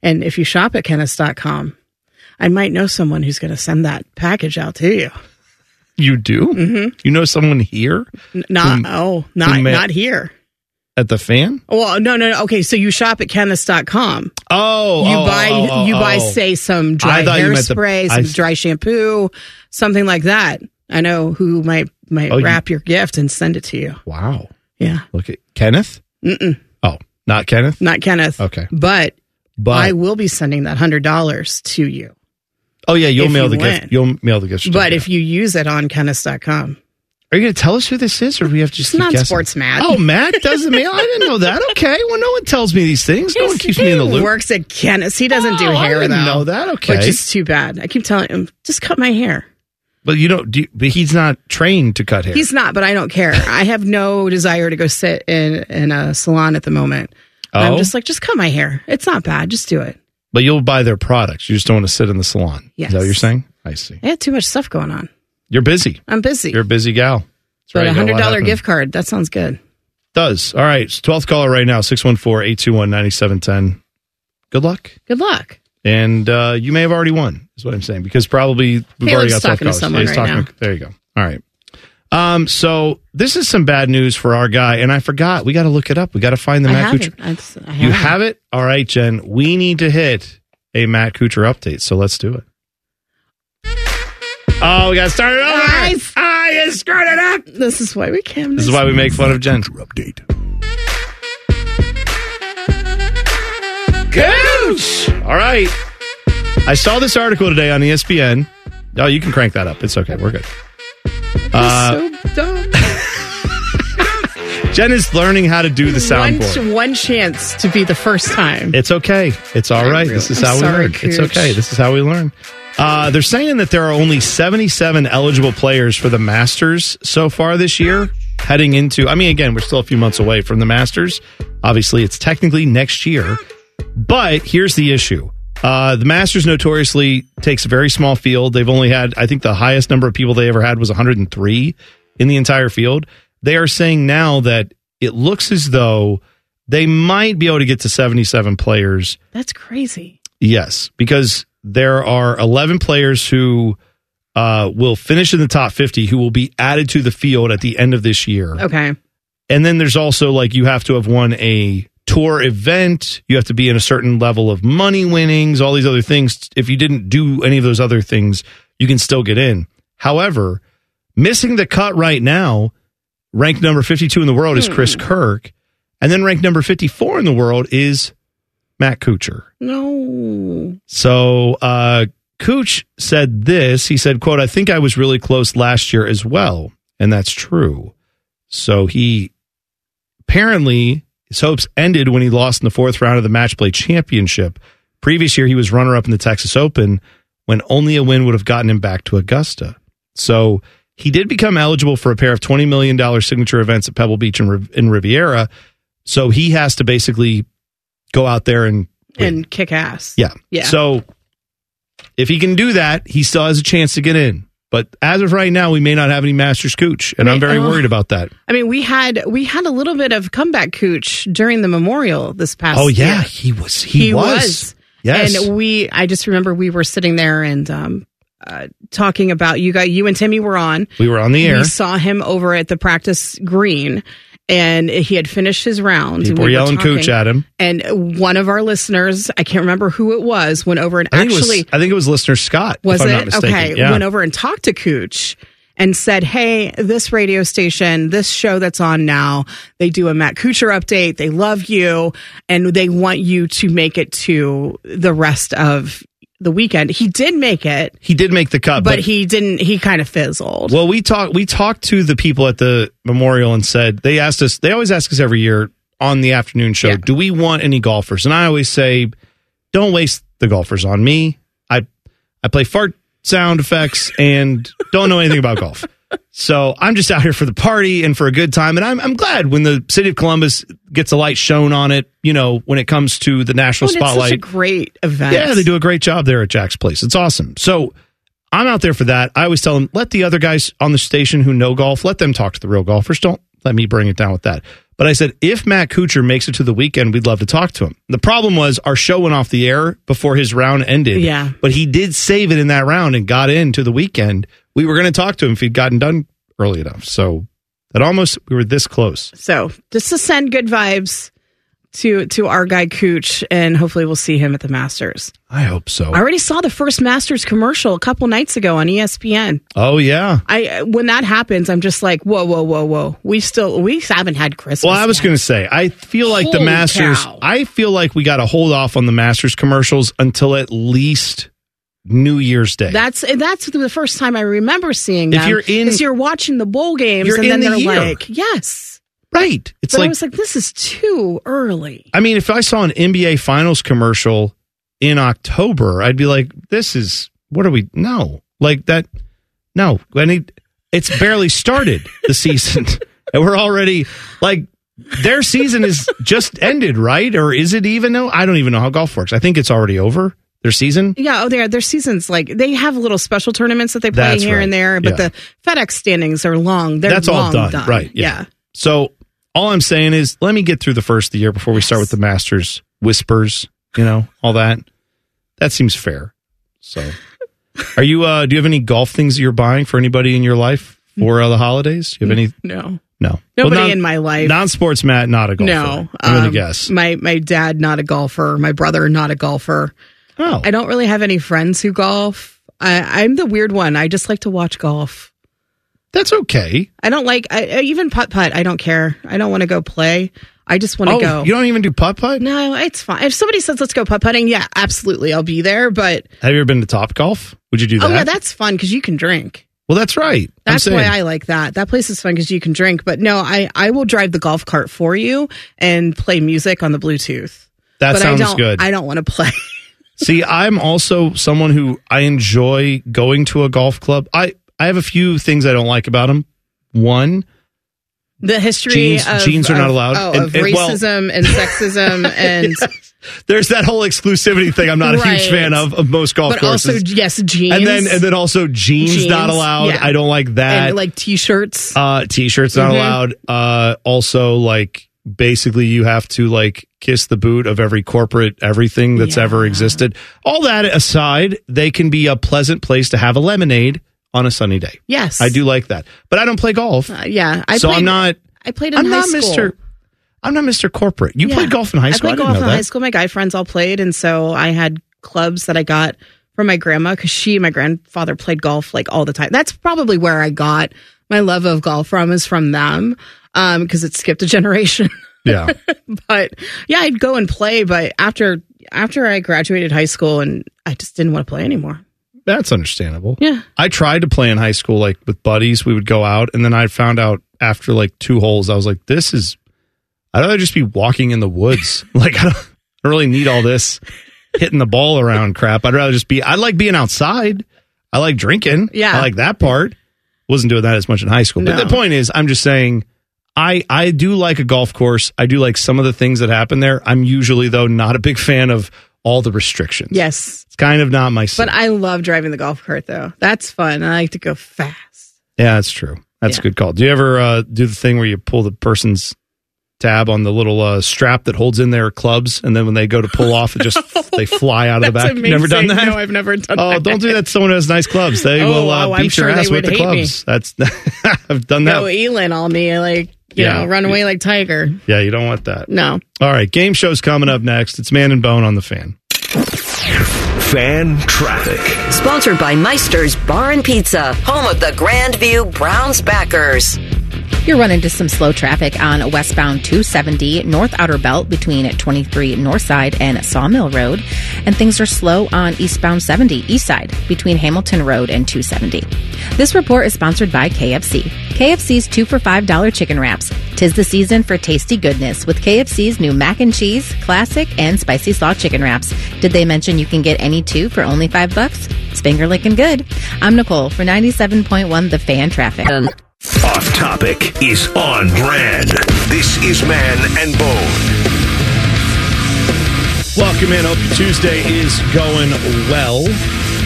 G: And if you shop at Kenneth's.com, I might know someone who's going to send that package out to you.
C: You do?
G: Mhm.
C: You know someone here
G: N- Not
C: Whom-
G: oh, not
C: whom may-
G: not here.
C: at the fan?
G: Well, no, no, no. Okay, so you shop at Kenneth's.com.
C: Oh,
G: you
C: oh,
G: buy
C: oh, oh,
G: you buy
C: oh.
G: say some dry
C: I thought you meant the-
G: hairspray,
C: I-
G: some dry shampoo, something like that. I know who might might
C: Oh, you-
G: wrap your gift and send it to you.
C: Wow.
G: Yeah.
C: Look at Kenneth?
G: Mm-mm,
C: Oh, not Kenneth?
G: not Kenneth.
C: Okay.
G: But,
C: But-
G: I will be sending that hundred dollars to you.
C: Oh yeah, you'll
G: If
C: mail
G: you
C: the
G: win.
C: gift. You'll mail the gift.
G: But if you use it on Kenneth's.com,
C: Are you going to tell us who this is, or do we have to just
G: It's
C: keep guessing?
G: non-sports Matt.
C: Oh, Matt does the mail. I didn't know that. Okay. Well, no one tells me these things. No one keeps me in the
G: he
C: loop.
G: works at Kenneth's. He doesn't
C: Oh,
G: do
C: I
G: hair though.
C: didn't know that. Okay.
G: Which is too bad. I keep telling him, just cut my hair.
C: But you don't. Do you- but he's not trained to cut hair.
G: He's not, but I don't care. I have no desire to go sit in in a salon at the moment. I'm
C: Oh?
G: just like, just cut my hair. It's not bad. Just do it.
C: but you'll buy their products. You just don't want to sit in the salon. Is
G: Yes.
C: that what you're saying? I see.
G: I had too much stuff going on.
C: You're busy.
G: I'm busy.
C: You're a busy gal. That's
G: but
C: right.
G: a
C: You got
G: hundred
C: lot
G: dollar
C: happening.
G: gift card. That sounds good.
C: does. All right. so 12th caller right now, 614 821 9710. Good luck.
G: Good luck.
C: And uh, you may have already won, is what I'm saying, because probably we've already
G: Caleb's
C: got 12
G: talking to
C: callers.
G: someone
C: He's
G: right
C: talking-
G: now.
C: There you go. All right. Um, so this is some bad news for our guy, and I forgot. We got to look it up. We got to find the
G: I
C: Matt
G: have
C: Kuchar.
G: it. That's- I
C: You
G: it.
C: have it? All right, Jen. We need to hit a Matt Kuchar update, so let's do it. Oh, we got started over.
G: Guys,
C: I screwed it up.
G: This is why we can't.
C: This is why we make fun of Jen. Update. Gooch! All right. I saw this article today on E ESPN. Oh, you can crank that up. It's okay. We're good. Uh,
G: so dumb.
C: Jen is learning how to do the
G: One,
C: soundboard.
G: one chance to be the first time.
C: It's okay. It's all right. This is
G: I'm
C: how we
G: sorry,
C: learn. It's
G: Cooch.
C: okay. This is how we learn. Uh, they're saying that there are only 77 eligible players for the Masters so far this year. Heading into, I mean, again, we're still a few months away from the Masters. Obviously, it's technically next year. But here's the issue uh, the Masters notoriously takes a very small field. They've only had, I think, the highest number of people they ever had was 103 in the entire field. They are saying now that it looks as though they might be able to get to 77 players
G: That's crazy.
C: Yes, because there are 11 players who uh, will finish in the top 50 who will be added to the field at the end of this year.
G: Okay.
C: And then there's also like you have to have won a tour event, you have to be in a certain level of money winnings, all these other things. If you didn't do any of those other things, you can still get in. However, missing the cut right now, ranked number 52 in the world is Chris Kirk, and then ranked number 54 in the world is Matt Kuchar.
G: No.
C: So uh, Cooch said this. He said, "quote I think I was really close last year as well, and that's true." So he apparently his hopes ended when he lost in the fourth round of the match play championship. Previous year, he was runner up in the Texas Open when only a win would have gotten him back to Augusta. So he did become eligible for a pair of $20 million signature events at Pebble Beach and Riv- in Riviera. So he has to basically go out there and
G: And kick ass.
C: yeah.
G: Yeah.
C: So if he can do that, he still has a chance to get in. But as of right now, we may not have any Masters Cooch, and I'm very
G: oh.
C: worried about that.
G: I mean, we had we had a little bit of comeback cooch during the memorial this past.
C: Oh yeah,
G: year.
C: he was. He, was. Yes.
G: And we, I just remember we were sitting there and um, uh, talking about you guys. You and Timmy were on.
C: We were on the air.
G: We saw him over at the practice green, and he had finished his round.
C: People were
G: we
C: yelling
G: talking,
C: cooch at him.
G: And one of our listeners, I can't remember who it was, went over and
C: I think,
G: actually
C: it was, I think it was listener Scott.
G: was
C: if I'm
G: it
C: not mistaken.
G: okay?
C: Yeah.
G: Went over and talked to Cooch and said, "Hey, this radio station, this show that's on now, they do a Matt Kuchar update. They love you, and they want you to make it to the rest of the weekend." He did make it,
C: he did make the cut,
G: Uh, but,
C: but,
G: he didn't. He kind of fizzled.
C: Well, we talked. We talked to the people at the memorial and said they asked us. They always ask us every year on the afternoon show, "Do we want any golfers?" And I always say, "Don't waste the golfers on me. I I play fart sound effects and don't know anything about golf." So I'm just out here for the party and for a good time, and I'm I'm glad when the city of Columbus gets a light shown on it. You know, when it comes to the national
G: And it's
C: spotlight,
G: such a great event.
C: yeah, they do a great job there at Jack's Place. It's awesome. So I'm out there for that. I always tell them, let the other guys on the station who know golf, let them talk to the real golfers. Don't let me bring it down with that. But I said, if Matt Kuchar makes it to the weekend, we'd love to talk to him. The problem was our show went off the air before his round ended.
G: Yeah.
C: But he did save it in that round and got into the weekend. We were going to talk to him if he'd gotten done early enough. So that almost, we were this close.
G: So just to send good vibes to to our guy Cooch, and hopefully we'll see him at the Masters.
C: I hope so.
G: I already saw the first Masters commercial a couple nights ago on E ESPN.
C: Oh, yeah.
G: I when that happens, I'm just like, whoa, whoa, whoa, whoa. We still we haven't had Christmas.
C: Well, I was going to say, I feel like the
G: Holy
C: Masters.
G: cow.
C: I feel like we got to hold off on the Masters commercials until at least New Year's Day.
G: that's that's the first time I remember seeing
C: If
G: them.
C: you're in-
G: is you're watching the bowl games,
C: You're
G: and
C: in
G: then
C: the
G: they're
C: year.
G: like, yes,
C: right. It's
G: but I
C: like-
G: was like, this is too early.
C: I mean, if I saw an NBA Finals commercial in October, I'd be like, "This is what are we? No, like that. No, I need. It's barely started the season, and we're already like." Their season is just ended, right? Or is it even? No, I don't even know how golf works. I think it's already over. Their season.
G: Yeah, oh, their their seasons like they have little special tournaments that they play
C: That's
G: here
C: right.
G: and there, but
C: Yeah.
G: the FedEx standings are long. They're
C: that's
G: long
C: all done, right?
G: Yeah.
C: So all I'm saying is, let me get through the first of the year before we start with the Masters whispers, you know, all that. That seems fair. So, are you? uh Do you have any golf things that you're buying for anybody in your life for uh, the holidays? Do you have any?
G: No.
C: No.
G: Nobody in my life.
C: Non-sports, Matt, not a golfer.
G: No,
C: I'm gonna
G: um,
C: guess.
G: My my dad not a golfer. My brother not a golfer.
C: Oh,
G: I don't really have any friends who golf. I, I'm the weird one. I just like to watch golf.
C: That's okay.
G: I don't like I, I even putt putt. I don't care. I don't want to go play. I just want to
C: Oh,
G: go.
C: you don't even do putt putt.
G: No, it's fine. If somebody says let's go putt putting, yeah, absolutely, I'll be there. But
C: Have you ever been to Top Golf? Would you do that?
G: oh yeah, that's fun because you can drink.
C: well, that's right. I'm
G: That's why
C: saying.
G: I like that. That place is fun because you can drink. But no, I I will drive the golf cart for you and play music on the Bluetooth.
C: That
G: but
C: sounds
G: I don't,
C: good.
G: I don't want to play.
C: See, I'm also someone who I enjoy going to a golf club. I I have a few things I don't like about them. One,
G: The history
C: Jeans-
G: of
C: jeans are not
G: of-
C: allowed.
G: Oh,
C: And-
G: of
C: and- well-
G: racism and sexism and
C: there's that whole exclusivity thing. I'm not a huge
G: Right.
C: fan of of most golf
G: but
C: courses.
G: also yes, jeans.
C: and then and then also jeans, not allowed.
G: yeah.
C: I don't like that.
G: And like t-shirts.
C: uh, t-shirts not
G: Mhm.
C: allowed. Uh, also like basically you have to like kiss the boot of every corporate everything that's ever existed. All that aside, they can be a pleasant place to have a lemonade on a sunny day.
G: Yes.
C: I do like that. But I don't play golf.
G: Uh, yeah, I
C: so
G: played-
C: I'm not
G: I played in
C: I'm
G: high
C: not
G: school.
C: Mr. I'm not Mr. Corporate. You
G: Yeah.
C: played golf in high school.
G: I
C: I,
G: played
C: didn't
G: golf
C: know
G: in
C: that.
G: high school. My guy friends all played, and so I had clubs that I got from my grandma because she and my grandfather played golf like all the time. That's probably where I got my love of golf from is from them because it skipped a generation.
C: Yeah.
G: but yeah, I'd go and play. But after after I graduated high school, and I just didn't want to play anymore.
C: That's understandable.
G: Yeah.
C: I tried to play in high school, like with buddies. We would go out, and then I found out after like two holes, I was like, this is, I'd rather just be walking in the woods. like, I don't, I don't really need all this hitting the ball around crap. I'd rather just be, I like being outside. I like drinking.
G: Yeah.
C: I like that part. Wasn't doing that as much in high school.
G: No.
C: But the point is, I'm just saying, I, I do like a golf course. I do like some of the things that happen there. I'm usually, though, not a big fan of all the restrictions.
G: Yes.
C: It's kind of not my
G: But I love driving the golf cart though. That's fun. I like to go fast.
C: Yeah, that's true. That's a good call. Do you ever uh, do the thing where you pull the person's tab on the little uh, strap that holds in their clubs, and then when they go to pull off, it just they fly out of the
G: That's
C: back? You Never done
G: amazing.
C: that?
G: No, I've never done
C: oh,
G: that.
C: don't do that. to Someone who has nice clubs, they
G: Oh,
C: will uh,
G: oh, I'm
C: beat
G: sure
C: your
G: they
C: ass with
G: would
C: the
G: hate me. e
C: clubs. That's I've done that.
G: Go Elon on me, like you
C: Oh, Yeah.
G: know, run away like tiger.
C: yeah, you don't want that.
G: No.
C: All right, game show's coming up next. It's Man and Bone on the Fan.
A: Fan traffic.
J: Sponsored by Meister's Bar and Pizza, home of the Grandview Browns backers.
H: You're running into some slow traffic on westbound 270 North Outer Belt between 23 North Side and Sawmill Road, and things are slow on eastbound 70 East Side between Hamilton Road and 270. This report is sponsored by KFC. KFC's 2 for $5 chicken wraps. Tis the season for tasty goodness with KFC's new mac and cheese, classic, and spicy slaw chicken wraps. Did they mention you can get any two for only 5 bucks? It's finger licking good. I'm Nicole for 97.1 The Fan Traffic.
A: Off topic is on brand. This is Man and Bone.
C: Welcome in. Hope your Tuesday is going well.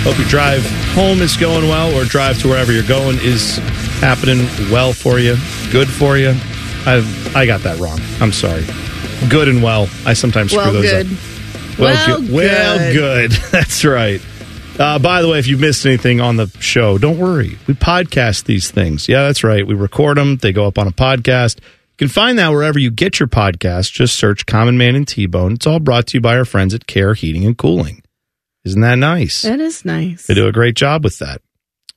C: Hope your drive home is going well, or drive to wherever you're going is happening well for you, good for you. I've I got that wrong. I'm sorry. Good and well. I sometimes
G: Well,
C: screw those
G: good.
C: up.
G: Well,
C: good. Well, good. That's right. Uh, by the way, if you missed anything on the show, don't worry. We podcast these things. Yeah, that's right. We record them. They go up on a podcast. You can find that wherever you get your podcast. Just search Common Man and T Bone. It's all brought to you by our friends at Care Heating and Cooling. Isn't that nice?
G: That is nice.
C: They do a great job with that.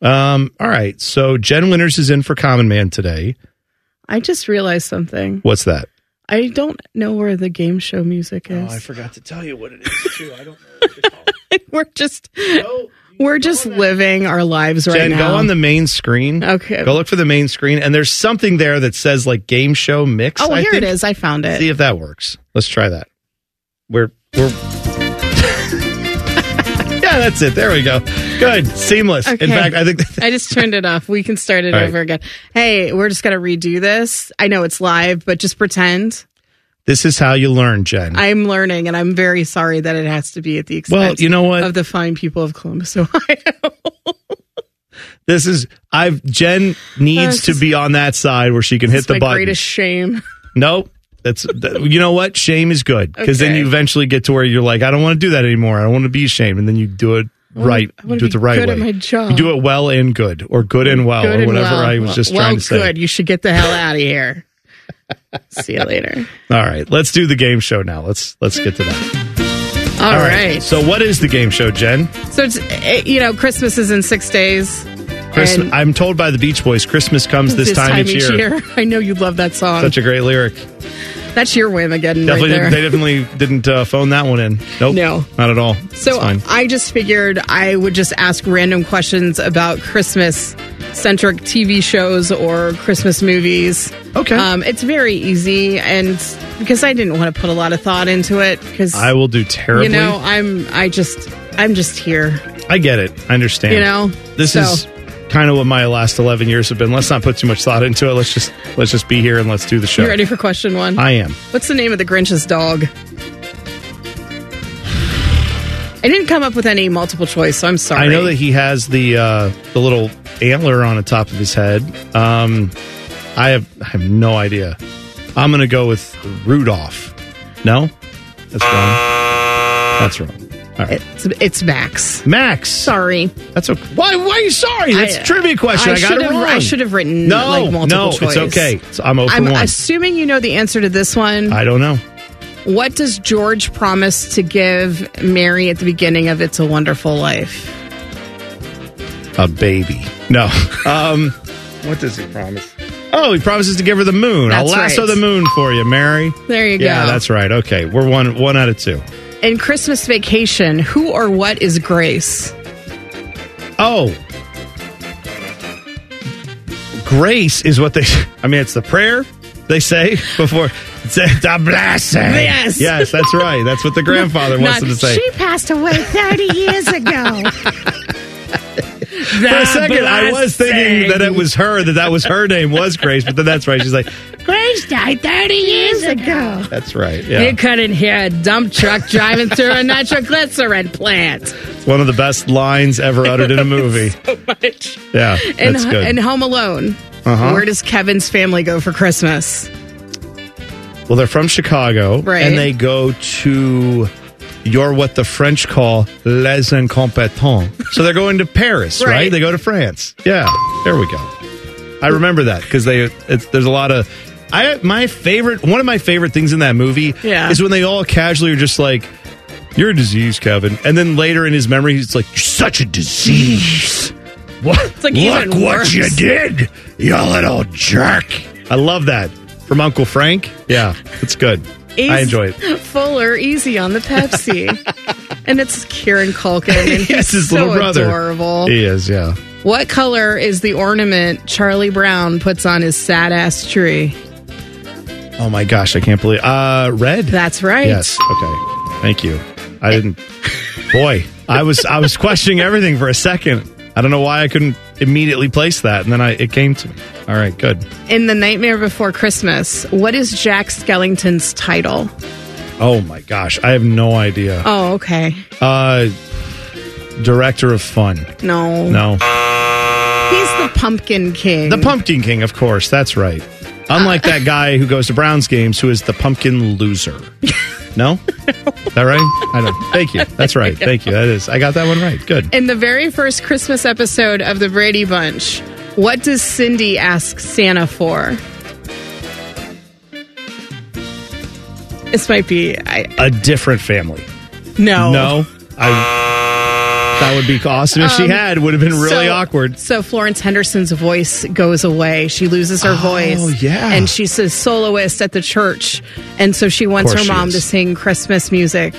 C: Um, all right. So Jen Winters is in for Common Man today.
G: I just realized something.
C: What's that?
G: I don't know where the game show music is.
F: forgot to tell you what it is too. I don't.
G: we're just we're just living our lives right
C: Jen,
G: now.
C: go on the main screen.
G: Okay.
C: Go look for the main screen. And there's something there that says like game show mix.
G: Oh,
C: I
G: here
C: think.
G: it is. I found it.
C: See if that works. Let's try that. We're we're Yeah, that's it. There we go. Good. Seamless.
G: Okay.
C: In fact, I think
G: I just turned it off. We can start it
C: All right.
G: over again. Hey, we're just gonna redo this. I know it's live, but just pretend
C: this is how you learn, Jen.
G: I'm learning, and I'm very sorry that it has to be at the expense.
C: Well, you know what?
G: of the fine people of Columbus, Ohio.
C: This is I've Jen
G: Oh, This
C: needs to
G: is-
C: be on that side where she can hit
G: It's
C: the
G: my
C: button.
G: greatest shame.
C: Nope. That's that, you know what? Shame is good because then
G: Okay.
C: you eventually get to where you're like, I don't want to do that anymore. I don't want to be ashamed, and then you do it
G: wanna-
C: right.
G: I
C: You
G: wanna
C: do it the
G: be
C: right
G: good
C: way.
G: at my job.
C: You do it well and good, or good and well,
G: Good
C: or
G: and
C: whatever
G: well.
C: I was just
G: well,
C: trying to say.
G: good. You should get the hell out of here. See you later.
C: All right, let's do the game show now. Let's let's get to that.
G: All right.
C: So, what is the game show, Jen?
G: So it's eh, you know Christmas is in six days.
C: Christ-
G: And
C: I'm told by the Beach Boys, Christmas comes this, time, each, year.
G: I know you love that song.
C: Such a great lyric.
G: That's your win again,
C: Definitely,
G: right
C: didn't, they
G: there.
C: definitely didn't uh, phone that one in. Nope.
G: No.
C: not at all.
G: So
C: It's fine.
G: I just figured I would just ask random questions about Christmas centric TV shows or Christmas movies.
C: Okay.
G: Um, it's very easy, and because I didn't want to put a lot of thought into it, because
C: I will do terribly.
G: You know, I'm I just I'm just here.
C: I get it. I understand.
G: You know,
C: this
G: so-
C: is kind of what my last eleven years have been. Let's not put too much thought into it. Let's just let's just be here and let's do the show.
G: You ready for question one?
C: I am.
G: What's the name of the Grinch's dog? I didn't come up with any multiple choice, so I'm sorry.
C: I know that he has the uh, the little antler on the top of his head. Um, I have I have no idea. I'm going to go with Rudolph. No? That's wrong. That's wrong. All right.
G: It's, it's Max.
C: Max.
G: Sorry. Mm,
C: That's okay. Why? Why are you sorry? That's a trivia question. I got it
G: should've-
C: wrong.
G: I should have written
C: No,
G: like multiple
C: no, it's
G: choice.
C: okay. So I'm open one.
G: assuming you know the answer to this one.
C: I don't know.
G: What does George promise to give Mary at the beginning of It's a Wonderful Life?
C: A baby. No. Um, what does he promise? Oh, he promises to give her the moon. I'll
G: That's
C: lasso
G: right.
C: the moon for you, Mary.
G: There you
C: Yeah,
G: go.
C: that's right. Okay, we're one one out of two.
G: In Christmas Vacation, who or what is Grace?
C: Oh. Grace is what they. I mean, it's the prayer they say before. It's a- it's a blessing.
N: Yes.
C: Yes, that's right. That's what the grandfather wants them to say.
N: She passed away 30 years ago.
C: For a second, I was thinking that it was her, that that was her name was Grace, but then that's right. She's like,
N: Grace died 30 years ago.
C: that's right.
G: You
C: Yeah.
G: couldn't hear a dump truck driving through a nitroglycerin plant.
C: It's one of the best lines ever uttered in a movie. Yeah,
G: And,
C: that's good.
G: and Home Alone.
C: Uh-huh.
G: Where does Kevin's family go for Christmas?
C: Well, they're from Chicago,
G: Right.
C: And they go to your what the French call les incompetents. So they're going to Paris, right?
N: Right.
C: They go to France. Yeah, there we go. I remember that because they it's, there's a lot of. I my favorite one of my favorite things in that movie
N: Yeah.
C: is when they all casually are just like, "You're a disease, Kevin," and then later in his memory he's like, "You're such a disease." What?
N: It's like
C: Look
N: even
C: what
N: worse.
C: you did, you little jerk. I love that. From Uncle Frank? Yeah, it's good. I
G: Easy-
C: enjoy it.
G: Fuller, easy on the Pepsi. and it's Kieran Culkin. And he's
C: yes, his
G: so
C: little brother.
G: adorable.
C: He is, yeah.
G: What color is the ornament Charlie Brown puts on his sad ass tree?
C: Oh my gosh, I can't believe uh red.
G: That's right.
C: Yes. Okay. Thank you. I didn't Boy, I was I was questioning everything for a second. I don't know why I couldn't immediately place that and then I it came to me. All right, good.
G: In The Nightmare Before Christmas, what is Jack Skellington's title?
C: Oh my gosh, I have no idea.
G: Oh, okay.
C: Uh director of fun.
G: No.
C: No.
G: He's the Pumpkin King.
C: The Pumpkin King, of course. That's right. Unlike that guy who goes to Browns games, who is the pumpkin loser. No, is that right? I don't. Thank you. That's right. Thank you. That is. I got that one right. Good.
G: In the very first Christmas episode of The Brady Bunch, what does Cindy ask Santa for? This might be I
C: A different family.
G: no
C: No. I. That would be awesome if she
G: Um,
C: had. Would have been really
G: so-
C: awkward.
G: So Florence Henderson's voice goes away. She loses her voice.
C: Oh, yeah.
G: And she's a soloist at the church. And so she wants
C: course
G: her
C: she
G: mom
C: is.
G: to sing Christmas music.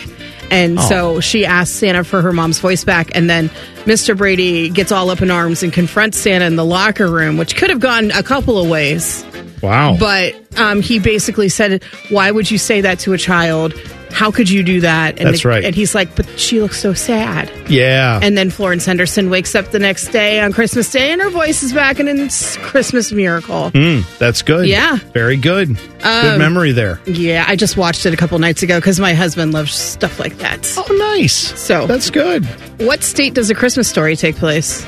G: And
C: Oh.
G: so she asks Santa for her mom's voice back. And then Mr. Brady gets all up in arms and confronts Santa in the locker room, which could have gone a couple of ways.
C: Wow.
G: But um, he basically said, Why would you say that to a child? How could you do that? And
C: That's right.
G: And he's like, But she looks so sad.
C: Yeah.
G: And then Florence Henderson wakes up the next day on Christmas Day and her voice is back and it's Christmas miracle.
C: Mm, that's good.
G: Yeah.
C: Very good. good
G: Um,
C: memory there.
G: Yeah, I just watched it a couple nights ago because my husband loves stuff like that.
C: Oh, nice.
G: So
C: that's good.
G: What state does a Christmas story take place?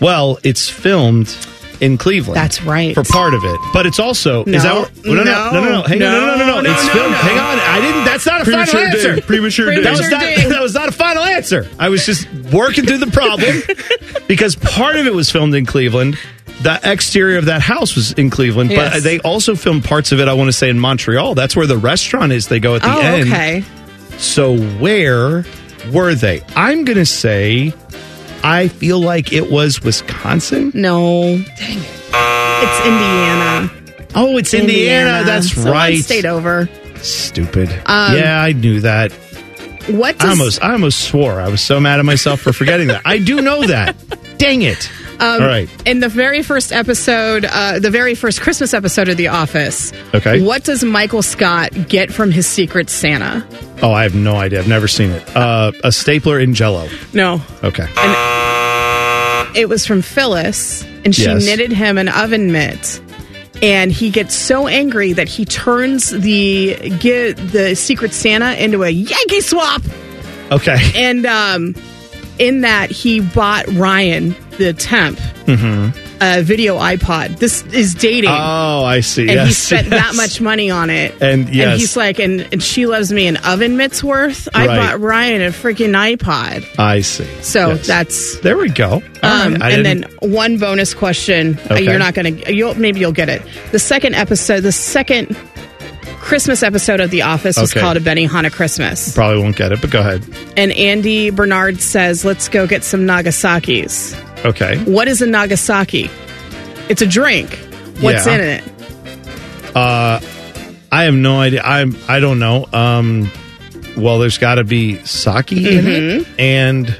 C: Well, it's filmed in Cleveland.
G: That's right.
C: For part of it, but it's also is that
G: No.
C: what- no, no, no, no, no, no, hang on, no, no, no, no, no.
N: No,
C: It's
N: no,
C: filmed.
N: no.
C: Hang on, I didn't. That's not a
N: Premature
C: final answer.
N: ding. Premature
C: That was
N: ding.
C: not.
N: Premature ding.
C: That was not a final answer. I was just working through the problem because part of it was filmed in Cleveland. The exterior of that house was in Cleveland, but
N: Yes.
C: they also filmed parts of it. I want to say in Montreal. That's where the restaurant is. They go at the
G: oh,
C: end.
G: okay.
C: So where were they? I'm gonna say. I feel like it was Wisconsin.
G: No. Dang it. It's Indiana.
C: Oh, it's Indiana. That's
G: So one
C: right.
G: state over.
C: Stupid.
G: Um,
C: yeah, I knew that.
G: What
C: I
G: does
C: almost, I almost swore. I was so mad at myself for forgetting that. I do know that. Dang it!
G: Um,
C: All right.
G: In the very first episode, uh, the very first Christmas episode of The Office.
C: Okay.
G: What does Michael Scott get from his secret Santa?
C: Oh, I have no idea. I've never seen it. Uh, a stapler in Jello.
G: No.
C: Okay.
G: It was from Phyllis, and she
C: Yes.
G: knitted him an oven mitt. And he gets so angry that he turns the get the secret Santa into a Yankee swap.
C: Okay.
G: And um, in that, he bought Ryan the temp
C: hmm
G: uh, video iPod. This is dating.
C: Oh, I see.
G: and he
C: Yes,
G: spent
C: yes.
G: that much money on it.
C: And yes.
G: he's like, and, and she loves me an oven mitts worth. I
C: Right.
G: bought Ryan a freaking iPod.
C: I see.
G: So
C: Yes.
G: that's
C: There we go. All
G: um,
C: right. I
G: and
C: didn't-
G: then one bonus question. Uh,
C: Okay.
G: You're not going to. You'll maybe you'll get it. The second episode, the second Christmas episode of The Office was
C: Okay.
G: called a Benihana Christmas,
C: probably won't get it, but go ahead.
G: and Andy Bernard says, "Let's go get some Nagasaki's."
C: Okay.
G: What is a Nagasaki? It's a drink. What's
C: Yeah.
G: in it?
C: Uh, I have no idea. I'm. I don't know. Um, well, there's got to be sake in
G: Mhm.
C: it, and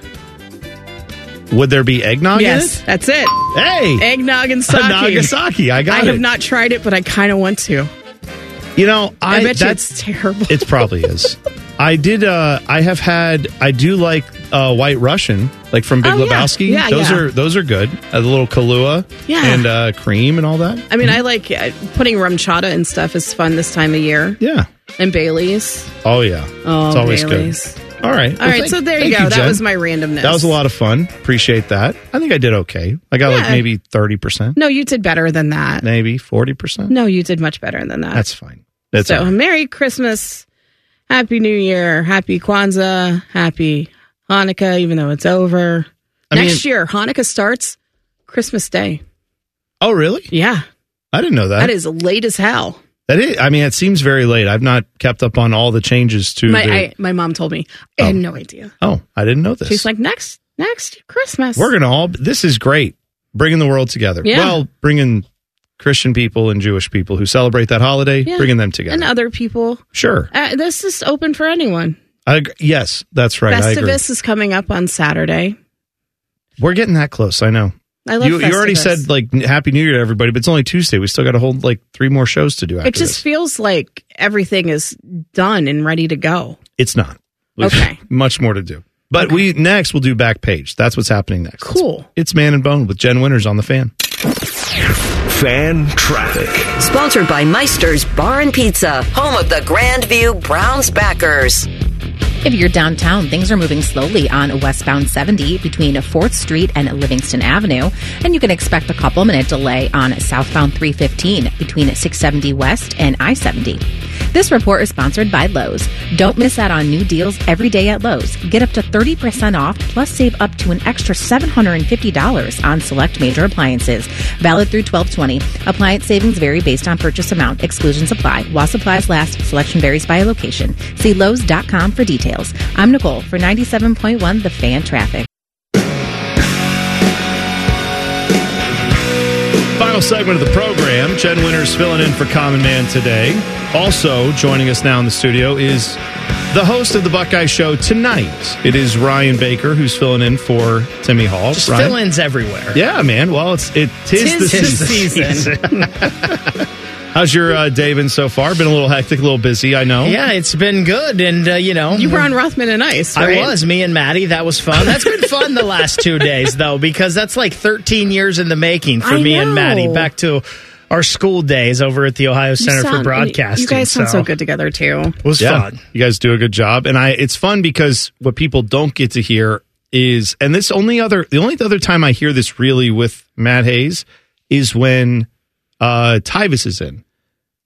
C: would there be eggnog?
G: yes,
C: In it?
G: that's it.
C: Oh, Hey,
G: eggnog and sake.
C: Nagasaki, I got
G: I have
C: it.
G: not tried it, but I kind of want to.
C: You know,
G: I,
C: I-
G: bet you
C: that's-
G: it's terrible.
C: It probably is. I did. Uh, I have had. I do like uh, White Russian, like from Big
G: Oh, yeah.
C: Lebowski.
G: Yeah,
C: those
G: yeah.
C: are those are good. Uh, the little Kahlua
G: Yeah.
C: and uh, cream and all that.
G: I mean, I like uh, putting rum chata and stuff is fun this time of year.
C: Yeah,
G: and Bailey's.
C: Oh yeah,
G: Oh,
C: it's always
G: Bailey's.
C: good. All right,
G: All right, so there you go. That was my randomness.
C: That was a lot of fun. Appreciate that. I think I did okay. I got like
G: Yeah.
C: maybe thirty percent,
G: No, you did better than that.
C: maybe forty percent.
G: No, you did much better than that.
C: That's fine. That's
G: so.
C: all right.
G: Merry Christmas, Happy New Year, Happy Kwanzaa, Happy Hanukkah, even though it's over.
C: I mean-
G: Next year, Hanukkah starts Christmas Day.
C: Oh really?
G: Yeah,
C: I didn't know that.
G: that is late as hell.
C: That is. I mean, it seems very late. I've not kept up on all the changes to.
G: My
C: the,
G: I, my mom told me. I had no idea.
C: oh, I didn't know this.
G: She's like next next Christmas.
C: We're gonna all. This is great. Bringing the world together.
G: Yeah.
C: Well, bringing Christian people and Jewish people who celebrate that holiday,
G: Yeah.
C: bringing them together.
G: and other people.
C: Sure.
G: Uh, this is open for anyone.
C: I, ag- yes, that's right. I agree.
G: Festivus is coming up on Saturday.
C: We're getting that close. I know.
G: I love
C: you. You already
G: Festivus.
C: said like n- Happy New Year to everybody, but it's only Tuesday. We still got to hold like three more shows to do after
G: It just
C: this.
G: feels like everything is done and ready to go.
C: It's not. We've
G: Okay.
C: much more to do. But we next we'll do back page. That's what's happening next.
G: Cool.
C: It's Man and Bone with Jen Winters on the fan.
A: Fan traffic.
J: Sponsored by Meister's Bar and Pizza, home of the Grand View Browns backers.
H: If you're downtown, things are moving slowly on westbound 70 between 4th Street and Livingston Avenue, and you can expect a couple minute delay on southbound 315 between 670 West and I 70. This report is sponsored by Lowe's. Don't miss out on new deals every day at Lowe's. Get up to 30% off, plus save up to an extra $750 on select major appliances. Valid through 1220. Appliance savings vary based on purchase amount. Exclusions apply. While supplies last, selection varies by location. See Lowe's.com for details. I'm Nicole for 97.1 The Fan Traffic.
C: Final segment of the program. Jen Winters filling in for Common Man today. Also joining us now in the studio is the host of the Buckeye Show tonight. It is Ryan Baker who's filling in for Timmy Hall.
E: Just
C: Ryan?
E: fill-ins everywhere.
C: Yeah, man. Well, it's it tis,
E: Tis
C: the,
E: the
C: season.
E: season.
C: How's your uh, day been so far? Been a little hectic, a little busy. I know.
E: Yeah, it's been good, and uh, you know,
G: You were on Rothman and Ice.
E: I
G: right?
E: was me and Maddie. That was fun. That's been fun the last two days though, because that's like 13 years in the making for
G: I
E: me and Maddie.
G: know.
E: Back to our school days over at the Ohio
G: You
E: Center
G: sound-
E: for Broadcasting.
G: You guys sound so, good together too.
E: Was
C: Yeah,
E: fun.
C: You guys do a good job, and I. It's fun because what people don't get to hear is, and this only other the only other time I hear this really with Matt Hayes is when uh Tyvis is in.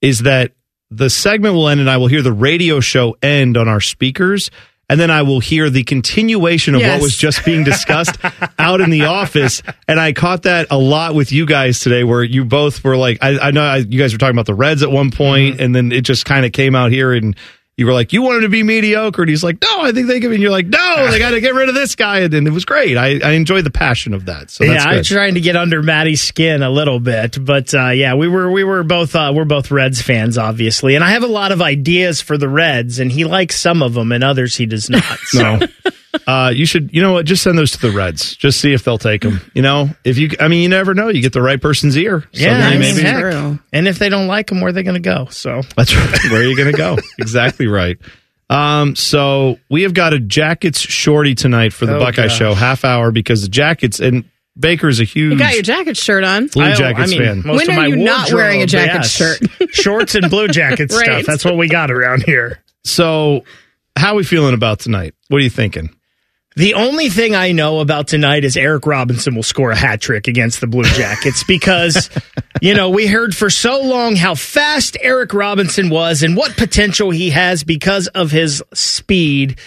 C: Is that the segment will end, and I will hear the radio show end on our speakers. And then I will hear the continuation of
E: Yes.
C: what was just being discussed out in the office. And I caught that a lot with you guys today, where you both were like, I, I know I, you guys were talking about the Reds at one
E: Mm-hmm.
C: point, and then it just kind of came out here, and you were like, you wanted to be mediocre, and he's like, no, I think they can. be," And you're like, no, they got to get rid of this guy, and, then it was great. I, I enjoyed the passion of that. So that's
E: yeah,
C: good.
E: I'm trying to get under Maddie's skin a little bit, but uh, yeah, we were we were both uh, we're both Reds fans, obviously, and I have a lot of ideas for the Reds, and he likes some of them, and others he does not.
C: No. Uh, you should, you know what? Just send those to the Reds. Just see if they'll take them. You know, if you, I mean, you never know. You get the right person's ear. So
E: yeah,
C: then
E: I mean,
C: maybe-
E: heck. and if they don't like him, where are they going to go? So
C: That's right. Where are you going to go? exactly right. Um, so we have got a Jackets shorty tonight for the
G: Oh,
C: Buckeye
G: gosh.
C: Show half hour because the Jackets and Baker is a huge.
G: You got your jacket shirt on.
C: Blue I- Jackets I mean, fan.
G: When are you not wearing a jacket shirt?
E: shorts and blue jacket
G: Right.
E: stuff. That's what we got around here.
C: so, how are we feeling about tonight? What are you thinking?
E: The only thing I know about tonight is Eric Robinson will score a hat trick against the Blue Jackets because, you know, we heard for so long how fast Eric Robinson was and what potential he has because of his speed.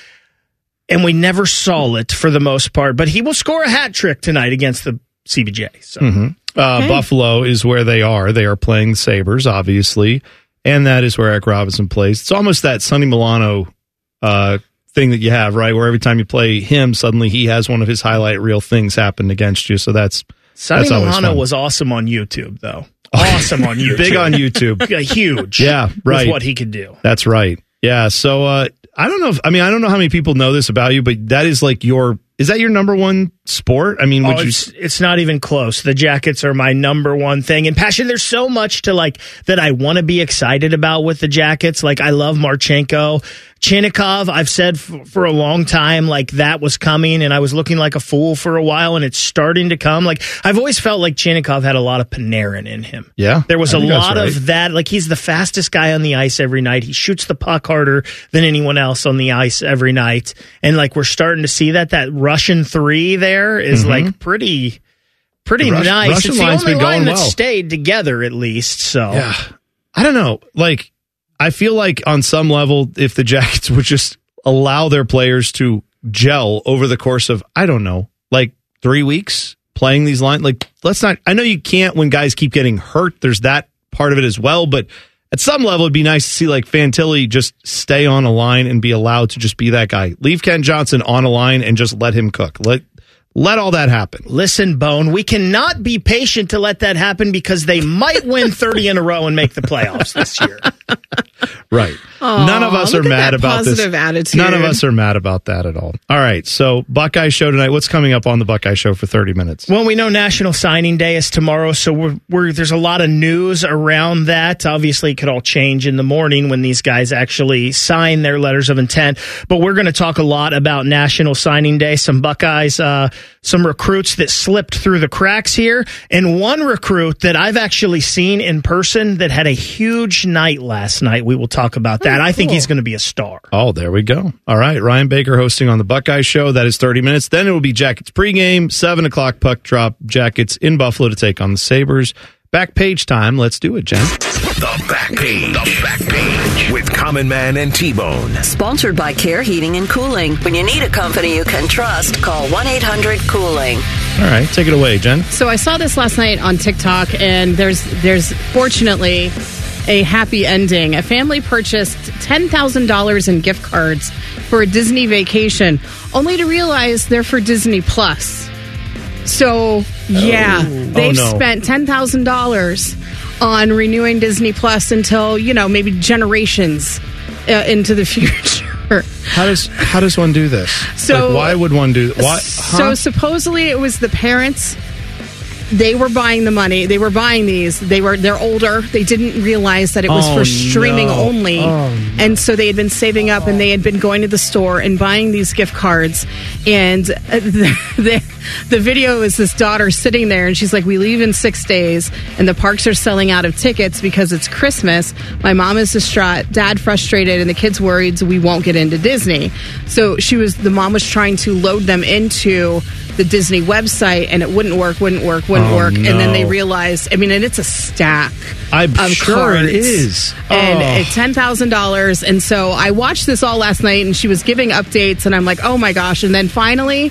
E: And we never saw it for the most part, but he will score a hat trick tonight against the CBJ. So.
C: Mhm. Uh,
E: Okay.
C: Buffalo is where they are. They are playing the Sabres, obviously, and that is where Eric Robinson plays. It's almost that Sonny Milano uh, thing that you have, right? Where every time you play him, suddenly he has one of his highlight reel things happen against you. So that's
E: Sonny
C: that's always
E: Milano
C: fun.
E: was awesome on YouTube, though. Awesome on YouTube.
C: Big on YouTube.
E: Yeah, huge.
C: Yeah, right.
E: With what he could do.
C: That's right. Yeah. So uh, I don't know. If, I mean, I don't know how many people know this about you, but that is like your is that your number one sport? I mean, would
E: Oh,
C: you?
E: it's, it's not even close. The jackets are my number one thing and passion. There's so much to like that I want to be excited about with the jackets. Like I love Marchenko, Chinnikov. I've said for, for a long time like that was coming, and I was looking like a fool for a while, and it's starting to come. Like I've always felt like Chinnikov had a lot of Panarin in him.
C: Yeah,
E: There was
C: I
E: a
C: think that's
E: lot
C: right.
E: of that. Like he's the fastest guy on the ice every night. He shoots the puck harder than anyone else on the ice every night. And like we're starting to see that that Russian three there is,
C: Mhm.
E: like pretty pretty
C: The Rush-
E: nice.
C: Russian
E: it's the
C: line's
E: only
C: been going
E: line that
C: well.
E: stayed together at least. So
C: Yeah. I don't know. Like, I feel like on some level, if the Jackets would just allow their players to gel over the course of, I don't know, like three weeks playing these lines, like, let's not, I know you can't when guys keep getting hurt. There's that part of it as well. But at some level, it'd be nice to see like Fantilli just stay on a line and be allowed to just be that guy. Leave Ken Johnson on a line and just let him cook. Let, let all that happen.
E: Listen, Bone, we cannot be patient to let that happen because they might win 30 in a row and make the playoffs this year.
C: Right.
E: Aw,
C: None of us
E: look
C: are
E: at
C: mad
E: that
C: about
E: positive
C: this.
E: attitude.
C: None of us are mad about that at all. All right. So Buckeye show tonight. What's coming up on the Buckeye show for thirty minutes?
E: Well, we know National Signing Day is tomorrow, so we're, we're, there's a lot of news around that. Obviously, it could all change in the morning when these guys actually sign their letters of intent. But we're going to talk a lot about National Signing Day, some Buckeyes, uh, some recruits that slipped through the cracks here, and one recruit that I've actually seen in person that had a huge night last night. We will talk about that. I think he's going to be a star.
C: Oh, there we go. All right. Ryan Baker hosting on the Buckeye show. That is thirty minutes. Then it will be Jackets pregame, seven o'clock puck drop. Jackets in Buffalo to take on the Sabers. Back page time. Let's do it, Jen.
A: The back page. The back page with Common Man and T Bone.
J: Sponsored by Care Heating and Cooling. When you need a company you can trust, call 1 800 Cooling.
C: All right. Take it away, Jen.
G: So I saw this last night on TikTok, and there's there's fortunately a happy ending. A family purchased ten thousand dollars in gift cards for a Disney vacation, only to realize they're for Disney Plus. So yeah,
N: Oh.
G: they've
N: Oh, no.
G: spent ten thousand dollars on renewing Disney Plus until you know maybe generations uh, into the future.
C: How does how does one do this?
G: So-
C: Like, why would one do why?
G: So supposedly it was the parents. They were buying the money. They were buying these. They were they're older. They didn't realize that it was
N: Oh,
G: for streaming
N: no.
G: only.
N: Oh,
G: And so they had been saving up and they had been going to the store and buying these gift cards. And uh, the, the, the video is this daughter sitting there and she's like, We leave in six days and the parks are selling out of tickets because it's Christmas. My mom is distraught, dad frustrated, and the kids worried we won't get into Disney. So she was, the mom was trying to load them into the Disney website and it wouldn't work, wouldn't work, wouldn't
C: Oh,
G: work. And then they
C: no.
G: realized, I mean, and it's a stack
C: I'm
G: of
C: sure
G: cards.
C: it is.
G: And
C: Oh.
G: it's ten thousand dollars. And so I watched this all last night, and she was giving updates, and I'm like, oh my gosh! And then finally.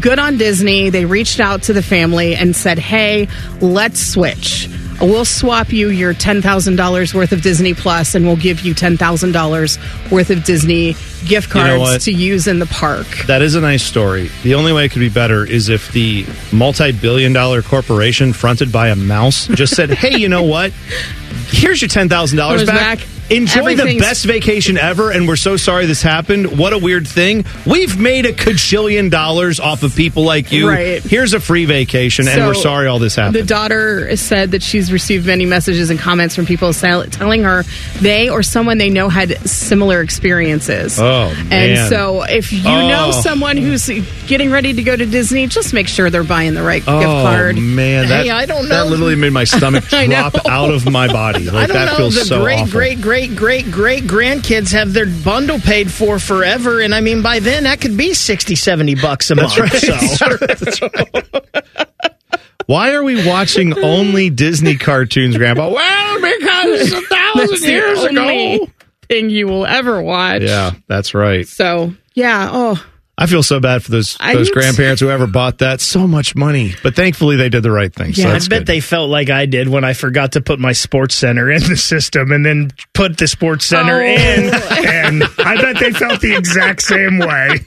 G: Good on Disney. They reached out to the family and said, "Hey, let's switch. We'll swap you your ten thousand dollars worth of Disney Plus, and we'll give you ten thousand dollars worth of Disney gift
C: You know
G: cards
C: what?
G: to use in the park."
C: That is a nice story. The only way it could be better is if the multi billion dollar corporation fronted by a mouse just said, hey, you know what? Here's your $10,000
G: Goes
C: back.
G: back.
C: Enjoy the
G: Everything's-
C: best vacation ever, and we're so sorry this happened. What a weird thing. We've made a cajillion dollars off of people like you.
G: Right.
C: Here's a free vacation, and
G: So,
C: we're sorry all this happened.
G: The daughter said that she's received many messages and comments from people sell- telling her they or someone they know had similar experiences.
N: Oh, man.
G: And so if you know
N: Oh.
G: someone who's getting ready to go to Disney, just make sure they're buying the right
C: Oh
G: gift card.
C: man, that,
G: hey, I don't know.
C: that literally made my stomach
G: I know.
C: drop out of my body. Like
G: I don't
C: that
G: know
C: feels
G: the
C: so
G: great,
C: awful.
G: great,
E: great great, great, great grandkids have their bundle paid for forever. And I mean, by then, that could be 60, 70 bucks a month. So.
C: Why are we watching only Disney cartoons, Grandpa?
N: Well, because a thousand
G: That's the
N: years ago-
G: only thing you will ever watch.
C: Yeah, that's right.
G: So yeah. Oh,
C: I feel so bad for those
G: I
C: those
G: do too.
C: grandparents who ever bought that. So much money, but thankfully they did the right thing. so
E: Yeah, I
C: that's
E: bet
C: good.
E: they felt like I did when I forgot to put my sports center in the system and then put the sports
G: Oh.
E: center in. And I bet they felt the exact same way.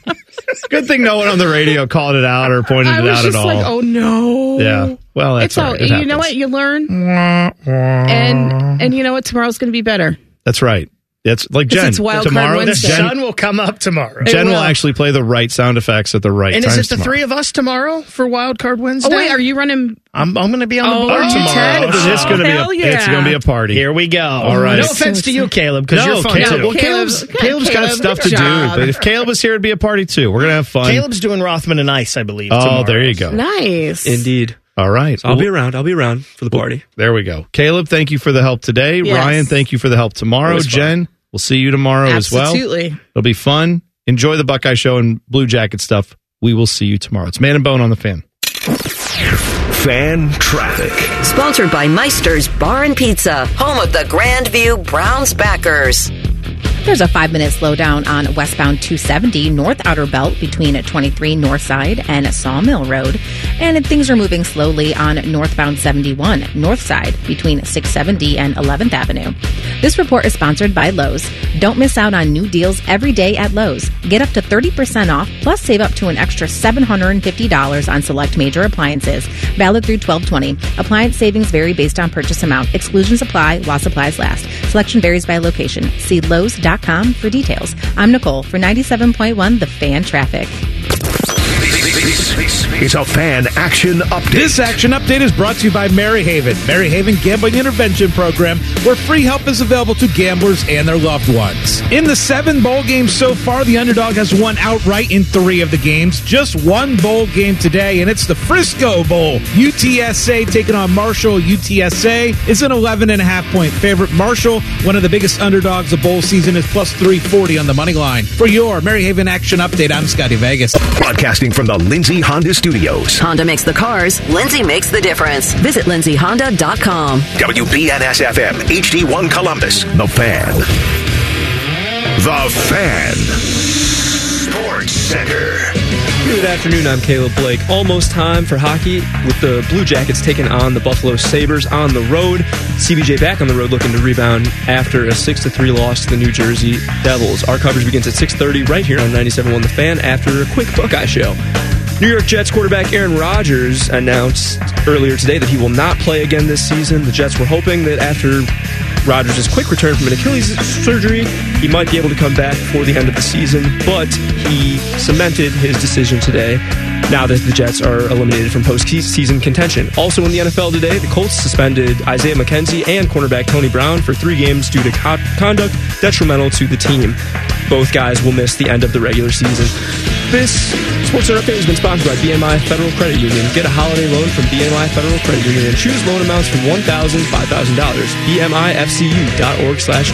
C: Good thing no one on the radio called it out or pointed
G: I
C: it
G: was
C: out
G: just
C: at all.
G: like, oh no.
C: Yeah. Well, that's
G: it's all.
C: right. It
G: you know
C: happens.
G: what? You learn, and and you know what? Tomorrow's going to be better.
C: That's right. That's like
G: 'Cause
C: Jen.
G: it's Wild Card
C: tomorrow,
E: The
G: Wednesday.
C: Jen,
E: sun will come up tomorrow.
C: Jen will. actually play the right sound effects at the right
E: And
C: times
E: is it the
C: tomorrow.
E: three of us tomorrow for Wild Card Wednesday?
G: Oh wait, are you running?
E: I'm, I'm going to be on the
G: Oh,
E: board
G: you
E: tomorrow.
G: text?
C: It's gonna be a- Hell yeah. it's gonna be a party.
E: Here we go.
C: All right.
E: No offense to you, Caleb, because
C: no,
E: you're fun
C: Caleb,
E: too.
C: Well, Caleb's, Caleb's got stuff to do. But if Caleb was here, it'd be a party too. We're gonna have fun.
E: Caleb's doing Rothman and Ice, I believe.
C: oh,
E: tomorrow.
C: there you go.
G: Nice.
C: Indeed. All right.
F: I'll be around. I'll be around for the party.
C: There we go. Caleb, thank you for the help today.
F: Yes.
C: Ryan, thank you for the help
F: It
C: tomorrow.
F: was fun.
C: Jen, we'll see you tomorrow as
G: Absolutely.
C: well. It'll be fun. Enjoy the Buckeye Show and Blue Jacket stuff. We will see you tomorrow. It's Man and Bone on the Fan.
A: Fan traffic.
J: Sponsored by Meister's Bar and Pizza, home of the Grand View Browns backers.
H: There's a five minute slowdown on westbound 270 North Outer Belt between 23 North Side and Sawmill Road. And things are moving slowly on northbound 71 North Side between 670 and 11th Avenue. This report is sponsored by Lowe's. Don't miss out on new deals every day at Lowe's. Get up to 30% off, plus save up to an extra $750 on select major appliances. Valid through 1220. Appliance savings vary based on purchase amount. Exclusions apply while supplies last. Selection varies by location. See Lowe's.com for details. I'm Nicole for 97.1 The Fan Traffic.
A: It's a fan action update.
O: This action update is brought to you by Maryhaven, Maryhaven Gambling Intervention Program, where free help is available to gamblers and their loved ones. In the seven bowl games so far, the underdog has won outright in three of the games. Just one bowl game today, and it's the Frisco Bowl. UTSA taking on Marshall. UTSA is an 11 and a half point favorite. Marshall, one of the biggest underdogs of bowl season, is plus 340 on the money line. For your Maryhaven action update, I'm Scotty Vegas.
A: Broadcasting from the Lindsay Honda Studios.
J: Honda makes the cars, Lindsay makes the difference. Visit lindsayhonda.com.
A: WBNS FM, HD1 Columbus. The Fan. The Fan. Sports Center.
F: Good afternoon. I'm Caleb Blake. Almost time for hockey with the Blue Jackets taking on the Buffalo Sabres on the road. CBJ back on the road looking to rebound after a 6 3 loss to the New Jersey Devils. Our coverage begins at 6.30 right here on 97.1 The Fan after a quick Buckeye show. New York Jets quarterback Aaron Rodgers announced earlier today that he will not play again this season. The Jets were hoping that after Rodgers' quick return from an Achilles surgery, he might be able to come back before the end of the season, but he cemented his decision today now that the Jets are eliminated from postseason contention. Also in the NFL today, the Colts suspended Isaiah McKenzie and cornerback Tony Brown for three games due to co- conduct detrimental to the team. Both guys will miss the end of the regular season. This Sports Center Update has been sponsored by BMI Federal Credit Union. Get a holiday loan from BMI Federal Credit Union and choose loan amounts from $1,000, $5,000. BMIFCU.org slash